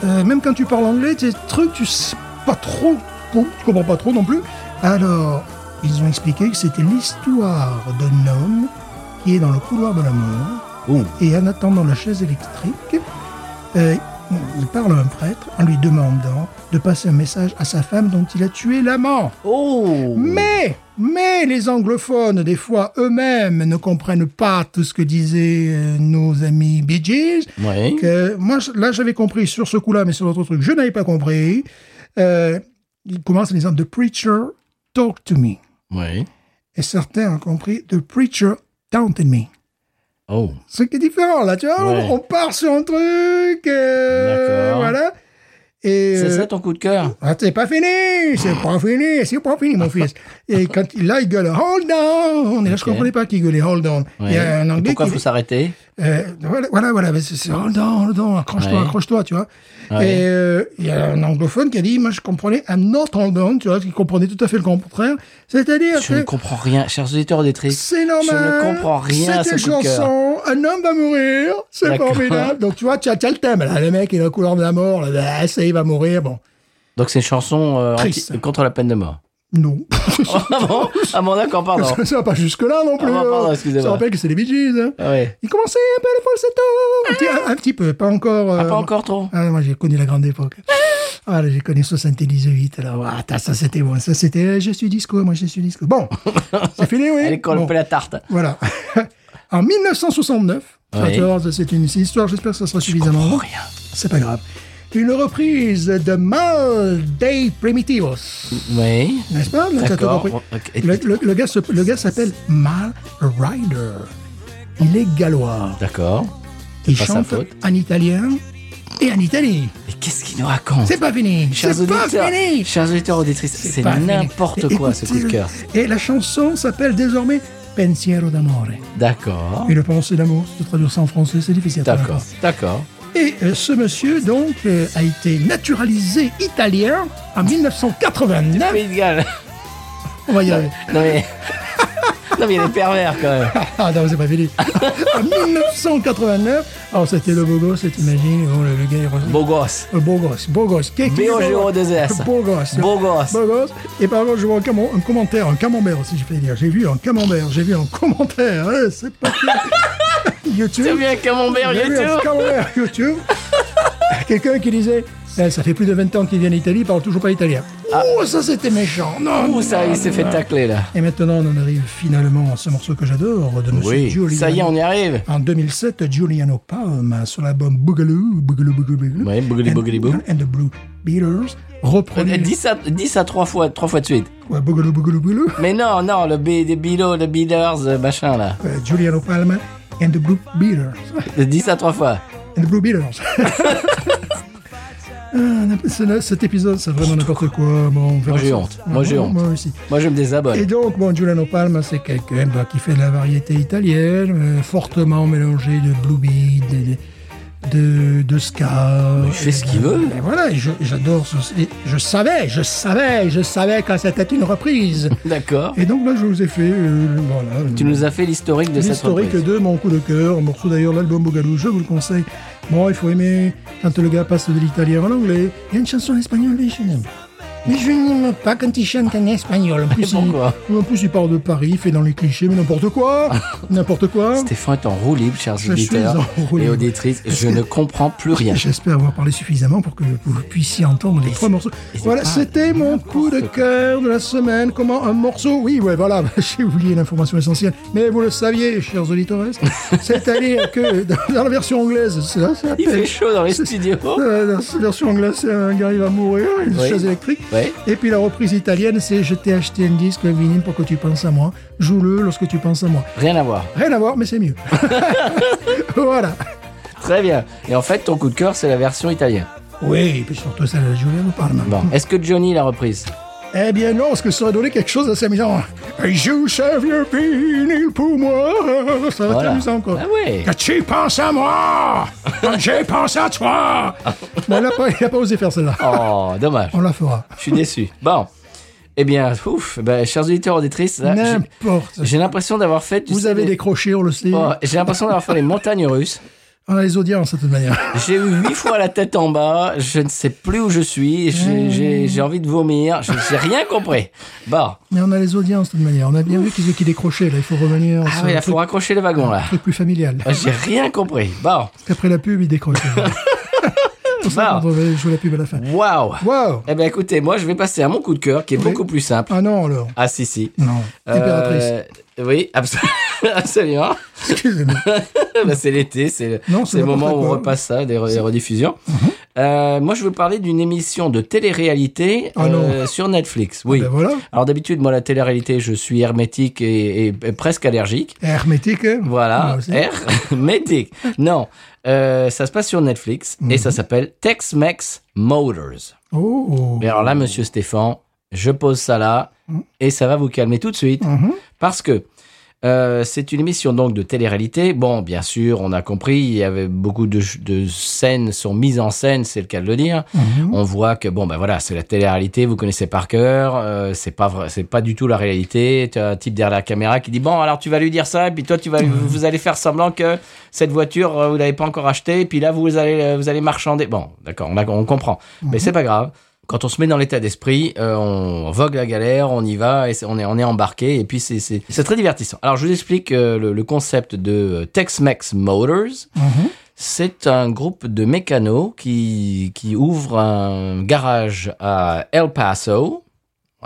B: euh, même quand tu parles anglais, des trucs, tu sais pas trop, com- tu comprends pas trop non plus. Alors, ils ont expliqué que c'était l'histoire d'un homme qui est dans le couloir de la mort
A: Ouh.
B: et en attendant la chaise électrique, euh, il parle à un prêtre en lui demandant de passer un message à sa femme dont il a tué l'amant.
A: Oh
B: Mais, mais les anglophones, des fois eux-mêmes, ne comprennent pas tout ce que disaient euh, nos amis Bee Gees.
A: Ouais.
B: Que moi, je- là, j'avais compris sur ce coup-là, mais sur l'autre truc, je n'avais pas compris. Euh, il commence en disant The preacher talk to me.
A: Ouais.
B: Et certains ont compris The preacher taunted me.
A: Oh.
B: Ce qui est différent, là, tu vois, on-
A: Ouais.
B: on, part sur un truc. euh,
A: D'accord.
B: voilà. Et,
A: C'est
B: euh,
A: ça ton coup de cœur
B: ah, c'est pas fini, c'est
A: Ah.
B: pas fini, c'est pas fini, mon fils. Et quand il, là, il gueule, hold on. Et là, je
A: Ok.
B: comprenais pas qu'il gueulait, hold on.
A: Ouais.
B: Il y a un
A: Et
B: anglais
A: Pourquoi
B: qui-
A: faut s'arrêter
B: euh, voilà, voilà, voilà, mais c'est c'est hold on, hold on, accroche-toi,
A: Ouais.
B: accroche-toi, tu vois.
A: Ouais.
B: Et euh, il y a un anglophone qui a dit, moi, je comprenais un autre hold on, tu vois, qui comprenait tout à fait le contraire. C'est-à-dire
A: Je ne
B: que
A: comprends rien, chers auditeurs auditrices.
B: c'est normal.
A: Je ne comprends rien à
B: C'est
A: ce
B: une
A: coup de cœur.
B: chanson. Un homme va mourir. C'est
A: D'accord.
B: Ben, formidable. Donc, tu vois, tu as, tu as le thème. Là, le mec, il est au couleur de la mort. Là, bah, ça, il va mourir. Bon.
A: Donc c'est une chanson euh,
B: Triste.
A: anti- contre la peine de mort.
B: Non.
A: ah bon Ah bon, d'accord, pardon.
B: ça va pas jusque-là non plus.
A: Ah, pardon,
B: hein.
A: excusez-moi.
B: Ça rappelle que c'est les Bee Gees. hein.
A: Ah ouais.
B: Il commençait un peu le falsetto. Un petit, un- un petit peu, pas encore.
A: Ah,
B: euh,
A: pas encore trop.
B: Ah, moi, j'ai connu la grande époque. Ah, là, j'ai connu 78. Alors, ah, t'as- ça, c'était bon. Ça, c'était euh, Je suis disco, moi, je suis disco. Bon, c'est fini, oui.
A: Elle est
B: Bon,
A: colpée la tarte.
B: Voilà. En 1969,
A: Oui.
B: 14, c'est une c'est une histoire, j'espère que ça sera suffisamment long.
A: rien.
B: C'est pas grave. Une reprise de Mal Day Primitivos,
A: Oui.
B: n'est-ce pas Donc, t'as tout
A: D'accord.
B: compris.
A: Ok.
B: Le, le- le gars se- le gars s'appelle Mal Rider. Il est gallois.
A: D'accord.
B: Il
A: pas sa
B: chante
A: faute.
B: en italien et en Italie.
A: Mais qu'est-ce qu'il nous raconte
B: C'est pas fini.
A: Chers
B: C'est pas
A: auditeurs,
B: fini.
A: chers auditeurs auditrices, c'est
B: pas fini.
A: n'importe
B: Et
A: quoi ce coup de
B: écoutez-le.
A: cœur.
B: Et la chanson s'appelle désormais Pensiero d'amore.
A: D'accord.
B: Et le pensée d'amour, se traduire ça en français, c'est difficile. à
A: D'accord.
B: traduire.
A: D'accord.
B: Et euh, ce monsieur, donc, euh, a été naturalisé italien en 1989.
A: Pays de Galles.
B: On va y arriver.
A: Non mais. non mais il est pervers quand même.
B: Ah non, c'est pas fini. en 1989. Alors, oh, c'était le beau gosse, t'imagines. Bon, le, le gars, il ressemble-
A: Beau gosse.
B: Euh, Beau gosse, beau gosse. Qu'est- qui est beau gosse
A: B-O-G-O-2-S.
B: Beau gosse.
A: Beau gosse.
B: Beau gosse. Et par contre, je vois un, camo- un commentaire, un camembert aussi, je vais dire. J'ai vu un camembert, j'ai vu un commentaire. hein, c'est pas YouTube.
A: C'est bien camembert
B: J'ai vu un
A: YouTube.
B: camembert YouTube. Quelqu'un qui disait Eh, Ça fait plus de 20 ans qu'il vient en Italie, il parle toujours pas italien.
A: Ah.
B: Oh, ça c'était méchant. Non,
A: Ouh ça, il s'est fait tacler là.
B: Et maintenant, on en arrive finalement à ce morceau que j'adore de Monsieur Giuliano.
A: Ça y est, on y arrive.
B: En 2007, Giuliano Palma, euh, sur l'album Boogaloo, Boogaloo, Boogaloo, Boogaloo,
A: Ouais, Boogaloo,
B: and-
A: Boogaloo, Boo.
B: and the Blue Beaters, reproduit...
A: Dis ça, dis ça trois fois, trois fois de suite.
B: Ouais, Boogaloo, Boogaloo, Boogaloo.
A: Mais non, non, le B des Bilo, le Beaters, euh, machin là.
B: Euh, Giuliano Palma and the Blue Beaters.
A: Dis ça trois fois.
B: and the Blue Beaters. Ah, c'est- Cet épisode, c'est vraiment n'importe quoi. Bon, on
A: Moi,
B: verra
A: j'ai
B: ça.
A: honte. Moi, j'ai honte.
B: Moi aussi.
A: Moi, je me
B: Et
A: désabonne.
B: donc, bon, Giuliano Palma, c'est quelqu'un bah, qui fait de la variété italienne, euh, fortement mélangé de blue beat, de, de, de ska.
A: il fait ce qu'il veut.
B: Et voilà, et je- et j'adore ce. et je savais, je savais, je savais quand c'était une reprise.
A: D'accord.
B: et donc là, je vous ai fait. euh, voilà.
A: Tu nous as fait l'historique de cette
B: L'historique
A: reprise.
B: de mon coup de cœur, un morceau d'ailleurs, l'album Bougalou, je vous le conseille. Bon, il faut aimer quand le gars passe de l'italien à l'anglais. Il y a une chanson espagnole, mais je n'aime pas. Mais je n'aime pas quand il chante en espagnol. En plus,
A: pourquoi
B: il, en plus, il parle de Paris, il fait dans les clichés, mais n'importe quoi N'importe quoi
A: Stéphane est en roue libre, chers
B: Je suis
A: auditeurs
B: en roue
A: et
B: libre.
A: auditrices. Je ne comprends plus rien.
B: J'espère avoir parlé suffisamment pour que vous puissiez entendre les trois morceaux.
A: et c'est
B: Voilà,
A: pas
B: c'était mon coup de cœur de la semaine. Comment un morceau Oui, ouais, voilà, j'ai oublié l'information essentielle. Mais vous le saviez, chers auditeurs. C'est-à-dire que dans dans la version anglaise, c'est ça, ça
A: Il
B: s'appelle-
A: fait chaud dans les
B: c'est-
A: studios.
B: euh, dans la version anglaise, c'est un gars, il va mourir, une
A: Oui.
B: chaise électrique.
A: Ouais.
B: Et puis la reprise italienne, c'est Je t'ai acheté un disque, un vinyle pour que tu penses à moi. Joue-le lorsque tu penses à moi.
A: Rien à voir.
B: Rien à voir, mais c'est mieux. voilà.
A: Très bien. Et en fait, ton coup de cœur, c'est la version italienne.
B: Oui, et puis surtout celle de Julien nous parle.
A: Bon. Est-ce que Johnny l'a reprise
B: Eh bien non, parce que ça aurait donné quelque chose d'assez amusant. Joue ce vieux vinyle pour moi. Ça va
A: Voilà.
B: être amusant, quoi.
A: Ah ouais.
B: Que tu penses à moi Quand je pense à toi Bon, il n'a pas, il a pas osé faire celle-là.
A: Oh, dommage.
B: On la fera.
A: Je suis déçu. Bon. Eh bien, ouf, ben, chers auditeurs, auditrices, là, j'ai-
B: N'importe.
A: j'ai l'impression d'avoir fait. tu
B: Vous
A: sais,
B: avez
A: les-
B: décroché, on le sait.
A: Oh, j'ai l'impression d'avoir fait les montagnes russes.
B: On a les audiences, de toute manière.
A: J'ai eu huit fois la tête en bas. Je ne sais plus où je suis.
B: Mmh.
A: J'ai- J'ai j'ai envie de vomir. Je n'ai rien compris. Bon.
B: Mais on a les audiences, de toute manière. On a bien vu qu'ils qui décrochaient, là. Il faut revenir
A: Ah
B: sur
A: oui,
B: un
A: il
B: truc,
A: faut raccrocher les wagons là.
B: truc plus familial.
A: Ah, J'ai rien compris. Bon.
B: Parce qu'après la pub, ils décrochent. C'est pour ça
A: Bah.
B: qu'on devait jouer la pub à la fin.
A: Waouh.
B: Wow
A: Eh bien, écoutez, moi, je vais passer à mon coup de cœur qui est
B: Oui.
A: beaucoup plus simple.
B: Ah non, alors.
A: Ah, si, si.
B: Non. Impératrice.
A: Euh, oui, abso- absolument.
B: Excusez-moi.
A: Bah, c'est l'été, c'est le,
B: Non,
A: c'est
B: c'est
A: le
B: n'importe
A: moment où on
B: quoi. Mhm.
A: repasse ça, des, re- des rediffusions. Euh, moi, je veux parler d'une émission de télé-réalité
B: Ah non.
A: euh, sur Netflix. Oui.
B: Ben voilà.
A: Alors d'habitude, moi, la télé-réalité, je suis hermétique et, et- et presque allergique.
B: Hermétique. hein.
A: Voilà,
B: Moi aussi.
A: hermétique. Non, Euh, ça se passe sur Netflix
B: Mhm.
A: et ça s'appelle Tex-Mex Motors.
B: Oh.
A: Mais alors là, monsieur Stéphane, je pose ça là et ça va vous calmer tout de suite
B: Mhm.
A: parce que euh, c'est une émission donc de télé-réalité. Bon, bien sûr, on a compris, il y avait beaucoup de, ch- de scènes sont mises en scène, c'est le cas de le dire.
B: mhm.
A: On voit que bon, ben voilà, c'est la télé-réalité, vous connaissez par cœur, euh, c'est pas vrai, c'est pas du tout la réalité. Tu as un type derrière la caméra qui dit bon, alors tu vas lui dire ça, et puis toi tu vas, lui- vous allez faire semblant que cette voiture euh, vous l'avez pas encore achetée, et puis là vous allez, euh, vous allez marchander. Bon, d'accord, on, a- on comprend, mais c'est pas grave. quand on se met dans l'état d'esprit, euh, on vogue la galère, on y va, et c'est- on est, on est embarqué, et puis c'est- c'est c'est très divertissant. Alors, je vous explique euh, le, le concept de euh, Tex-Mex Motors.
B: Mhm.
A: C'est un groupe de mécanos qui, qui ouvre un garage à El Paso.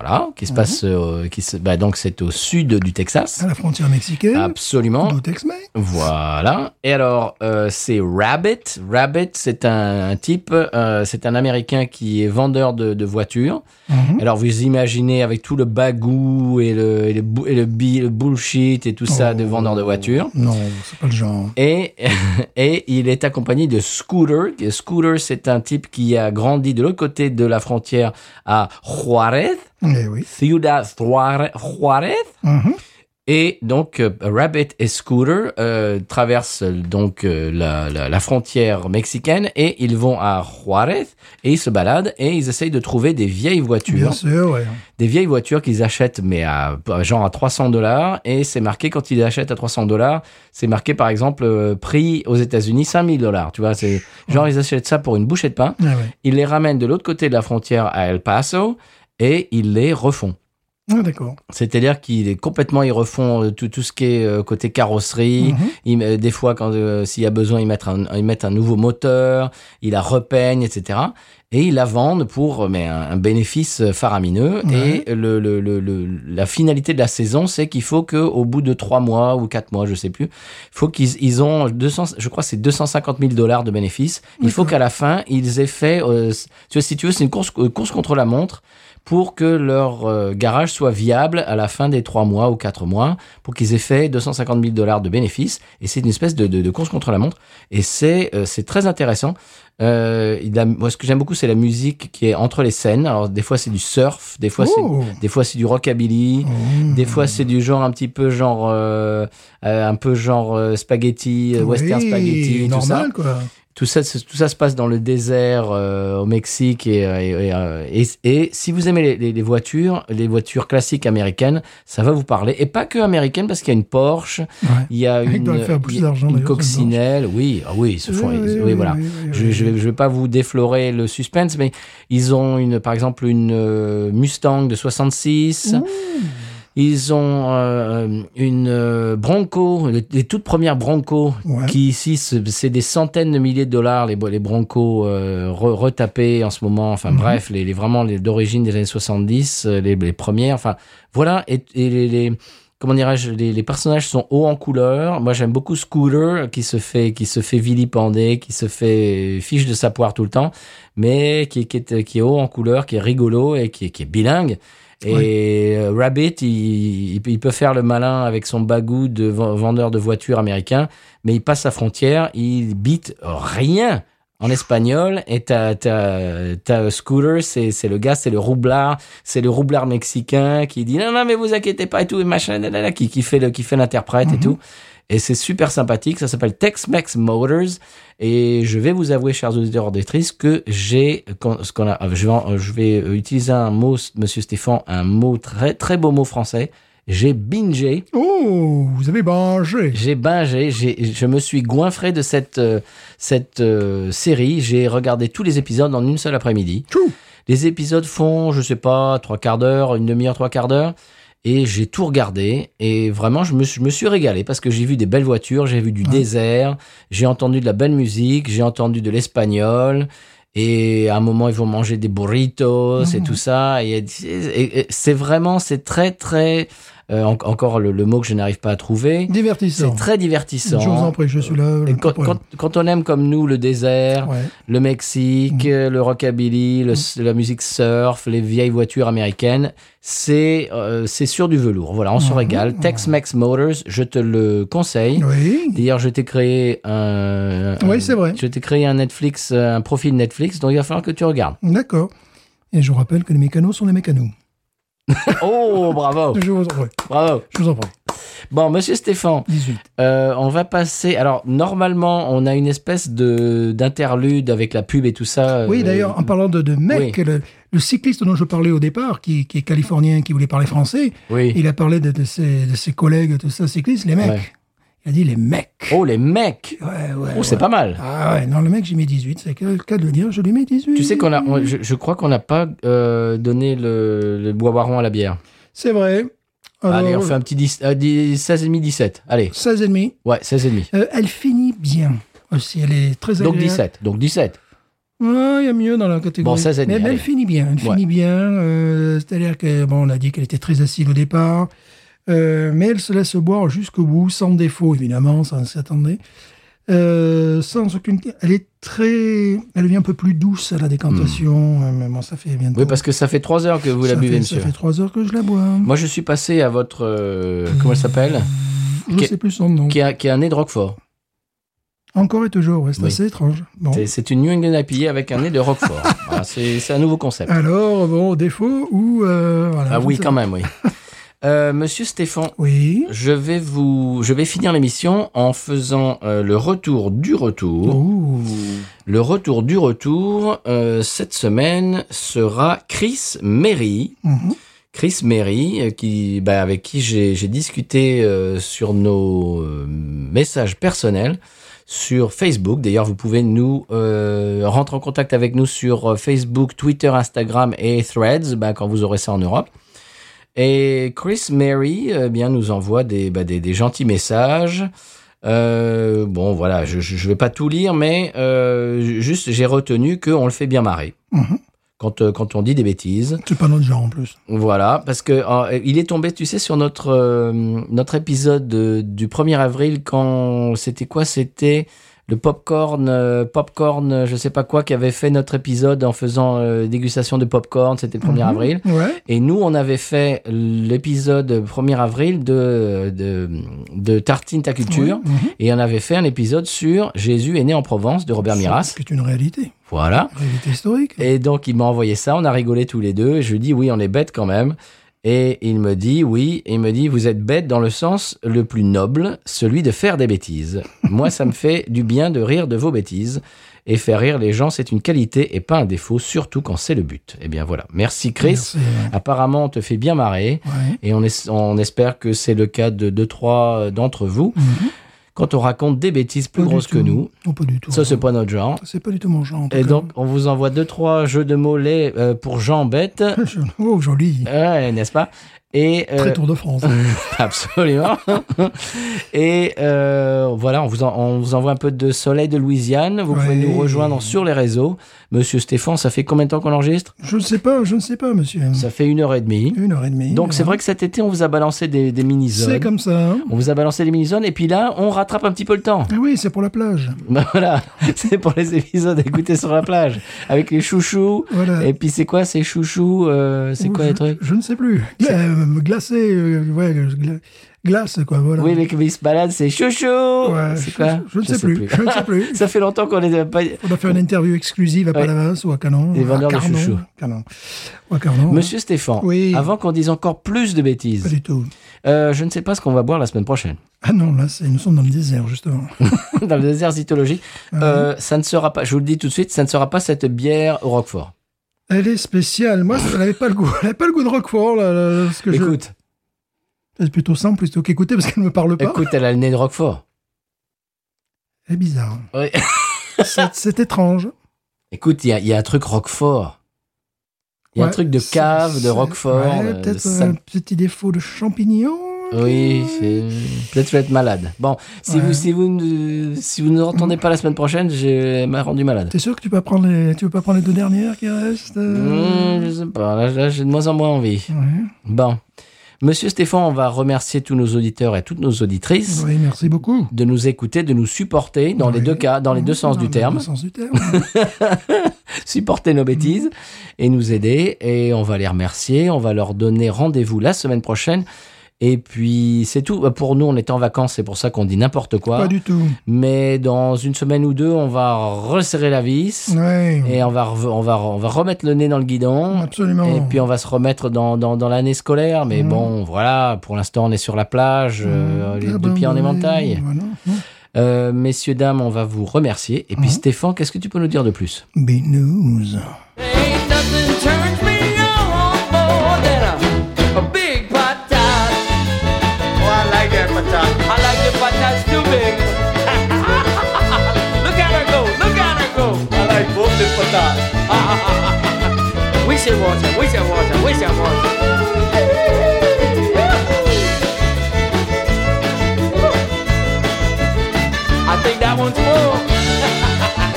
A: Voilà, qui se passe, euh, qui se, bah, donc c'est au sud du Texas.
B: À la frontière mexicaine,
A: Absolument.
B: d'où Tex-Mex.
A: Voilà. Et alors, euh, c'est Rabbit. Rabbit, c'est un, un type, euh, c'est un Américain qui est vendeur de, de voitures.
B: Mhm.
A: Alors, vous imaginez avec tout le bagou et le, et le, bu- et le, bi- le bullshit et tout ça de
B: Oh.
A: vendeur de voitures.
B: Non, c'est pas le genre.
A: Et, et il est accompagné de Scooter. Et Scooter, c'est un type qui a grandi de l'autre côté de la frontière à Juarez,
B: Eh oui.
A: Ciudad Juare- Juarez.
B: Mhm.
A: Et donc, euh, Rabbit et Scooter euh, traversent euh, donc euh, la, la- la frontière mexicaine et ils vont à Juarez et ils se baladent et ils essayent de trouver des vieilles
B: Bien
A: voitures.
B: sûr, ouais.
A: Des vieilles voitures qu'ils achètent, mais à à genre à 300 dollars. Et c'est marqué, quand ils les achètent à 300 dollars, c'est marqué par exemple euh, prix aux États-Unis 5000 dollars. Tu vois, c'est genre ils achètent ça pour une bouchée de pain.
B: Ah ouais.
A: Ils les ramènent de l'autre côté de la frontière à El Paso et ils les refont.
B: Ah, d'accord.
A: C'est-à-dire qu'ils est complètement, ils refont euh, tout, tout ce qui est euh, côté carrosserie.
B: Mhm.
A: Ils met- des fois, quand euh, s'il y a besoin, ils mettent un, ils mettent un nouveau moteur, ils la repeignent, etc. Et ils la vendent pour euh, mais un, un bénéfice euh, faramineux.
B: Ouais.
A: Et le, le, le, le- la finalité de la saison, c'est qu'il faut que au bout de trois mois ou quatre mois, je sais plus, faut qu'ils ils ont 200, je crois que c'est 250 000 dollars de bénéfices. Il faut
B: D'accord.
A: qu'à la fin, ils aient fait, euh, tu vois, si tu veux, c'est une course, euh, course contre la montre pour que leur euh, garage soit viable à la fin des trois mois ou quatre mois, pour qu'ils aient fait 250 000 dollars de bénéfices. Et c'est une espèce de, de, de course contre la montre. Et c'est euh, c'est très intéressant. Euh, il a- moi, ce que j'aime beaucoup, c'est la musique qui est entre les scènes. Alors, des fois, c'est du surf, des fois, c'est
B: Oh.
A: des fois c'est du rockabilly.
B: Oh.
A: Des fois, c'est du genre un petit peu genre euh, euh, un peu genre euh, spaghetti, euh, western
B: Oui,
A: spaghetti, tout ça.
B: normal, quoi.
A: Tout ça, c'est- tout ça se passe dans le désert euh, au Mexique et, euh, et, euh, et, et si vous aimez les, les- les voitures, les voitures classiques américaines, ça va vous parler et pas que américaines parce qu'il y a une Porsche,
B: Ouais.
A: il y a
B: Ils
A: une,
B: doivent Ah, faire plus
A: il y a
B: d'argent,
A: une
B: d'ailleurs, sur une Porsche.
A: coccinelle, oui, ah oui, ils se font,
B: Oui,
A: ils-
B: oui,
A: oui,
B: oui,
A: voilà.
B: oui, oui,
A: Je,
B: oui.
A: je, vais, je vais pas vous déflorer le suspense, mais ils ont une, par exemple, une euh, Mustang de 66. Ils ont euh, une euh, Bronco, les, les toutes premières Bronco,
B: Ouais.
A: qui ici, c'est c'est des centaines de milliers de dollars, les, bo- les Bronco euh, re- retapés en ce moment. Enfin
B: Mhm.
A: bref, les, les vraiment les d'origine des années 70, euh, les, les premières. Enfin voilà, et, et les, les- comment dirais-je, les, les personnages sont hauts en couleur. Moi j'aime beaucoup Scooter qui se fait qui se fait vilipender, qui se fait fiche de sa poire tout le temps, mais qui, qui, est, qui est haut en couleur, qui est rigolo et qui, est- qui est bilingue. Et euh, Rabbit, il, il- il peut faire le malin avec son bagou de ven- vendeur de voitures américain, mais il passe la frontière, il bite rien en espagnol. Et t'as, t'as, t'as Scooter, c'est, c'est le gars, c'est le roublard, c'est le roublard mexicain qui dit non, non, mais vous inquiétez pas et tout, et machin, nanana, qui, qui fait le, qui fait l'interprète et tout. Et c'est super sympathique. Ça s'appelle Tex-Mex Motors. Et je vais vous avouer, chers auditeurs auditrices, que j'ai, qu'on- ce qu'on a, euh, je vais, en- je vais euh, utiliser un mot, monsieur Stéphane, un mot très, très beau mot français. J'ai bingé.
B: Oh, vous avez mangé.
A: J'ai bingé, j'ai, je me suis goinfré de cette, euh, cette euh, série. J'ai regardé tous les épisodes en une seule après-midi.
B: Tchou.
A: Les épisodes font, je sais pas, trois quarts d'heure, une demi-heure, trois quarts d'heure. Et j'ai tout regardé. Et vraiment, je me, suis- je me suis régalé parce que j'ai vu des belles voitures, j'ai vu du désert, j'ai entendu de la belle musique, j'ai entendu de l'espagnol. Et à un moment, ils vont manger des burritos et
B: Mhm.
A: tout ça. Et, et- et c'est vraiment, c'est très, très, euh, en- encore le, le mot que je n'arrive pas à trouver.
B: Divertissant.
A: C'est très
B: Je
A: divertissant. hein.
B: vous en prie, je suis là.
A: Et
B: le
A: quand,
B: problème.
A: quand, quand on aime comme nous le désert,
B: Ouais. Mm.
A: le Mexique, euh, le rockabilly, le, la musique surf, les vieilles voitures américaines, c'est euh, c'est sur du velours. Voilà, on se
B: Mhm,
A: régale. Tex-Mex Motors, je te le conseille.
B: Oui.
A: D'ailleurs, je t'ai créé un,
B: Oui,
A: un-
B: c'est vrai.
A: Je t'ai créé un Netflix, un profil Netflix, donc il va falloir que tu regardes.
B: D'accord. Et je vous rappelle que les mécanos sont des mécanos.
A: Oh, bravo,
B: Je vous en prie.
A: bravo.
B: Je vous en prie.
A: Bon, Monsieur Stéphane,
B: 18.
A: Euh, on va passer. Alors normalement, on a une espèce de d'interlude avec la pub et tout ça.
B: Oui,
A: euh,
B: d'ailleurs, en parlant de, de mec, le, le cycliste dont je parlais au départ, qui, qui est californien, qui voulait parler français,
A: Oui.
B: il a parlé de, de ses, de ses collègues, de ça, cyclistes, les mecs.
A: Ouais.
B: Il a dit les mecs.
A: Oh, les mecs
B: Ouais, ouais,
A: Oh, c'est
B: ouais.
A: pas mal.
B: Ah ouais, non, le mec, j'ai mis 18. C'est le cas de le dire, je lui mets 18.
A: Tu sais qu'on a, on- je, je crois qu'on n'a pas euh, donné le, le bois baron à la bière.
B: C'est vrai.
A: Allez, on
B: Alors,
A: fait un petit 10, euh, 10, 16,5, 17. Allez,
B: 16,5.
A: ouais, 16,5.
B: Euh, elle finit bien aussi. Elle est très
A: Donc
B: agréable.
A: 17. Donc 17.
B: Ouais, il y a mieux dans la
A: Bon,
B: catégorie.
A: 16,5,
B: Mais, mais
A: allez.
B: elle finit bien. Elle
A: Ouais.
B: finit bien. euh, C'est-à-dire que bon, on a dit qu'elle était très acide au départ. euh, mais elle se laisse boire jusqu'au bout, sans défaut, évidemment, sans s'attendre. Euh, sans aucune. Elle est très. Elle devient un peu plus douce à la décantation. euh, Mais bon, ça fait bientôt.
A: Hmm. Oui, parce que ça fait 3 heures que vous la
B: ça
A: buvez,
B: fait,
A: monsieur.
B: Ça fait trois heures que je la bois. hein.
A: Moi, je suis passé à votre. euh, comment elle s'appelle
B: Je ne
A: Qu'est-
B: sais plus son nom.
A: qui a, qui a un nez de Roquefort.
B: Encore et toujours, ouais, c'est
A: Oui.
B: assez étrange. Bon.
A: C'est- C'est une New England IPA avec un nez de Roquefort. Voilà, c'est c'est un nouveau concept.
B: Alors, bon, défaut ou. euh, voilà,
A: Ah
B: je
A: oui,
B: ne sais
A: quand
B: pas.
A: même, oui. Euh, Monsieur Stéphane,
B: Oui.
A: je vais vous, je vais finir l'émission en faisant euh, le retour du retour.
B: Ouh.
A: Le retour du retour euh, cette semaine sera Chris Mary.
B: Mhm.
A: Chris Mary, euh, qui, bah, avec qui j'ai j'ai discuté euh, sur nos euh, messages personnels sur Facebook. D'ailleurs, vous pouvez nous euh, rentrer en contact avec nous sur euh, Facebook, Twitter, Instagram et Threads bah, quand vous aurez ça en Europe. Et Chris Mary eh bien, nous envoie des, bah, des, des gentils messages. Euh, bon, voilà, je ne vais pas tout lire, mais euh, ju- juste j'ai retenu qu'on le fait bien marrer
B: Mhm.
A: quand, euh, quand on dit des bêtises.
B: C'est pas notre genre en plus.
A: Voilà, parce que euh, il est tombé, tu sais, sur notre euh, notre épisode euh, du 1er avril quand c'était quoi C'était le popcorn, euh, popcorn, euh, je sais pas quoi, qui avait fait notre épisode en faisant euh, dégustation de popcorn. C'était le 1er
B: Mhm.
A: avril.
B: Ouais.
A: Et nous, on avait fait l'épisode 1er avril de de, de tartine ta culture.
B: Ouais. Mhm.
A: Et on avait fait un épisode sur Jésus est né en Provence de Robert Miras.
B: C'est une réalité.
A: Voilà.
B: Une réalité historique.
A: Et donc, il m'a envoyé ça. On a rigolé tous les deux. Et je lui dis, oui, on est bête quand même. Et il me dit, oui. Et il me dit, vous êtes bête dans le sens le plus noble, celui de faire des bêtises. Moi, ça me fait du bien de rire de vos bêtises. Et faire rire les gens, c'est une qualité et pas un défaut, surtout quand c'est le but. Eh bien, voilà. Merci, Chris.
B: Merci, ouais.
A: Apparemment, on te fait bien marrer.
B: Ouais.
A: Et on, es- on espère que c'est le cas de deux, trois euh, d'entre vous.
B: Mhm.
A: Quand on raconte des bêtises plus
B: Pas du
A: grosses que
B: tout.
A: nous,
B: Non, pas du tout.
A: ça, c'est pas notre genre.
B: C'est pas du tout mon genre. en tout
A: Et
B: cas.
A: donc, euh, on vous envoie deux, trois jeux de mots laid, euh, pour Jean Bête,
B: Je- Oh, joli.
A: Ouais, n'est-ce pas Et euh,
B: Très Tour de France.
A: absolument. Et euh, voilà, on vous, en- on vous envoie un peu de soleil de Louisiane. Vous pouvez
B: Ouais.
A: nous rejoindre sur les réseaux. Monsieur Stéphane, ça fait combien de temps qu'on enregistre
B: je ne sais pas, je ne sais pas, monsieur.
A: Ça fait une heure et demie.
B: Mm. Une heure et demie. hein.
A: Donc c'est vrai que cet été, on vous a balancé des, des
B: C'est
A: mini-zones.
B: comme ça. hein.
A: On vous a balancé des mini-zones. Et puis là, on rattrape un petit peu le temps.
B: Ah oui, c'est pour la plage.
A: Ben voilà, c'est pour les épisodes à écouter sur la plage. Avec les chouchous.
B: Voilà.
A: Et puis c'est quoi ces chouchous euh, Eh ben, C'est
B: Ou
A: quoi
B: je,
A: les trucs
B: Je ne sais plus. Gla- euh, glacé, euh, ouais, gla- glace, quoi, voilà.
A: Oui, mais comme il se balade, c'est chouchou
B: Ouais,
A: C'est
B: je-
A: quoi
B: je, ne sais plus. Je ne sais plus.
A: Ça fait longtemps qu'on les a pas...
B: On a fait une interview exclusive à
A: Ouais.
B: Palavas ou à Canon.
A: Les vendeurs
B: à
A: de
B: Carnon.
A: chouchous.
B: Canon. Ou à Carnon.
A: Monsieur Stéphane,
B: Oui.
A: avant qu'on dise encore plus de
B: Pas
A: bêtises,
B: du tout.
A: euh, je ne sais pas ce qu'on va boire la semaine prochaine.
B: Ah non, là, c'est- nous sommes dans le désert, justement.
A: Dans le désert zytologique, euh, ça ne sera pas, je vous le dis tout de suite, ça ne sera pas cette bière au Roquefort.
B: Elle est spéciale. Moi, elle n'avait pas le goût. Elle n'avait pas le goût de Roquefort, là. là, là, ce que je-
A: Écoute,
B: C'est plutôt simple plutôt qu'écouter parce qu'elle ne me parle pas.
A: écoute, elle a le nez de Roquefort.
B: Elle est bizarre.
A: Ouais.
B: c'est c'est étrange.
A: Écoute, il y a- il y, a un truc Roquefort. Il y a un
B: Ouais,
A: truc de
B: c'est-
A: cave, de
B: c'est-
A: Roquefort. euh,
B: ouais,
A: de-
B: Peut-être
A: ça-
B: un petit défaut de champignon.
A: Oui, c'est- peut-être je vais être malade. Bon, si
B: Ouais.
A: vous si vous ne si vous ne nous entendez pas la semaine prochaine, je m'a rendu malade.
B: T'es sûr que tu peux prendre les, tu veux pas prendre les deux dernières qui restent euh
A: Mmh, je sais pas, là, là, j'ai de moins en moins envie.
B: Ouais.
A: Bon, Monsieur Stéphane, on va remercier tous nos auditeurs et toutes nos auditrices
B: Oui, merci beaucoup.
A: de nous écouter, de nous supporter dans les
B: Oui.
A: deux cas, dans les deux sens
B: Dans
A: du
B: les
A: terme,
B: deux sens du terme.
A: supporter nos bêtises et nous aider. Et on va les remercier, on va leur donner rendez-vous la semaine prochaine. Et puis c'est tout. Pour nous, on est en vacances, c'est pour ça qu'on dit n'importe quoi.
B: Pas du tout.
A: Mais dans une semaine ou deux, on va resserrer la vis
B: Ouais.
A: et on va, rev- on, va, on va remettre le nez dans le guidon.
B: Absolument.
A: Et puis on va se remettre dans, dans, dans l'année scolaire. Mais
B: Mm.
A: bon, voilà, pour l'instant, on est sur la plage,
B: Mhm.
A: euh, les deux pieds en
B: Abandonné,
A: éventail.
B: Ah bah voilà.
A: Euh, messieurs, dames, on va vous remercier. Et puis Stéphane, qu'est-ce que tu peux nous dire de plus
B: Big news.
F: Ain't nothing turns me on more than a, a big pot Oh, I like that pot I like the pot too.
G: shall water, we shall water, we shall water. I think that one's full.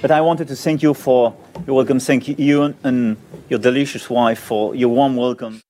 D: But I wanted to thank you for your welcome. Thank you and your delicious wife for your warm welcome.